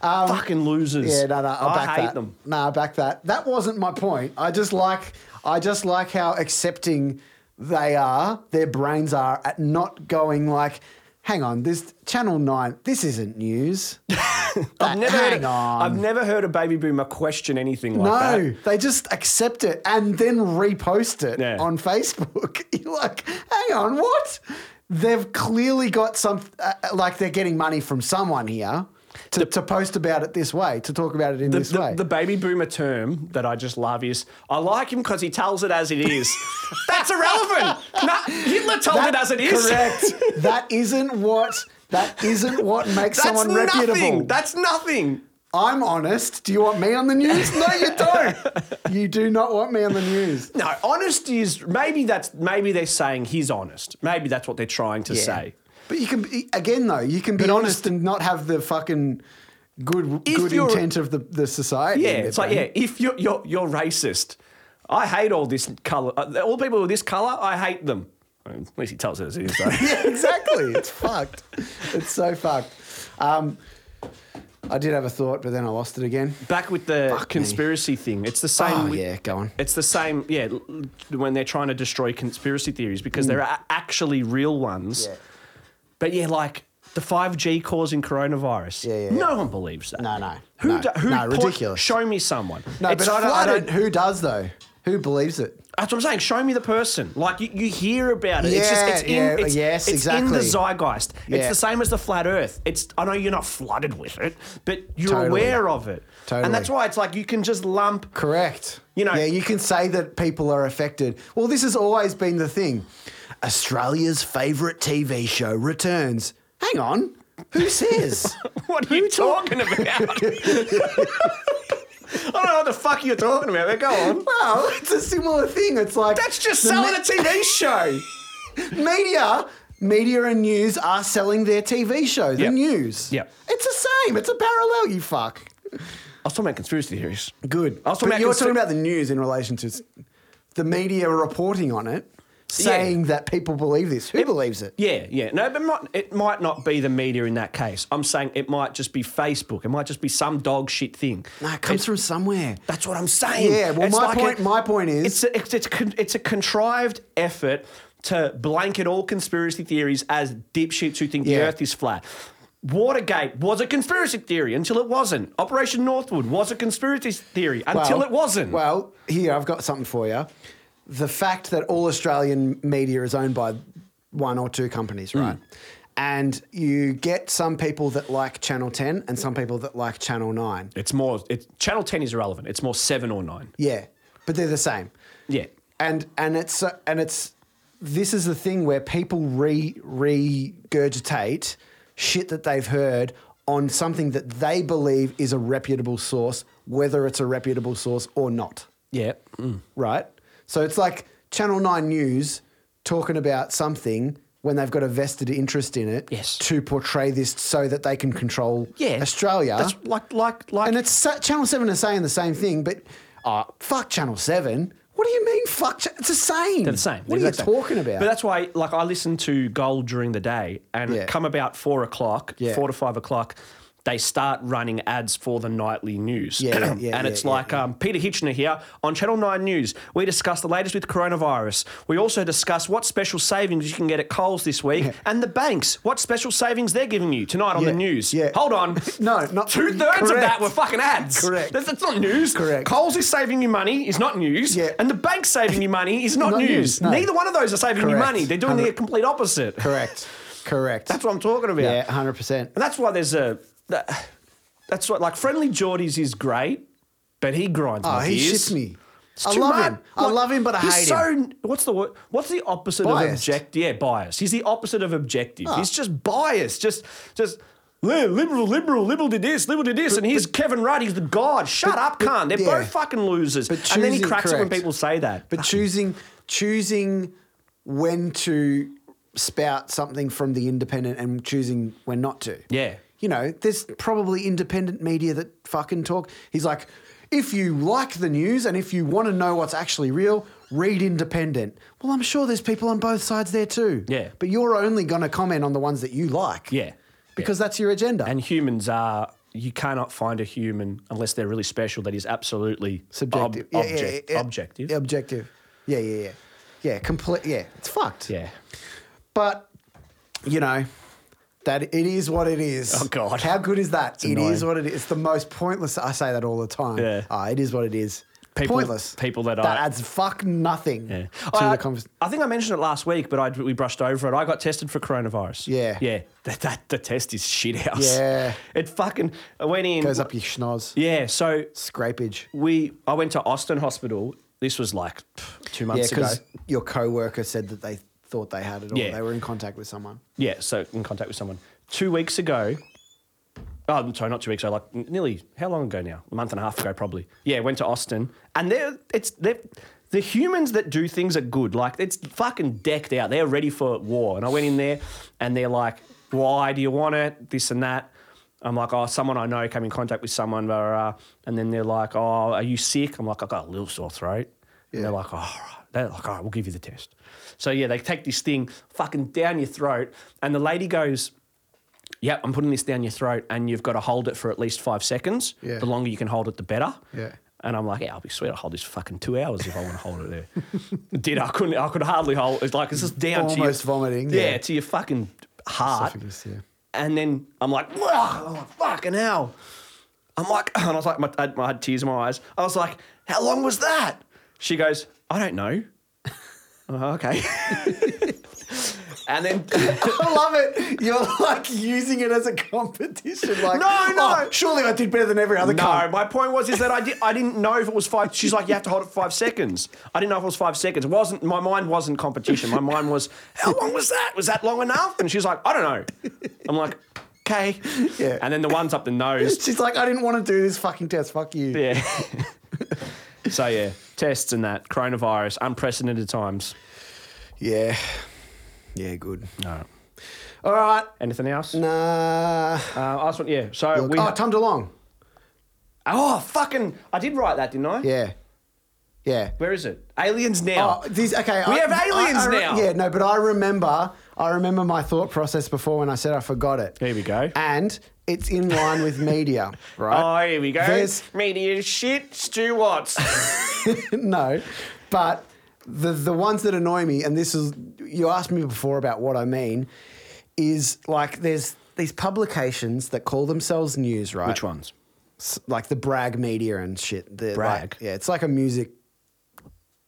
Speaker 2: fucking losers.
Speaker 1: Um, Yeah, no, no, I'll
Speaker 2: I
Speaker 1: back
Speaker 2: hate
Speaker 1: that.
Speaker 2: them.
Speaker 1: No, I back that. That wasn't my point. I just like I just like how accepting they are, their brains are at not going like, hang on, this channel nine, this isn't news.
Speaker 2: I've never, heard
Speaker 1: hang
Speaker 2: a,
Speaker 1: on.
Speaker 2: I've never heard a baby boomer question anything like that.
Speaker 1: no, they just accept it and then repost it
Speaker 2: Yeah.
Speaker 1: on Facebook. You're like, hang on, what? They've clearly got some, uh, uh, like they're getting money from someone here to, to post about it this way, to talk about it in this
Speaker 2: the,
Speaker 1: way.
Speaker 2: the baby boomer term that I just love is I like him because he tells it as it is. That's irrelevant. no, Hitler told it as it is.
Speaker 1: Correct. that isn't what. That isn't what makes
Speaker 2: That's
Speaker 1: someone
Speaker 2: nothing.
Speaker 1: reputable.
Speaker 2: That's nothing.
Speaker 1: I'm honest. Do you want me on the news? No, you don't. you do not want me on the news.
Speaker 2: No, honest is maybe that's maybe they're saying he's honest. Maybe that's what they're trying to say.
Speaker 1: But you can be- again though. You can be honest, and not have the fucking good
Speaker 2: If
Speaker 1: good
Speaker 2: you're-
Speaker 1: intent of the, the society.
Speaker 2: Yeah,
Speaker 1: in their
Speaker 2: it's like
Speaker 1: brain.
Speaker 2: yeah, if you're you're you're racist, I hate all this color. Uh, All people with this color, I hate them. At least he tells us it is. Though.
Speaker 1: yeah, exactly. It's fucked. It's so fucked. Um, I did have a thought, but then I lost it again.
Speaker 2: Back with the
Speaker 1: Fuck me.
Speaker 2: conspiracy thing, it's the same.
Speaker 1: Oh
Speaker 2: with-
Speaker 1: yeah, go on.
Speaker 2: It's the same, yeah, l- l- when they're trying to destroy conspiracy theories because there are actually real ones.
Speaker 1: Mm. Yeah.
Speaker 2: But yeah, like the 5G causing coronavirus.
Speaker 1: Yeah, yeah,
Speaker 2: no
Speaker 1: yeah.
Speaker 2: one believes that.
Speaker 1: No, no,
Speaker 2: Who,
Speaker 1: no,
Speaker 2: do, who
Speaker 1: no,
Speaker 2: point-
Speaker 1: ridiculous.
Speaker 2: Show me someone.
Speaker 1: No,
Speaker 2: It's
Speaker 1: but I don't, I
Speaker 2: flooded.
Speaker 1: don't. Who does though? Who believes it?
Speaker 2: That's what I'm saying. Show me the person. Like you, you hear about it. it's just
Speaker 1: Yeah,
Speaker 2: it's in
Speaker 1: yeah,
Speaker 2: it's,
Speaker 1: yes,
Speaker 2: it's in
Speaker 1: exactly.
Speaker 2: the zeitgeist. It's
Speaker 1: Yeah.
Speaker 2: the same as the flat earth. It's I know you're not flooded with it, but you're
Speaker 1: Totally.
Speaker 2: aware of it.
Speaker 1: Totally.
Speaker 2: And that's why it's like you can just lump
Speaker 1: Correct.
Speaker 2: You know-
Speaker 1: yeah, you can say that people are affected. Well, this has always been the thing. Australia's favourite TV show returns. Hang on, who says?
Speaker 2: What are you talking about? I don't know what the fuck you're talking about, but go on.
Speaker 1: well, it's a similar thing. It's like
Speaker 2: That's just
Speaker 1: the
Speaker 2: selling
Speaker 1: me-
Speaker 2: a TV show.
Speaker 1: media. Media and news are selling their TV show, the
Speaker 2: Yep.
Speaker 1: news.
Speaker 2: Yep.
Speaker 1: It's the same. It's a parallel. You fuck.
Speaker 2: I was talking about conspiracy theories.
Speaker 1: Good.
Speaker 2: I was talking
Speaker 1: But
Speaker 2: about
Speaker 1: you're
Speaker 2: consi-
Speaker 1: talking about the news in relation to s- the media reporting on it, saying that people believe this. Who believes it?
Speaker 2: Yeah, yeah. No, but might, it might not be the media in that case. I'm saying it might just be Facebook. It might just be some dog shit thing.
Speaker 1: No, it comes from somewhere.
Speaker 2: That's what I'm saying.
Speaker 1: Yeah. Well,
Speaker 2: It's
Speaker 1: my
Speaker 2: like a-
Speaker 1: point. my point is.
Speaker 2: It's a, it's, it's, con- it's a contrived effort to blanket all conspiracy theories as dipshits who think the
Speaker 1: Yeah.
Speaker 2: earth is flat. Watergate was a conspiracy theory until it wasn't. Operation Northwood was a conspiracy theory until
Speaker 1: Well-
Speaker 2: it wasn't.
Speaker 1: Well, here I've got something for you. The fact that all Australian media is owned by one or two
Speaker 2: Hmm.
Speaker 1: companies, right? And you get some people that like Channel 10 and some people that like Channel 9.
Speaker 2: it's more, it's, Channel 10 is irrelevant. It's more 7 or 9.
Speaker 1: Yeah, but they're the same.
Speaker 2: Yeah.
Speaker 1: And and it's uh, and it's this is the thing where people re regurgitate shit that they've heard on something that they believe is a reputable source, whether it's a reputable source or not
Speaker 2: Yeah. mm.
Speaker 1: right? So it's like Channel 9 News talking about something when they've got a vested interest in it
Speaker 2: Yes.
Speaker 1: to portray this so that they can control
Speaker 2: Yeah.
Speaker 1: Australia.
Speaker 2: That's like like like
Speaker 1: and it's sa- Channel 7 are saying the same thing, but uh, fuck Channel 7. What do you mean, fuck? Ch- it's the same.
Speaker 2: They're the same.
Speaker 1: What
Speaker 2: They're
Speaker 1: are you
Speaker 2: the same.
Speaker 1: talking about?
Speaker 2: But that's why, like, I listen to Gold during the day, and
Speaker 1: Yeah.
Speaker 2: come about four o'clock,
Speaker 1: Yeah.
Speaker 2: four to five o'clock, they start running ads for the nightly news.
Speaker 1: Yeah, yeah, yeah,
Speaker 2: and
Speaker 1: yeah,
Speaker 2: it's
Speaker 1: yeah,
Speaker 2: like Um, Peter Hitchener here on Channel Nine News. We discuss the latest with coronavirus. We also discuss what special savings you can get at Coles this week, and the banks what special savings they're giving you tonight on
Speaker 1: Yeah,
Speaker 2: the news.
Speaker 1: yeah.
Speaker 2: Hold on,
Speaker 1: No, not-
Speaker 2: two thirds of that
Speaker 1: correct.
Speaker 2: were fucking ads.
Speaker 1: Correct.
Speaker 2: that's, that's not news.
Speaker 1: Correct.
Speaker 2: Coles is saving you money is not news.
Speaker 1: Yeah.
Speaker 2: and the bank saving you money is not not
Speaker 1: Not
Speaker 2: news.
Speaker 1: news, no.
Speaker 2: Neither one of those are saving you
Speaker 1: Correct.
Speaker 2: money. They're doing the
Speaker 1: Hundred-
Speaker 2: complete opposite.
Speaker 1: correct. Correct.
Speaker 2: That's what I'm talking about.
Speaker 1: yeah, 100%.
Speaker 2: And that's why there's a. That, that's what like friendly Geordies is great, but he grinds
Speaker 1: Oh,
Speaker 2: my
Speaker 1: he
Speaker 2: gears.
Speaker 1: shits me.
Speaker 2: It's
Speaker 1: I
Speaker 2: too
Speaker 1: love
Speaker 2: much.
Speaker 1: him. I
Speaker 2: Like,
Speaker 1: love him, but I
Speaker 2: he's
Speaker 1: hate
Speaker 2: so,
Speaker 1: him.
Speaker 2: What's the word? What's the opposite of
Speaker 1: Biased. Oh.
Speaker 2: object? Yeah, biased. He's the opposite of objective. He's just biased. Just, just. li- Liberal, liberal, liberal did this, liberal did this, and here's Kevin Rudd. He's the god. Shut up,
Speaker 1: but-
Speaker 2: Khan. They're
Speaker 1: yeah.
Speaker 2: both fucking losers.
Speaker 1: But
Speaker 2: and then he
Speaker 1: choosing-
Speaker 2: cracks it when
Speaker 1: correct.
Speaker 2: people say that.
Speaker 1: But choosing choosing when to spout something from the independent and choosing when not to.
Speaker 2: Yeah.
Speaker 1: You know, there's probably independent media that fucking talk. He's like, if you like the news and if you want to know what's actually real, read independent. Well, I'm sure there's people on both sides there too.
Speaker 2: Yeah.
Speaker 1: But you're only going to comment on the ones that you like.
Speaker 2: Yeah.
Speaker 1: Because that's your agenda.
Speaker 2: And humans are, you cannot find a human unless they're really special that is absolutely
Speaker 1: subjective. Yeah,
Speaker 2: ob-
Speaker 1: yeah,
Speaker 2: object,
Speaker 1: yeah, yeah.
Speaker 2: objective.
Speaker 1: Yeah, objective. Yeah, yeah, yeah. Yeah, complete. Yeah, it's fucked.
Speaker 2: Yeah.
Speaker 1: But you know that it is what it is.
Speaker 2: Oh, God.
Speaker 1: how good is that? It is
Speaker 2: annoying.
Speaker 1: what it is. It's the most pointless. I say that all the time.
Speaker 2: Yeah.
Speaker 1: Ah, it is what it is.
Speaker 2: People-
Speaker 1: pointless.
Speaker 2: people that
Speaker 1: that
Speaker 2: I-
Speaker 1: adds fuck nothing
Speaker 2: Yeah.
Speaker 1: to
Speaker 2: I,
Speaker 1: the conversation.
Speaker 2: I think I mentioned it last week, but I, we brushed over it. I got tested for coronavirus.
Speaker 1: Yeah.
Speaker 2: Yeah. That, that the test is shit house.
Speaker 1: Yeah.
Speaker 2: It fucking I went in.
Speaker 1: Goes up your schnoz.
Speaker 2: Yeah. So
Speaker 1: Scrapage.
Speaker 2: we I went to Austin Hospital. This was like pff, two
Speaker 1: Yeah,
Speaker 2: months ago.
Speaker 1: because your coworker said that they thought they had it, or
Speaker 2: Yeah.
Speaker 1: they were in contact with someone.
Speaker 2: Yeah, so in contact with someone. Two weeks ago, oh, I'm sorry, not two weeks ago, like n- nearly, how long ago now? A month and a half ago, probably. Yeah, went to Austin. And they're, it's, they're, the humans that do things are good. Like, it's fucking decked out. They're ready for war. And I went in there and they're like, why do you want it? This and that. I'm like, oh, someone I know came in contact with someone. Blah, blah, blah. And then they're like, oh, are you sick? I'm like, I got a little sore throat. And they're like, oh, all right. They're like, all right, we'll give you the test. So yeah, they take this thing fucking down your throat. And the lady goes, yep, I'm putting this down your throat and you've got to hold it for at least five seconds.
Speaker 1: Yeah.
Speaker 2: The longer you can hold it, the better.
Speaker 1: Yeah.
Speaker 2: And I'm like, yeah, I'll be sweet. I'll hold this for fucking two hours if I want to hold it there. Did I couldn't? I could hardly hold. It's like it's just down to
Speaker 1: Almost
Speaker 2: your,
Speaker 1: vomiting,
Speaker 2: Yeah,
Speaker 1: yeah.
Speaker 2: to your fucking heart.
Speaker 1: Esophagus, yeah.
Speaker 2: And then I'm like, "Ugh," I'm like, fucking hell. I'm like, and I was like, my, I, had, I had tears in my eyes. I was like, how long was that? She goes, I don't know. Oh, okay. and then
Speaker 1: I love it. You're like using it as a competition. Like,
Speaker 2: No, no.
Speaker 1: "Oh, surely I did better than every other.
Speaker 2: No,
Speaker 1: cunt."
Speaker 2: my point was is that I did I didn't know if it was five. She's like, you have to hold it for five seconds. I didn't know if it was five seconds. It wasn't my mind wasn't competition. My mind was, how long was that? Was that long enough? And she's like, I don't know. I'm like, okay.
Speaker 1: Yeah.
Speaker 2: And then the ones up the nose.
Speaker 1: She's like, I didn't want to do this fucking test. Fuck you.
Speaker 2: Yeah. so yeah, tests and that coronavirus, unprecedented times.
Speaker 1: Yeah. Yeah, good.
Speaker 2: No.
Speaker 1: All right.
Speaker 2: Anything else?
Speaker 1: Nah.
Speaker 2: Uh, I just want yeah. So we.
Speaker 1: oh, Tom DeLong.
Speaker 2: oh fucking! I did write that, didn't I?
Speaker 1: Yeah. Yeah.
Speaker 2: Where is it? Aliens now.
Speaker 1: Oh, these, okay.
Speaker 2: We have aliens
Speaker 1: I, I, re-
Speaker 2: now.
Speaker 1: Yeah, no, but I remember. I remember my thought process before when I said I forgot it.
Speaker 2: Here we go.
Speaker 1: And it's in line with media, right?
Speaker 2: Oh, here we go.
Speaker 1: There's-
Speaker 2: Media shit, Stu Watts.
Speaker 1: no, but the the ones that annoy me, and this is you asked me before about what I mean, is like there's these publications that call themselves news, right?
Speaker 2: Which ones?
Speaker 1: s- like the brag media and shit. The,
Speaker 2: Bragg?
Speaker 1: like- yeah, it's like a music.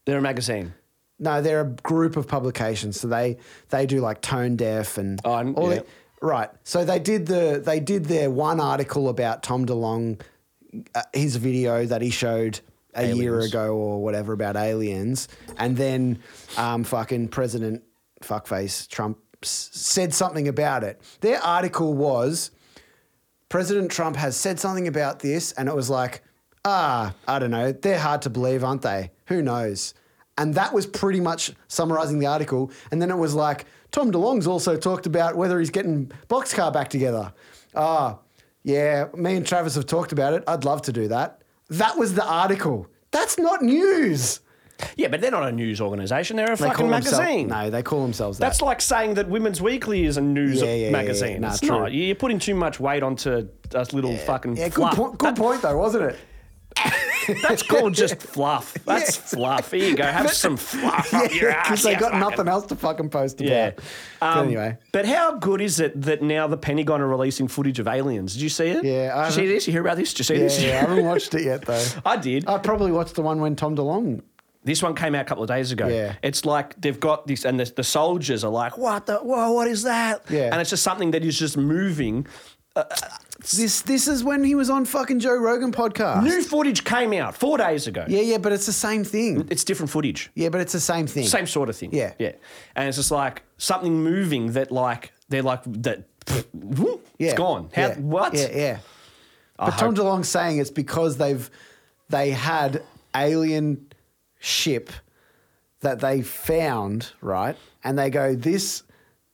Speaker 2: They're a magazine.
Speaker 1: No, they're a group of publications, so they they do like tone deaf and
Speaker 2: Oh, and-
Speaker 1: all
Speaker 2: yeah.
Speaker 1: that. Right, so they did the they did their one article about Tom DeLong, uh, his video that he showed a year
Speaker 2: Aliens.
Speaker 1: ago or whatever about aliens, and then um, fucking President fuckface Trump s- said something about it. Their article was President Trump has said something about this, and it was like, ah, I don't know, they're hard to believe, aren't they? Who knows? And that was pretty much summarizing the article. And then it was like, Tom DeLong's also talked about whether he's getting Boxcar back together. Ah, yeah, me and Travis have talked about it. I'd love to do that. That was the article. That's not news.
Speaker 2: Yeah, but they're not a news organization. They're a
Speaker 1: They
Speaker 2: fucking
Speaker 1: call themselves-
Speaker 2: magazine.
Speaker 1: no, they call themselves that.
Speaker 2: That's like saying that Women's Weekly is a news
Speaker 1: Yeah, yeah, yeah, yeah.
Speaker 2: magazine.
Speaker 1: Nah,
Speaker 2: it's
Speaker 1: true.
Speaker 2: not. You- You're putting too much weight onto a little fucking
Speaker 1: yeah, good,
Speaker 2: fluff.
Speaker 1: point, good point though, wasn't it?
Speaker 2: That's called just fluff. That's fluff. Here you go. Have some fluff up your ass.
Speaker 1: Because they
Speaker 2: you
Speaker 1: got
Speaker 2: fucking-
Speaker 1: nothing else to fucking post about.
Speaker 2: Yeah.
Speaker 1: But
Speaker 2: Um,
Speaker 1: anyway.
Speaker 2: But how good is it that now the Pentagon are releasing footage of aliens? Did you see it?
Speaker 1: Yeah, I
Speaker 2: Did you see
Speaker 1: haven't-
Speaker 2: this? You hear about this? Did you see
Speaker 1: Yeah,
Speaker 2: this?
Speaker 1: yeah, I haven't watched it yet though.
Speaker 2: I did.
Speaker 1: I probably watched the one when Tom DeLong.
Speaker 2: This one came out a couple of days ago.
Speaker 1: Yeah.
Speaker 2: It's like they've got this, and the, the soldiers are like, "What the? Whoa, what is that?"
Speaker 1: Yeah.
Speaker 2: And it's just something that is just moving.
Speaker 1: This this is when he was on fucking Joe Rogan podcast.
Speaker 2: New footage came out four days ago.
Speaker 1: Yeah, yeah, but it's the same thing.
Speaker 2: It's different footage.
Speaker 1: Yeah, but it's the same thing.
Speaker 2: Same sort of thing.
Speaker 1: Yeah.
Speaker 2: Yeah. And it's just like something moving that like they're like that. whoop,
Speaker 1: Yeah.
Speaker 2: It's gone. How,
Speaker 1: yeah.
Speaker 2: What?
Speaker 1: Yeah, yeah. But Tom DeLong's saying it's because they've they had alien ship that they found, right? And they go, this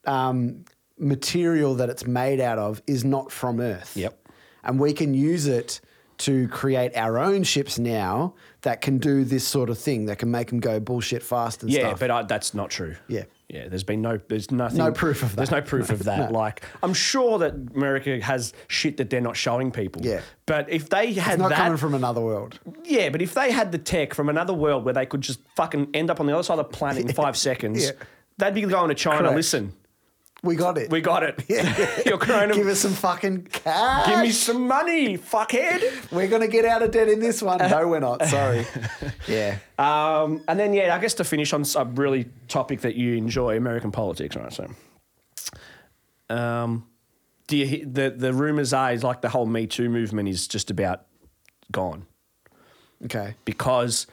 Speaker 1: um, material that it's made out of is not from Earth.
Speaker 2: Yep.
Speaker 1: And we can use it to create our own ships now that can do this sort of thing, that can make them go bullshit fast and
Speaker 2: Yeah,
Speaker 1: stuff.
Speaker 2: but I, that's not true.
Speaker 1: Yeah.
Speaker 2: Yeah, there's been no, there's nothing.
Speaker 1: No proof of
Speaker 2: There's no
Speaker 1: that.
Speaker 2: proof of that. Like, I'm sure that America has shit that they're not showing people.
Speaker 1: Yeah.
Speaker 2: But if they had
Speaker 1: it's not
Speaker 2: that,
Speaker 1: coming from another world.
Speaker 2: yeah, but if they had the tech from another world where they could just fucking end up on the other side of the planet in five seconds,
Speaker 1: Yeah.
Speaker 2: they'd be going to China.
Speaker 1: Correct.
Speaker 2: Listen,
Speaker 1: We got it.
Speaker 2: we got it. Your corona.
Speaker 1: Give us some fucking cash.
Speaker 2: give me some money, fuckhead.
Speaker 1: We're gonna get out of debt in this one. No, we're not. Sorry. yeah.
Speaker 2: Um, and then, yeah, I guess to finish on a really topic that you enjoy, American politics, right? So, um, do you, he- the the rumors are is like the whole Me Too movement is just about gone
Speaker 1: Okay.
Speaker 2: because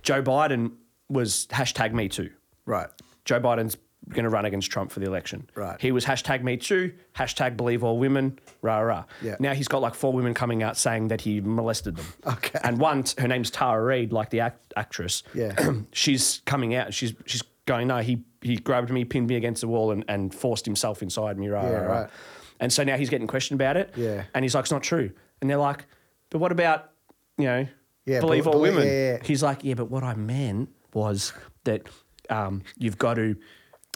Speaker 2: Joe Biden was hashtag Me Too.
Speaker 1: Right.
Speaker 2: Joe Biden's going to run against Trump for the election.
Speaker 1: Right.
Speaker 2: He was hashtag Me Too, hashtag Believe All Women, rah rah.
Speaker 1: Yeah.
Speaker 2: Now he's got like four women coming out saying that he molested them.
Speaker 1: Okay.
Speaker 2: And one, her name's Tara Reid, like the act- actress.
Speaker 1: Yeah.
Speaker 2: she's coming out. She's she's going. No, he he grabbed me, pinned me against the wall, and, and forced himself inside me. Rah,
Speaker 1: Yeah,
Speaker 2: rah, rah.
Speaker 1: right.
Speaker 2: And so now he's getting questioned about it.
Speaker 1: Yeah.
Speaker 2: And he's like, it's not true. And they're like, but what about you know?
Speaker 1: Yeah,
Speaker 2: believe
Speaker 1: bel-
Speaker 2: all
Speaker 1: belie-
Speaker 2: women.
Speaker 1: yeah, yeah.
Speaker 2: He's like, yeah, but what I meant was that um, you've got to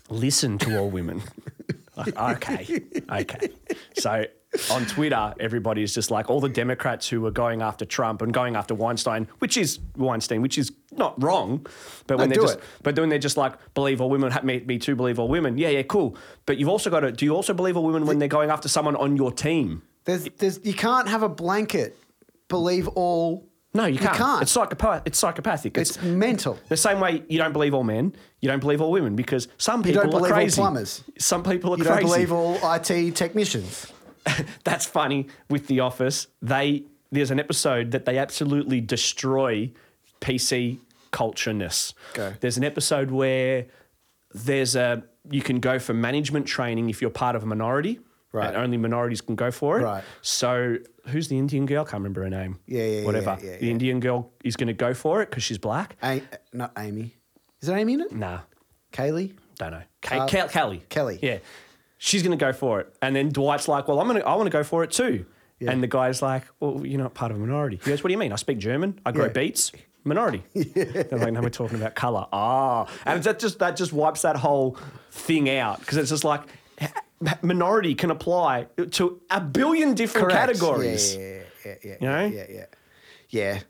Speaker 2: listen to all women. like, okay, okay. So on Twitter, everybody's just like all the Democrats who were going after Trump and going after Weinstein, which is Weinstein, which is not wrong, but when
Speaker 1: No,
Speaker 2: they're
Speaker 1: do
Speaker 2: just,
Speaker 1: it.
Speaker 2: but then they're just like believe all women, ha- me, me too, believe all women. Yeah, yeah, cool. But you've also got to. Do you also believe all women when they're going after someone on your team?
Speaker 1: There's, there's, you can't have a blanket. Believe all.
Speaker 2: No, you can't.
Speaker 1: can't.
Speaker 2: It's psychopath. It's psychopathic. It's,
Speaker 1: It's mental.
Speaker 2: The same way you don't believe all men, you don't believe all women because some people
Speaker 1: don't
Speaker 2: are
Speaker 1: believe all
Speaker 2: crazy.
Speaker 1: plumbers.
Speaker 2: Some people are
Speaker 1: You
Speaker 2: crazy.
Speaker 1: don't believe all IT technicians.
Speaker 2: That's funny with The Office. They there's an episode that they absolutely destroy PC cultureness.
Speaker 1: Okay.
Speaker 2: There's an episode where there's a you can go for management training if you're part of a minority.
Speaker 1: Right.
Speaker 2: And only minorities can go for it.
Speaker 1: Right.
Speaker 2: So who's the Indian girl? Can't remember her name.
Speaker 1: Yeah, yeah, yeah,
Speaker 2: Whatever.
Speaker 1: yeah,
Speaker 2: The
Speaker 1: yeah.
Speaker 2: Indian girl is going to go for it because she's black.
Speaker 1: A- not Amy. Is there Amy in it?
Speaker 2: Nah,
Speaker 1: Kaylee.
Speaker 2: don't know. Kay,
Speaker 1: Uh,
Speaker 2: Kel- Kelly.
Speaker 1: Kelly.
Speaker 2: Yeah. She's going to go for it. And then Dwight's like, well, I'm gonna, I want to go for it too. And the guy's like, well, you're not part of a minority. He goes, what do you mean? I speak German. I grow
Speaker 1: Yeah.
Speaker 2: beets. Minority. They're like, no, we're talking about color. Ah. And that just, that just wipes that whole thing out because it's just like, h- minority can apply to a billion different categories.
Speaker 1: Yeah, yeah, yeah, yeah,
Speaker 2: You
Speaker 1: yeah,
Speaker 2: know?
Speaker 1: yeah, yeah, yeah.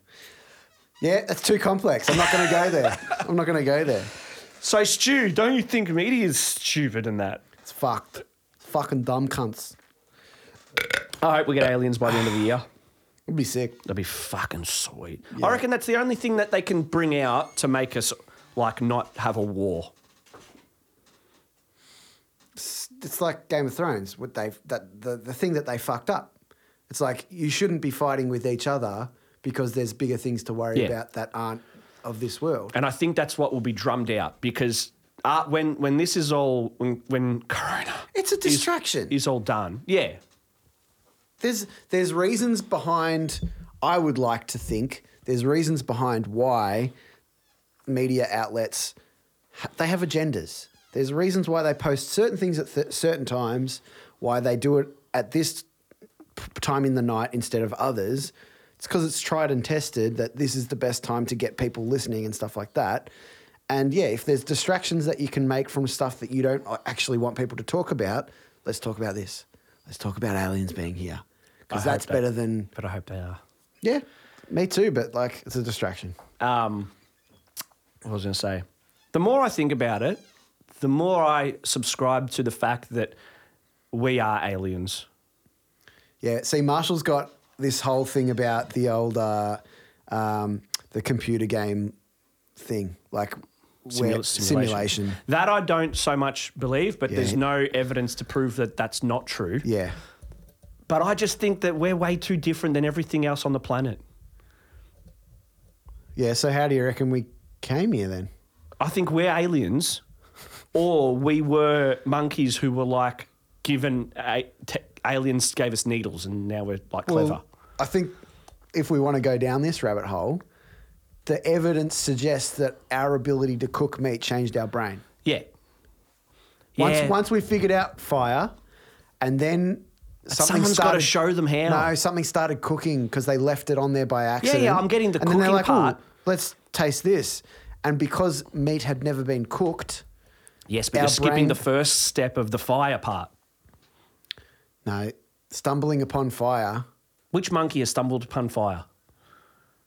Speaker 1: Yeah, that's too complex. I'm not going to go there. I'm not going to go there.
Speaker 2: So, Stu, don't you think media is stupid in that?
Speaker 1: It's fucked. Fucking dumb cunts.
Speaker 2: I hope we get aliens by the end of the year.
Speaker 1: It'd be sick.
Speaker 2: That'd be fucking sweet. I reckon that's the only thing that they can bring out to make us like not have a war.
Speaker 1: it's like Game of Thrones. What they that the, the thing that they fucked up. It's like you shouldn't be fighting with each other because there's bigger things to worry
Speaker 2: Yeah.
Speaker 1: about that aren't of this world.
Speaker 2: And I think that's what will be drummed out because uh, when when this is all when, when Corona
Speaker 1: It's a distraction.
Speaker 2: is all done, yeah,
Speaker 1: there's there's reasons behind I would like to think there's reasons behind why media outlets ha- they have agendas. There's reasons why they post certain things at th- certain times, why they do it at this p- time in the night instead of others. It's because it's tried and tested that this is the best time to get people listening and stuff like that. And yeah, if there's distractions that you can make from stuff that you don't a- actually want people to talk about, let's talk about this. Let's talk about aliens being here because
Speaker 2: I
Speaker 1: that's
Speaker 2: hope they-
Speaker 1: better than
Speaker 2: But I hope they are.
Speaker 1: yeah. Me too, but like it's a distraction.
Speaker 2: um, what was I going to say? The more I think about it, the more I subscribe to the fact that we are aliens.
Speaker 1: Yeah. See, Marshall's got this whole thing about the old uh, um, the computer game thing, like
Speaker 2: Simula-
Speaker 1: where, simulation.
Speaker 2: That I don't so much believe, but there's
Speaker 1: Yeah.
Speaker 2: no evidence to prove that that's not true.
Speaker 1: Yeah.
Speaker 2: But I just think that we're way too different than everything else on the planet.
Speaker 1: Yeah. So how do you reckon we came here then?
Speaker 2: I think we're aliens, or we were monkeys who were like given a, te- aliens gave us needles and now we're like clever.
Speaker 1: Well, I think if we want to go down this rabbit hole, the evidence suggests that our ability to cook meat changed our brain.
Speaker 2: yeah.
Speaker 1: Once,
Speaker 2: Yeah.
Speaker 1: once we figured out fire, and then something
Speaker 2: someone's
Speaker 1: started-
Speaker 2: gotta show them how.
Speaker 1: No, something started cooking because they left it on there by accident.
Speaker 2: I'm getting the
Speaker 1: and then they're
Speaker 2: cooking
Speaker 1: like, "Ooh,
Speaker 2: part."
Speaker 1: let's taste this, and because meat had never been cooked,
Speaker 2: Yes, but
Speaker 1: Our
Speaker 2: you're skipping
Speaker 1: brain-
Speaker 2: the first step of the fire part.
Speaker 1: no, stumbling upon fire.
Speaker 2: Which monkey has stumbled upon fire?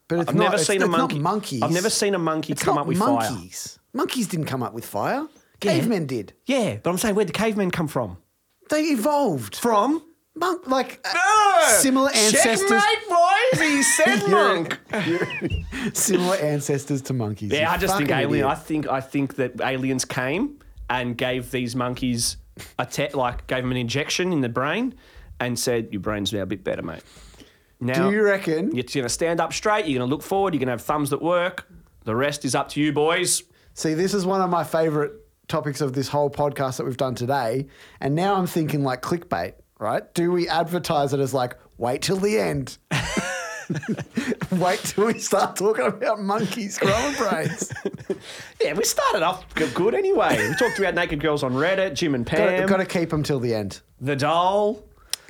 Speaker 1: But it's
Speaker 2: I've
Speaker 1: not,
Speaker 2: never
Speaker 1: it's-
Speaker 2: seen a
Speaker 1: it's not
Speaker 2: monkey.
Speaker 1: monkeys.
Speaker 2: I've never seen a monkey
Speaker 1: It's
Speaker 2: come
Speaker 1: not
Speaker 2: up with fire.
Speaker 1: monkeys. Monkeys didn't come up with fire.
Speaker 2: Yeah.
Speaker 1: Cavemen did.
Speaker 2: Yeah, but I'm saying where'd the cavemen come from?
Speaker 1: They evolved.
Speaker 2: From?
Speaker 1: Monk, like uh,
Speaker 2: Ah,
Speaker 1: similar ancestors.
Speaker 2: boys. He said
Speaker 1: You're- similar ancestors to monkeys. you
Speaker 2: Yeah, I just think
Speaker 1: fucking
Speaker 2: alien.
Speaker 1: idiot.
Speaker 2: I think I think that aliens came and gave these monkeys a te- like gave them an injection in the brain and said your brain's now a bit better, mate. Now
Speaker 1: Do you reckon?
Speaker 2: You're going to stand up straight. You're going to look forward. You're going to have thumbs that work. The rest is up to you, boys.
Speaker 1: See, this is one of my favorite topics of this whole podcast that we've done today. And now I'm thinking like clickbait, right? Do we advertise it as like, wait till the end? wait till we start talking about monkeys growing brains.
Speaker 2: Yeah, we started off g- good anyway. We talked about naked girls on Reddit, Jim and Pam,
Speaker 1: Got to keep them till the end.
Speaker 2: the doll.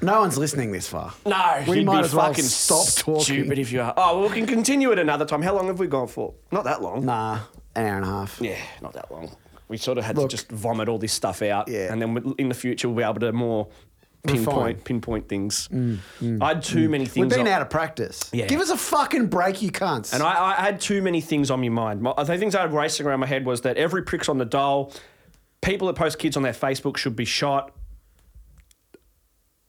Speaker 1: No one's listening this far.
Speaker 2: No,
Speaker 1: we
Speaker 2: you'd
Speaker 1: might
Speaker 2: be
Speaker 1: as well
Speaker 2: fucking
Speaker 1: stop talking.
Speaker 2: Stupid if you are. Oh, well, we can continue it another time. How long have we gone for? Not that long.
Speaker 1: Nah, an hour and a half.
Speaker 2: Yeah, not that long. We sort of had
Speaker 1: Look.
Speaker 2: to just vomit all this stuff out,
Speaker 1: Yeah.
Speaker 2: and then we- in the future we'll be able to more
Speaker 1: Refine. Mm,
Speaker 2: pinpoint pinpoint things. I had too many
Speaker 1: We've
Speaker 2: things.
Speaker 1: been
Speaker 2: on-
Speaker 1: out of practice.
Speaker 2: Yeah.
Speaker 1: Give us a fucking break, you cunts.
Speaker 2: And I, I had too many things on my mind. My, the things I had racing around my head was that every prick's on the dole, people that post kids on their Facebook should be shot.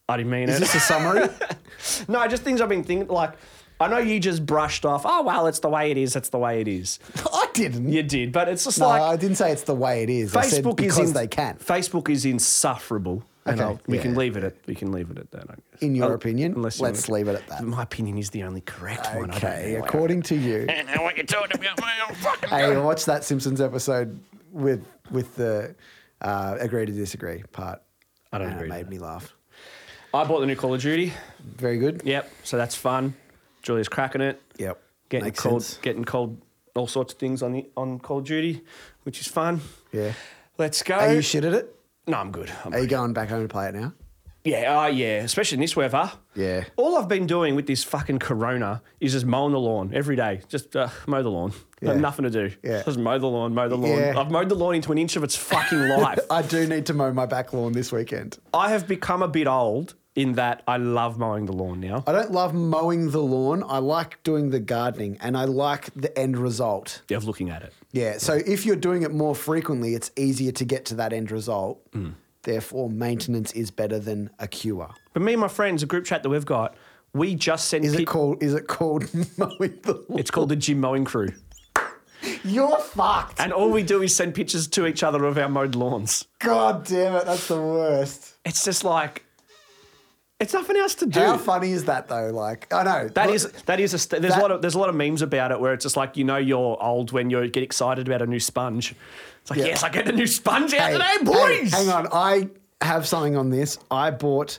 Speaker 2: I didn't mean
Speaker 1: is
Speaker 2: it.
Speaker 1: this a summary?
Speaker 2: no, just things I've been thinking. Like, I know you just brushed off. Oh well, it's the way it is. That's the way it is.
Speaker 1: I didn't.
Speaker 2: You did, but it's just
Speaker 1: no,
Speaker 2: like
Speaker 1: I didn't say it's the way it is. I said
Speaker 2: Facebook
Speaker 1: because
Speaker 2: is in-
Speaker 1: they can.
Speaker 2: Facebook is insufferable. And
Speaker 1: Okay,
Speaker 2: I'll- we can
Speaker 1: yeah.
Speaker 2: leave it at we can leave it at that. I guess.
Speaker 1: In your
Speaker 2: Oh,
Speaker 1: opinion,
Speaker 2: unless you
Speaker 1: let's
Speaker 2: wanna-
Speaker 1: leave it at that.
Speaker 2: My opinion is the only correct one. I don't
Speaker 1: Okay,
Speaker 2: know why I-
Speaker 1: according to you.
Speaker 2: I don't know what you're talking about, man. I'm fucking-
Speaker 1: Hey, I watched that Simpsons episode with with the uh, agree to disagree part.
Speaker 2: I don't
Speaker 1: and
Speaker 2: agree
Speaker 1: It
Speaker 2: to
Speaker 1: made
Speaker 2: that.
Speaker 1: me laugh.
Speaker 2: I bought the new Call of Duty.
Speaker 1: Very good.
Speaker 2: Yep, so that's fun. Julia's cracking it.
Speaker 1: Yep.
Speaker 2: Getting
Speaker 1: Makes
Speaker 2: cold,
Speaker 1: sense.
Speaker 2: getting cold, all sorts of things on the on Call of Duty, which is fun.
Speaker 1: Yeah.
Speaker 2: Let's go.
Speaker 1: Are you shit at it?
Speaker 2: no, I'm good. I'm
Speaker 1: Are you going back home to play it now?
Speaker 2: Yeah, oh yeah, especially in this weather.
Speaker 1: Yeah.
Speaker 2: All I've been doing with this fucking corona is just mowing the lawn every day. Just uh, mow the lawn.
Speaker 1: Yeah.
Speaker 2: Nothing to do.
Speaker 1: Yeah.
Speaker 2: Just mow the lawn, mow the lawn.
Speaker 1: Yeah.
Speaker 2: I've mowed the lawn into an inch of its fucking life.
Speaker 1: I do need to mow my back lawn this weekend.
Speaker 2: I have become a bit old in that I love mowing the lawn now.
Speaker 1: I don't love mowing the lawn. I like doing the gardening and I like the end result.
Speaker 2: of looking at it.
Speaker 1: Yeah. So if you're doing it more frequently, it's easier to get to that end result.
Speaker 2: Mm.
Speaker 1: Therefore, maintenance is better than a cure.
Speaker 2: But me and my friends, a group chat that we've got, we just send
Speaker 1: Is
Speaker 2: pic-
Speaker 1: it called? Is it called mowing the lawn?
Speaker 2: it's called the gym mowing crew.
Speaker 1: You're fucked.
Speaker 2: And all we do is send pictures to each other of our mowed lawns.
Speaker 1: God damn it, that's the worst.
Speaker 2: It's just like It's nothing else to do.
Speaker 1: How funny is that though? Like, I know
Speaker 2: That
Speaker 1: look,
Speaker 2: is that is a st- there's
Speaker 1: that-
Speaker 2: a lot of there's a lot of memes about it where it's just like you know you're old when you get excited about a new sponge. It's like
Speaker 1: Yeah.
Speaker 2: yes, I get a new sponge out
Speaker 1: Hey,
Speaker 2: today,
Speaker 1: hey,
Speaker 2: boys.
Speaker 1: hang on, I have something on this. I bought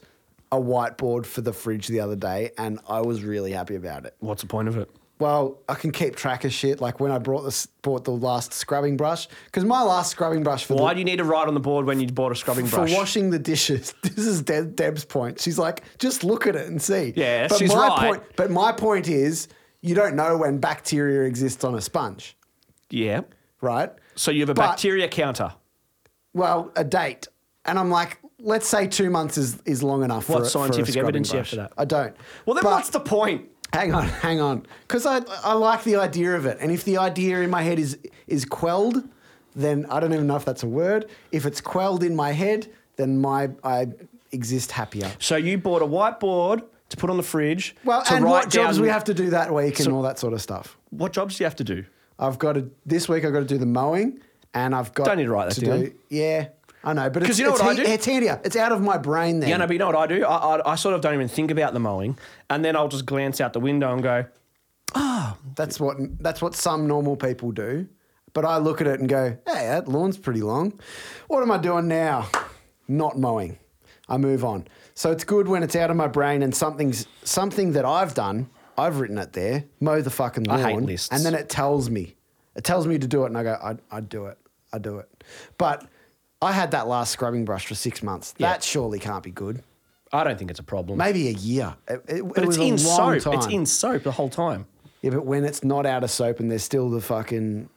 Speaker 1: a whiteboard for the fridge the other day, and I was really happy about it.
Speaker 2: What's the point of it?
Speaker 1: Well, I can keep track of shit. Like when I brought this, bought the last scrubbing brush because my last scrubbing brush for
Speaker 2: Why
Speaker 1: the,
Speaker 2: do you need to write on the board when you bought a scrubbing
Speaker 1: for
Speaker 2: brush?
Speaker 1: washing the dishes. This is Deb, Deb's point. She's like, just look at it and see.
Speaker 2: Yeah, she's
Speaker 1: my
Speaker 2: right.
Speaker 1: Point, but my point is, you don't know when bacteria exists on a sponge,
Speaker 2: yeah.
Speaker 1: right?
Speaker 2: So you have a
Speaker 1: But-
Speaker 2: bacteria counter.
Speaker 1: Well, a date, and I'm like, let's say two months is, is long enough.
Speaker 2: What
Speaker 1: for a- for a
Speaker 2: scientific
Speaker 1: scrubbing
Speaker 2: evidence do you have
Speaker 1: brush.
Speaker 2: for that?
Speaker 1: I don't.
Speaker 2: Well, then
Speaker 1: But-
Speaker 2: what's the point?
Speaker 1: Hang on, hang on, because I I like the idea of it, and if the idea in my head is is quelled, then I don't even know if that's a word. If it's quelled in my head, then my I exist happier.
Speaker 2: So you bought a whiteboard to put on the fridge.
Speaker 1: Well,
Speaker 2: to
Speaker 1: and
Speaker 2: write
Speaker 1: what jobs
Speaker 2: down-
Speaker 1: we have to do that week and all that sort of stuff.
Speaker 2: What jobs do you have to do?
Speaker 1: I've got to this week. I've got to do the mowing, and I've got
Speaker 2: Don't need to write that
Speaker 1: to
Speaker 2: down.
Speaker 1: do. Yeah, I know, but
Speaker 2: 'Cause
Speaker 1: it's,
Speaker 2: you know
Speaker 1: it's,
Speaker 2: what I do?
Speaker 1: it's handier. It's out of my brain then.
Speaker 2: Yeah, no, but you know what I do? I, I, I sort of don't even think about the mowing, and then I'll just glance out the window and go,
Speaker 1: That's what that's what some normal people do. But I look at it and go, "Hey, that lawn's pretty long. What am I doing now? Not mowing. I move on." So it's good when it's out of my brain and something's something that I've done. I've written it there. Mow the fucking lawn,
Speaker 2: I hate lists.
Speaker 1: and then it tells me. It tells me to do it, and I go, "I I do it. I do it." But I had that last scrubbing brush for six months. That surely can't be good.
Speaker 2: I don't think it's a problem.
Speaker 1: Maybe a year. It, it, it
Speaker 2: but it's
Speaker 1: was a
Speaker 2: in
Speaker 1: long
Speaker 2: soap. It's
Speaker 1: time.
Speaker 2: in soap the whole time.
Speaker 1: Yeah, but when it's not out of soap and there's still the fucking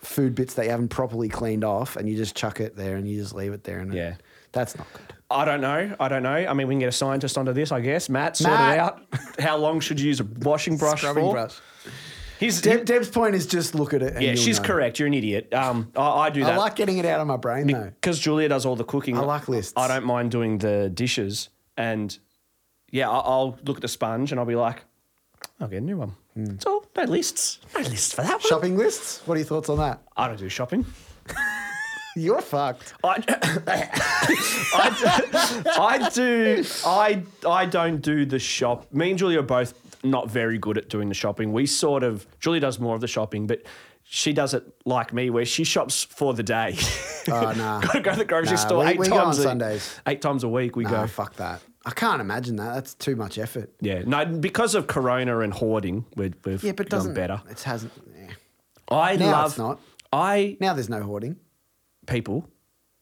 Speaker 1: food bits that you haven't properly cleaned off and you just chuck it there and you just leave it there and it-
Speaker 2: Yeah.
Speaker 1: that's not good.
Speaker 2: I don't know. I don't know. I mean, we can get a scientist onto this, I guess. Matt, sort
Speaker 1: Matt.
Speaker 2: it out. How long should you use a washing brush for? He's,
Speaker 1: Deb, Deb's point is just look at it. And
Speaker 2: yeah,
Speaker 1: you'll
Speaker 2: she's
Speaker 1: know.
Speaker 2: correct. You're an idiot. Um, I, I do
Speaker 1: I
Speaker 2: that.
Speaker 1: like getting it out of my brain though.
Speaker 2: because Julia does all the cooking.
Speaker 1: I like lists.
Speaker 2: I don't mind doing the dishes, and yeah, I'll, I'll look at the sponge and I'll be like, I'll get a new one.
Speaker 1: Hmm.
Speaker 2: It's all no lists, no lists for that one.
Speaker 1: Shopping lists. What are your thoughts on that?
Speaker 2: I don't do shopping.
Speaker 1: You're fucked.
Speaker 2: I, I, do, I do. I I don't do the shop. Me and Julia are both not very good at doing the shopping. We sort of Julia does more of the shopping, but she does it like me, where she shops for the day.
Speaker 1: Oh, nah.
Speaker 2: Gotta go to the grocery
Speaker 1: Nah,
Speaker 2: store
Speaker 1: we-
Speaker 2: eight
Speaker 1: we go on
Speaker 2: times. a-
Speaker 1: Sundays.
Speaker 2: Eight times a week we
Speaker 1: Oh,
Speaker 2: go.
Speaker 1: fuck that. I can't imagine that. That's too much effort.
Speaker 2: Yeah, no, because of Corona and hoarding, we've, we've
Speaker 1: Yeah, but it
Speaker 2: done
Speaker 1: doesn't
Speaker 2: better.
Speaker 1: It hasn't. Yeah.
Speaker 2: I
Speaker 1: Now
Speaker 2: love
Speaker 1: it's not.
Speaker 2: I
Speaker 1: Now there's no hoarding.
Speaker 2: people.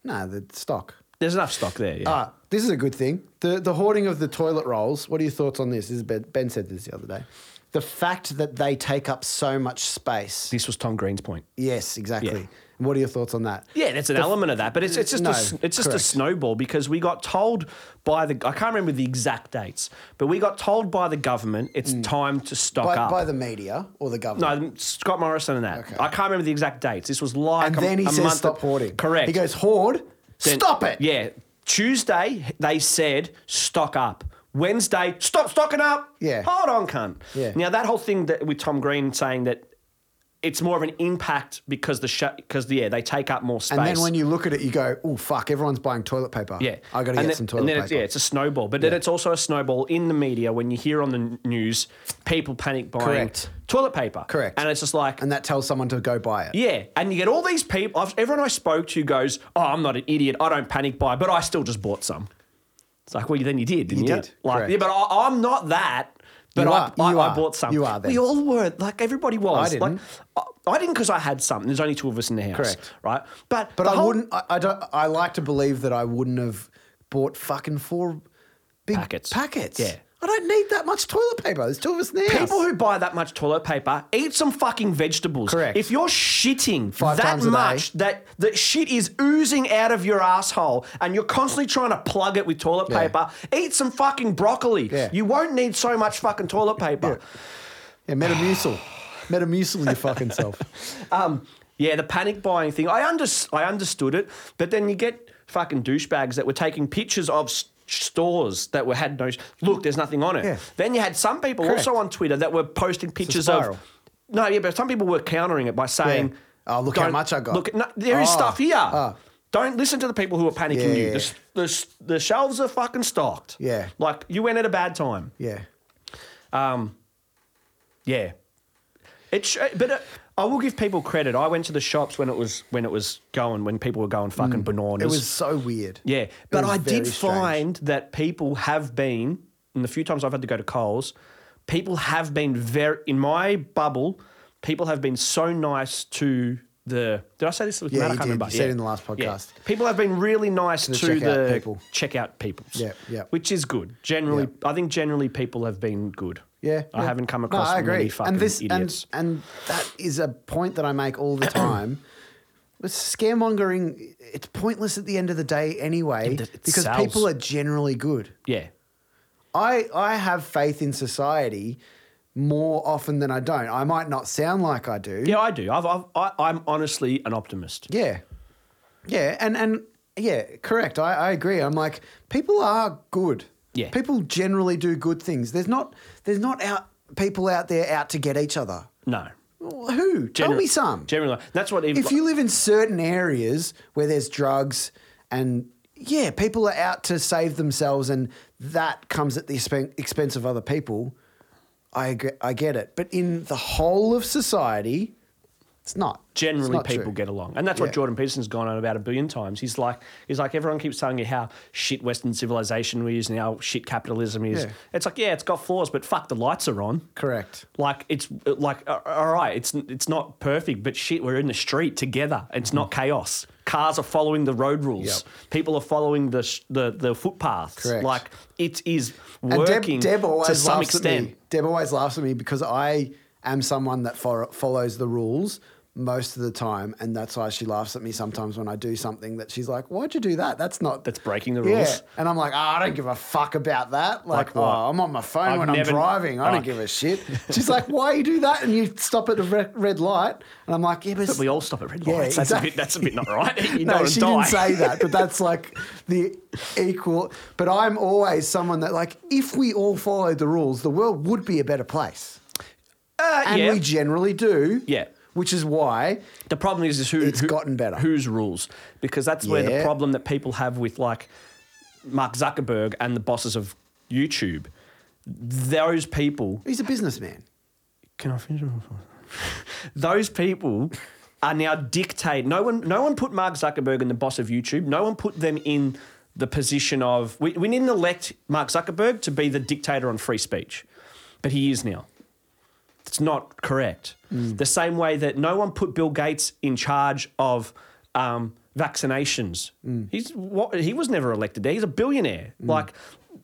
Speaker 1: No, the stock.
Speaker 2: There's enough stock there. Yeah.
Speaker 1: Ah, this is a good thing. The the hoarding of the toilet rolls. What are your thoughts on this? This is ben, ben said this the other day. The fact that they take up so much space.
Speaker 2: this was Tom Green's point.
Speaker 1: Yes, exactly.
Speaker 2: Yeah.
Speaker 1: And what are your thoughts on that?
Speaker 2: Yeah, that's an element of that, but it's, it's just
Speaker 1: No,
Speaker 2: a, s- it's just
Speaker 1: correct.
Speaker 2: a snowball because we got told by the I can't remember the exact dates, but we got told by the government it's time to stock
Speaker 1: Mm. By,
Speaker 2: up.
Speaker 1: by the media or the government?
Speaker 2: no, Scott Morrison and that.
Speaker 1: Okay.
Speaker 2: I can't remember the exact dates. This was like
Speaker 1: And
Speaker 2: a,
Speaker 1: then he
Speaker 2: a
Speaker 1: says
Speaker 2: month
Speaker 1: stop hoarding.
Speaker 2: Correct.
Speaker 1: He goes hoard.
Speaker 2: Then-
Speaker 1: stop it.
Speaker 2: Yeah. Tuesday they said stock up. Wednesday stop stocking up.
Speaker 1: Yeah.
Speaker 2: Hold on, cunt.
Speaker 1: Yeah.
Speaker 2: Now that whole thing that with Tom Green saying that it's more of an impact because the because yeah they take up more space.
Speaker 1: And then when you look at it, you go, "Oh fuck! Everyone's buying toilet paper.
Speaker 2: Yeah,
Speaker 1: I got to
Speaker 2: And
Speaker 1: get
Speaker 2: then-
Speaker 1: some toilet
Speaker 2: and then
Speaker 1: paper."
Speaker 2: It's, yeah, it's a snowball, but
Speaker 1: Yeah.
Speaker 2: then it's also a snowball in the media when you hear on the n- news people panic buying
Speaker 1: Correct.
Speaker 2: toilet paper.
Speaker 1: Correct.
Speaker 2: and it's just like.
Speaker 1: and that tells someone to go buy it.
Speaker 2: yeah, and you get all these people. I've, everyone I spoke to goes, "Oh, I'm not an idiot. I don't panic buy, but I still just bought some." It's like, well, then you did, didn't
Speaker 1: You
Speaker 2: you?
Speaker 1: did,
Speaker 2: Like,
Speaker 1: correct.
Speaker 2: yeah, but I, I'm not that. But
Speaker 1: You
Speaker 2: I,
Speaker 1: are,
Speaker 2: I,
Speaker 1: you
Speaker 2: I
Speaker 1: are,
Speaker 2: bought some.
Speaker 1: you are then.
Speaker 2: We all were. Like everybody was.
Speaker 1: I didn't.
Speaker 2: Like, I, I didn't because I had some. There's only two of us in the house.
Speaker 1: Correct.
Speaker 2: Right. But
Speaker 1: But
Speaker 2: the
Speaker 1: I
Speaker 2: whole-
Speaker 1: wouldn't. I, I don't. I like to believe that I wouldn't have bought fucking four big
Speaker 2: Packets.
Speaker 1: Packets.
Speaker 2: Yeah.
Speaker 1: I don't need that much toilet paper. There's two of us now.
Speaker 2: People who buy that much toilet paper eat some fucking vegetables.
Speaker 1: Correct.
Speaker 2: If you're shitting
Speaker 1: Five
Speaker 2: that
Speaker 1: times a day.
Speaker 2: much, that that shit is oozing out of your asshole, and you're constantly trying to plug it with toilet
Speaker 1: Yeah.
Speaker 2: paper, eat some fucking broccoli.
Speaker 1: Yeah.
Speaker 2: You won't need so much fucking toilet paper.
Speaker 1: yeah, Metamucil, Metamucil your fucking self.
Speaker 2: Um, yeah, the panic buying thing. I under, I understood it, but then you get fucking douchebags that were taking pictures of s- stores that were had no look. There's nothing on it.
Speaker 1: Yeah.
Speaker 2: Then you had some people
Speaker 1: Correct.
Speaker 2: also on Twitter that were posting pictures
Speaker 1: spiral.
Speaker 2: of. No, yeah, but some people were countering it by saying,
Speaker 1: Yeah. Oh, look how
Speaker 2: "Don't-
Speaker 1: much I got."
Speaker 2: Look, no, there is
Speaker 1: Oh,
Speaker 2: stuff here."
Speaker 1: oh.
Speaker 2: Don't listen to the people who are panicking
Speaker 1: Yeah,
Speaker 2: you.
Speaker 1: yeah,
Speaker 2: The, s- the, s- the shelves are fucking stocked.
Speaker 1: Yeah.
Speaker 2: Like you went at a bad time.
Speaker 1: Yeah.
Speaker 2: Um, yeah, it. Sh- but uh, I will give people credit. I went to the shops when it was when it was going when people were going fucking bananas.
Speaker 1: Mm. It was so weird.
Speaker 2: yeah, but
Speaker 1: was
Speaker 2: I did
Speaker 1: very strange.
Speaker 2: find that people have been, and the few times I've had to go to Coles, people have been very in my bubble. People have been so nice to the. Did I say this? with
Speaker 1: Yeah,
Speaker 2: Matt? I
Speaker 1: you
Speaker 2: can't
Speaker 1: did.
Speaker 2: remember.
Speaker 1: You said it in the last podcast.
Speaker 2: People have been really nice to
Speaker 1: the
Speaker 2: the
Speaker 1: checkout people.
Speaker 2: checkout peoples.
Speaker 1: Yeah, yeah.
Speaker 2: Which is good. Generally, I think generally people have been good.
Speaker 1: Yeah,
Speaker 2: I
Speaker 1: yeah.
Speaker 2: haven't come
Speaker 1: No,
Speaker 2: across
Speaker 1: I agree.
Speaker 2: many fucking
Speaker 1: and this,
Speaker 2: idiots.
Speaker 1: And, and that is a point that I make all the time. With scaremongering, it's pointless at the end of the day anyway
Speaker 2: It- it
Speaker 1: because
Speaker 2: sells.
Speaker 1: people are generally good.
Speaker 2: yeah.
Speaker 1: I, I have faith in society more often than I don't. I might not sound like I do.
Speaker 2: Yeah, I do. I've, I've, I, I'm honestly an optimist.
Speaker 1: Yeah. Yeah. And, and yeah, correct. I, I agree. I'm like, people are good.
Speaker 2: Yeah.
Speaker 1: People generally do good things. There's not, there's not out, people out there out to get each other.
Speaker 2: No.
Speaker 1: Who? Tell
Speaker 2: Gener-
Speaker 1: me some.
Speaker 2: Generally, that's what even,
Speaker 1: If you live in certain areas where there's drugs and yeah, people are out to save themselves and that comes at the expen- expense of other people, I agree, I get it. But in the whole of society, it's not. It's
Speaker 2: generally
Speaker 1: not
Speaker 2: people
Speaker 1: true.
Speaker 2: get along, and that's
Speaker 1: Yeah.
Speaker 2: what Jordan Peterson's gone on about a billion times. He's like, he's like, everyone keeps telling you how shit Western civilization we is and how shit capitalism is.
Speaker 1: Yeah.
Speaker 2: It's like, yeah, it's got flaws, but fuck, the lights are on.
Speaker 1: Correct.
Speaker 2: Like it's like uh, all right, it's it's not perfect, but shit, we're in the street together. It's not
Speaker 1: Mm-hmm.
Speaker 2: chaos. Cars are following the road rules. People are following the sh- the the footpaths.
Speaker 1: Correct.
Speaker 2: Like it is
Speaker 1: And Deb,
Speaker 2: working
Speaker 1: Deb always
Speaker 2: to some
Speaker 1: laughs at
Speaker 2: extent.
Speaker 1: me. Deb always laughs at me because I am someone that fo- follows the rules most of the time, and that's why she laughs at me sometimes when I do something that she's like, "Why'd you do that? That's not
Speaker 2: That's breaking the
Speaker 1: Yeah.
Speaker 2: rules.
Speaker 1: And I'm like, "Ah, I don't give a fuck about that. Like,
Speaker 2: Like what?
Speaker 1: oh, I'm on my phone
Speaker 2: I've
Speaker 1: when
Speaker 2: never-
Speaker 1: I'm driving. I
Speaker 2: Oh.
Speaker 1: don't give a shit. She's like, why you do that? And you stop at a re- red light, and I'm like, yeah, but,
Speaker 2: But we all stop at red lights.
Speaker 1: Yeah,
Speaker 2: That's a
Speaker 1: exactly.
Speaker 2: bit. That's a bit not right. You don't
Speaker 1: no,
Speaker 2: wanna
Speaker 1: she
Speaker 2: die.
Speaker 1: didn't say that, but that's like the equal. But I'm always someone that, like, if we all followed the rules, the world would be a better place.
Speaker 2: Uh,
Speaker 1: And
Speaker 2: yeah.
Speaker 1: we generally do.
Speaker 2: Yeah.
Speaker 1: Which is why
Speaker 2: The problem is, is who,
Speaker 1: It's
Speaker 2: who-
Speaker 1: gotten better.
Speaker 2: Whose rules? Because that's where the
Speaker 1: Yeah.
Speaker 2: problem that people have with like Mark Zuckerberg and the bosses of YouTube. Those people.
Speaker 1: he's a businessman.
Speaker 2: Can I finish? Those people are now dictate. No one. No one put Mark Zuckerberg in the boss of YouTube. No one put them in the position of we, we didn't elect Mark Zuckerberg to be the dictator on free speech, but he is now. It's not correct. The same way that no one put Bill Gates in charge of um, vaccinations. He's what he was never elected there. He's a billionaire. Like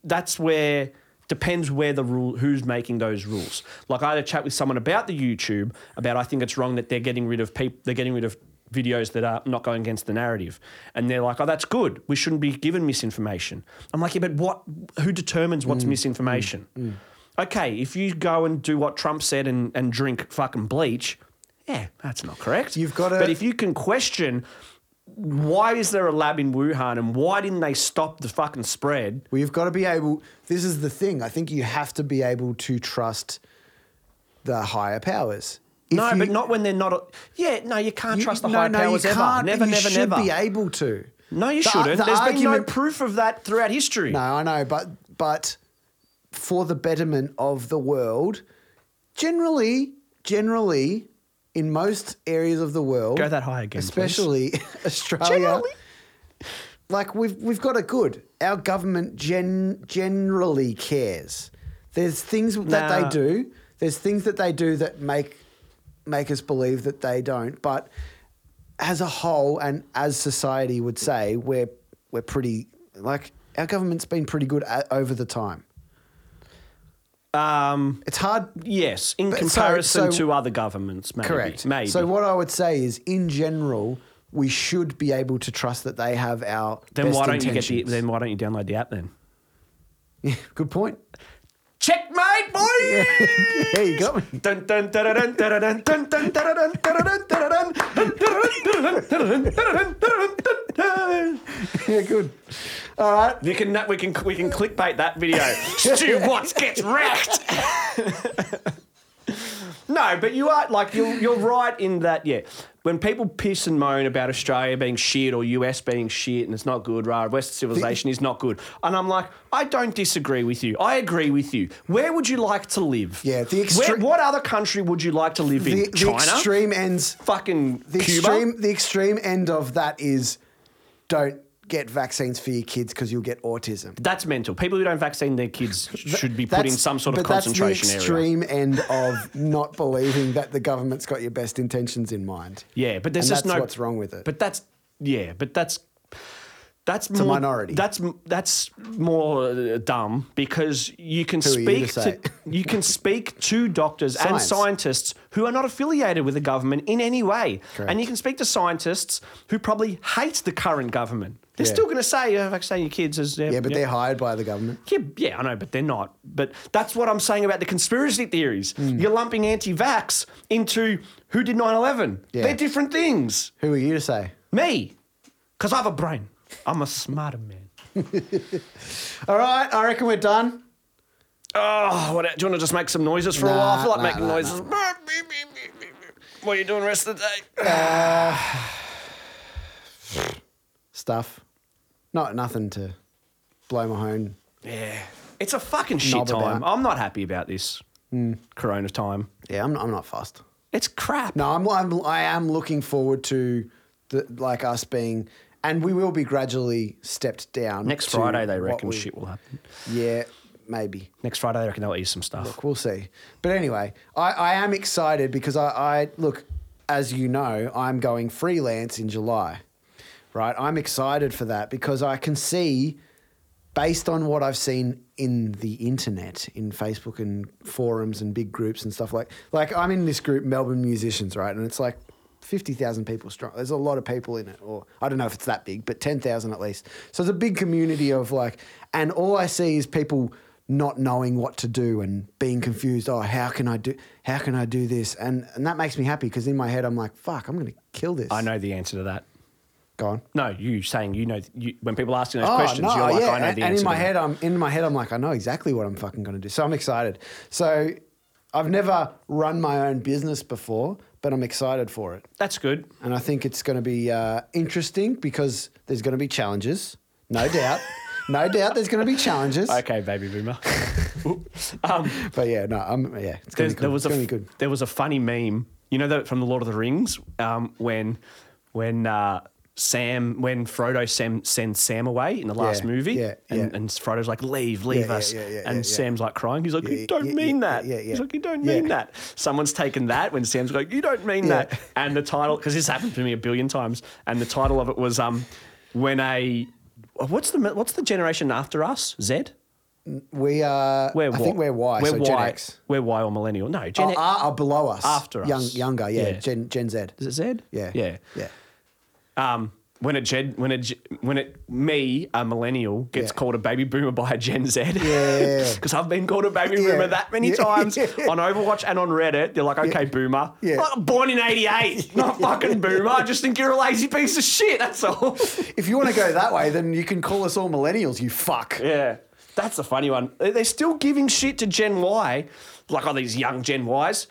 Speaker 2: that's where depends where the rule who's making those rules. Like I had a chat with someone about the YouTube about I think it's wrong that they're getting rid of people. They're getting rid of videos that are not going against the narrative and they're like oh that's good we shouldn't be given misinformation i'm like yeah but what who determines what's misinformation okay, if you go and do what Trump said and, and drink fucking bleach, yeah, that's not correct.
Speaker 1: You've gotta-
Speaker 2: But if you can question why is there a lab in Wuhan and why didn't they stop the fucking spread?
Speaker 1: Well, you've got to be able. This is the thing. I think you have to be able to trust the higher powers. If
Speaker 2: no,
Speaker 1: you-
Speaker 2: but not when they're not. a- yeah, no, you can't
Speaker 1: you-
Speaker 2: trust the
Speaker 1: no,
Speaker 2: high
Speaker 1: no,
Speaker 2: powers
Speaker 1: you
Speaker 2: ever.
Speaker 1: Can't, but
Speaker 2: never,
Speaker 1: you
Speaker 2: never,
Speaker 1: should
Speaker 2: never.
Speaker 1: Be able to.
Speaker 2: no, you
Speaker 1: The-
Speaker 2: shouldn't.
Speaker 1: the
Speaker 2: There's been
Speaker 1: argument-
Speaker 2: no proof of that throughout history.
Speaker 1: No, I know, but but for the betterment of the world, generally, generally, in most areas of the world,
Speaker 2: Go that high again, please.
Speaker 1: especially Australia.
Speaker 2: Generally?
Speaker 1: Like we've we've got it good. Our government gen, generally cares. There's things that
Speaker 2: Nah.
Speaker 1: they do. There's things that they do that make make us believe that they don't. But as a whole, and as society would say, we're we're pretty like our government's been pretty good at, over the time.
Speaker 2: Um,
Speaker 1: It's hard.
Speaker 2: yes, in
Speaker 1: But so-
Speaker 2: comparison
Speaker 1: so-
Speaker 2: to other governments, maybe.
Speaker 1: Correct.
Speaker 2: Maybe.
Speaker 1: So what I would say is, in general, we should be able to trust that they have our.
Speaker 2: then
Speaker 1: best
Speaker 2: why don't you get
Speaker 1: intentions.
Speaker 2: the? Then why don't you download the app then?
Speaker 1: Good point.
Speaker 2: Checkmate, boy!
Speaker 1: Yeah, you got me.
Speaker 2: Dun, dun, dun, dun, dun, dun, dun, dun, dun, dun, dun, dun, dun, dun, dun, dun, dun, dun, dun, dun, dun.
Speaker 1: Yeah, good. All right.
Speaker 2: You can we can we can clickbait that video. Stu Watts gets wrecked. no, but you are like you're you're right in that. Yeah, when people piss and moan about Australia being shit or US being shit and it's not good, right? Western civilization is not good. And I'm like, I don't disagree with you. I agree with you. Where would you like to live?
Speaker 1: Yeah, the extre-
Speaker 2: Where, what other country would you like to live in?
Speaker 1: The, the
Speaker 2: China?
Speaker 1: extreme ends.
Speaker 2: Fucking
Speaker 1: The
Speaker 2: Cuba?
Speaker 1: extreme. The extreme end of that is, don't get vaccines for your kids because you'll get autism.
Speaker 2: That's mental. People who don't vaccine their kids should be put in
Speaker 1: That's-
Speaker 2: some sort of
Speaker 1: but that's
Speaker 2: concentration
Speaker 1: the
Speaker 2: area.
Speaker 1: extreme end of not believing that the government's got your best intentions in mind.
Speaker 2: Yeah, but there's
Speaker 1: And
Speaker 2: just
Speaker 1: that's
Speaker 2: no.
Speaker 1: what's wrong with it.
Speaker 2: But that's yeah, but that's that's
Speaker 1: a
Speaker 2: more,
Speaker 1: minority.
Speaker 2: That's m- that's more uh, dumb because you can
Speaker 1: Who are you to
Speaker 2: speak
Speaker 1: say?
Speaker 2: you can speak to doctors and
Speaker 1: Science.
Speaker 2: scientists who are not affiliated with the government in any way,
Speaker 1: Correct.
Speaker 2: and you can speak to scientists who probably hate the current government. They're
Speaker 1: Yeah.
Speaker 2: still going to say, "Oh, vaccine your kids," is
Speaker 1: yeah, but they're hired by the government.
Speaker 2: Yeah, yeah, I know, but they're not. But that's what I'm saying about the conspiracy theories.
Speaker 1: Hmm.
Speaker 2: You're lumping anti-vax into who did 9/11.
Speaker 1: Yeah.
Speaker 2: They're different things.
Speaker 1: Who are you to say?
Speaker 2: Me, because I have a brain. I'm a smarter man.
Speaker 1: All right, I reckon we're done.
Speaker 2: Oh, what, do you want to just make some noises for a
Speaker 1: Nah,
Speaker 2: while? I feel like
Speaker 1: nah,
Speaker 2: making
Speaker 1: nah,
Speaker 2: noises. What are you doing the rest of the day?
Speaker 1: Stuff. Not nothing to blow my horn.
Speaker 2: Yeah. It's a fucking shit
Speaker 1: Knob about.
Speaker 2: time. I'm not happy about this corona time.
Speaker 1: Yeah, I'm, I'm not fussed.
Speaker 2: It's crap.
Speaker 1: No, I'm, I'm I am looking forward to the, like us being, and we will be gradually stepped down.
Speaker 2: Next
Speaker 1: to
Speaker 2: Friday, they
Speaker 1: what
Speaker 2: reckon
Speaker 1: we-
Speaker 2: shit will happen.
Speaker 1: Yeah, maybe.
Speaker 2: Next Friday, they reckon they'll eat some stuff.
Speaker 1: Look, we'll see. But anyway, I, I am excited because I, I look, as you know, I'm going freelance in July, right? I'm excited for that because I can see, based on what I've seen in the internet, in Facebook and forums and big groups and stuff like, like I'm in this group, Melbourne musicians, right? And it's like. 50,000 people strong. There's a lot of people in it, or I don't know if it's that big, but 10,000 at least. So it's a big community of like, and all I see is people not knowing what to do and being confused. Oh, how can I do? How can I do this? And and that makes me happy because in my head I'm like, fuck, I'm gonna kill this.
Speaker 2: I know the answer to that.
Speaker 1: Go on.
Speaker 2: No, you saying you know you, when people ask you those
Speaker 1: Oh,
Speaker 2: questions,
Speaker 1: no,
Speaker 2: you're like,
Speaker 1: yeah.
Speaker 2: I know
Speaker 1: and,
Speaker 2: the
Speaker 1: and
Speaker 2: answer.
Speaker 1: in my
Speaker 2: to
Speaker 1: head,
Speaker 2: that.
Speaker 1: I'm in my head. I'm like, I know exactly what I'm fucking gonna do. So I'm excited. So I've never run my own business before, but I'm excited for it.
Speaker 2: that's good.
Speaker 1: and I think it's going to be uh, interesting because there's going to be challenges, no doubt. No doubt, there's going to be challenges.
Speaker 2: Okay, baby boomer. um,
Speaker 1: But yeah, no, I'm yeah, it's going to be
Speaker 2: there's- there
Speaker 1: cool.
Speaker 2: was
Speaker 1: It's
Speaker 2: a
Speaker 1: going to
Speaker 2: f-
Speaker 1: be good.
Speaker 2: there was a funny meme. You know that from the Lord of the Rings um, when when uh, Sam when Frodo Sam sends Sam away in the last
Speaker 1: Yeah,
Speaker 2: movie,
Speaker 1: yeah,
Speaker 2: and,
Speaker 1: yeah.
Speaker 2: and Frodo's like, "Leave, leave
Speaker 1: yeah,
Speaker 2: us,"
Speaker 1: yeah, yeah,
Speaker 2: and
Speaker 1: yeah, yeah.
Speaker 2: Sam's like crying. He's like,
Speaker 1: yeah,
Speaker 2: "You don't
Speaker 1: yeah,
Speaker 2: mean
Speaker 1: yeah,
Speaker 2: that."
Speaker 1: yeah, yeah.
Speaker 2: He's like, "You don't
Speaker 1: Yeah.
Speaker 2: mean that." Someone's taken that when Sam's like, "You don't mean
Speaker 1: Yeah.
Speaker 2: that," and the title because this happened to me a billion times, and the title of it was um, when a what's the what's the generation after us Z.
Speaker 1: We are.
Speaker 2: We're
Speaker 1: I think
Speaker 2: what?
Speaker 1: we're Y.
Speaker 2: We're
Speaker 1: so
Speaker 2: Y.
Speaker 1: Gen X.
Speaker 2: We're Y or millennial. No, Gen
Speaker 1: oh,
Speaker 2: X.
Speaker 1: are, are below us.
Speaker 2: After
Speaker 1: Young,
Speaker 2: us.
Speaker 1: younger. Yeah,
Speaker 2: Yeah.
Speaker 1: Gen Gen Z.
Speaker 2: Is it Zed?
Speaker 1: Yeah,
Speaker 2: Yeah.
Speaker 1: yeah.
Speaker 2: Um, when a gen, when a gen- when it me a millennial gets
Speaker 1: Yeah.
Speaker 2: called a baby boomer by a Gen Z,
Speaker 1: Yeah.
Speaker 2: because I've been called a baby
Speaker 1: Yeah.
Speaker 2: boomer that many
Speaker 1: Yeah.
Speaker 2: times on Overwatch and on Reddit. They're like, okay, boomer,
Speaker 1: Yeah.
Speaker 2: Like, I'm born in '88, not fucking boomer. I just think you're a lazy piece of shit. That's all.
Speaker 1: If you want to go that way, then you can call us all millennials. You fuck.
Speaker 2: Yeah. That's a funny one. They- They're still giving shit to Gen Y, like all these young Gen Ys.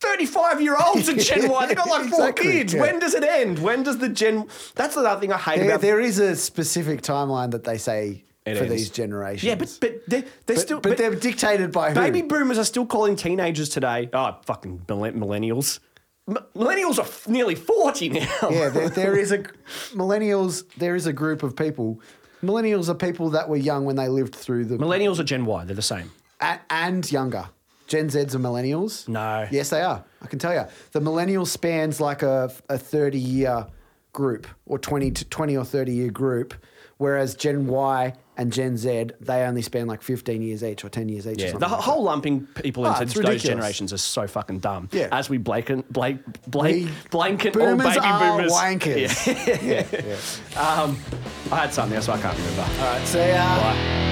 Speaker 2: 35 year olds are Gen Y. They got like four
Speaker 1: Exactly,
Speaker 2: kids.
Speaker 1: yeah.
Speaker 2: When does it end? When does the Gen. That's another thing I hate
Speaker 1: There,
Speaker 2: about.
Speaker 1: there is a specific timeline that they say
Speaker 2: It
Speaker 1: for
Speaker 2: ends.
Speaker 1: these generations.
Speaker 2: yeah, but, but they're, they're
Speaker 1: But-
Speaker 2: still.
Speaker 1: but, they're dictated by who?
Speaker 2: baby boomers are still calling teenagers today. Oh, fucking millen- millennials. M- millennials are f- nearly 40 now.
Speaker 1: yeah, there, there is a millennials. There is a group of people. Millennials are people that were young when they lived through the
Speaker 2: Millennials are Gen Y. They're the same.
Speaker 1: a, and younger. Gen Zs are millennials.
Speaker 2: No.
Speaker 1: Yes, they are. I can tell you. The millennial spans like a a thirty year group or twenty to twenty or thirty year group, whereas Gen Y and Gen Z they only span like fifteen years each or ten years each. Or
Speaker 2: Yeah,
Speaker 1: something
Speaker 2: the
Speaker 1: like
Speaker 2: whole lumping people
Speaker 1: Ah,
Speaker 2: into
Speaker 1: it's
Speaker 2: those
Speaker 1: ridiculous.
Speaker 2: generations is so fucking dumb.
Speaker 1: Yeah.
Speaker 2: As we blanket, blank,
Speaker 1: We-
Speaker 2: blank, blanket all
Speaker 1: boomers
Speaker 2: baby
Speaker 1: are
Speaker 2: boomers.
Speaker 1: wankers.
Speaker 2: Yeah. um, I had something else, but I can't remember.
Speaker 1: that. All right, uh, see ya.
Speaker 2: Bye.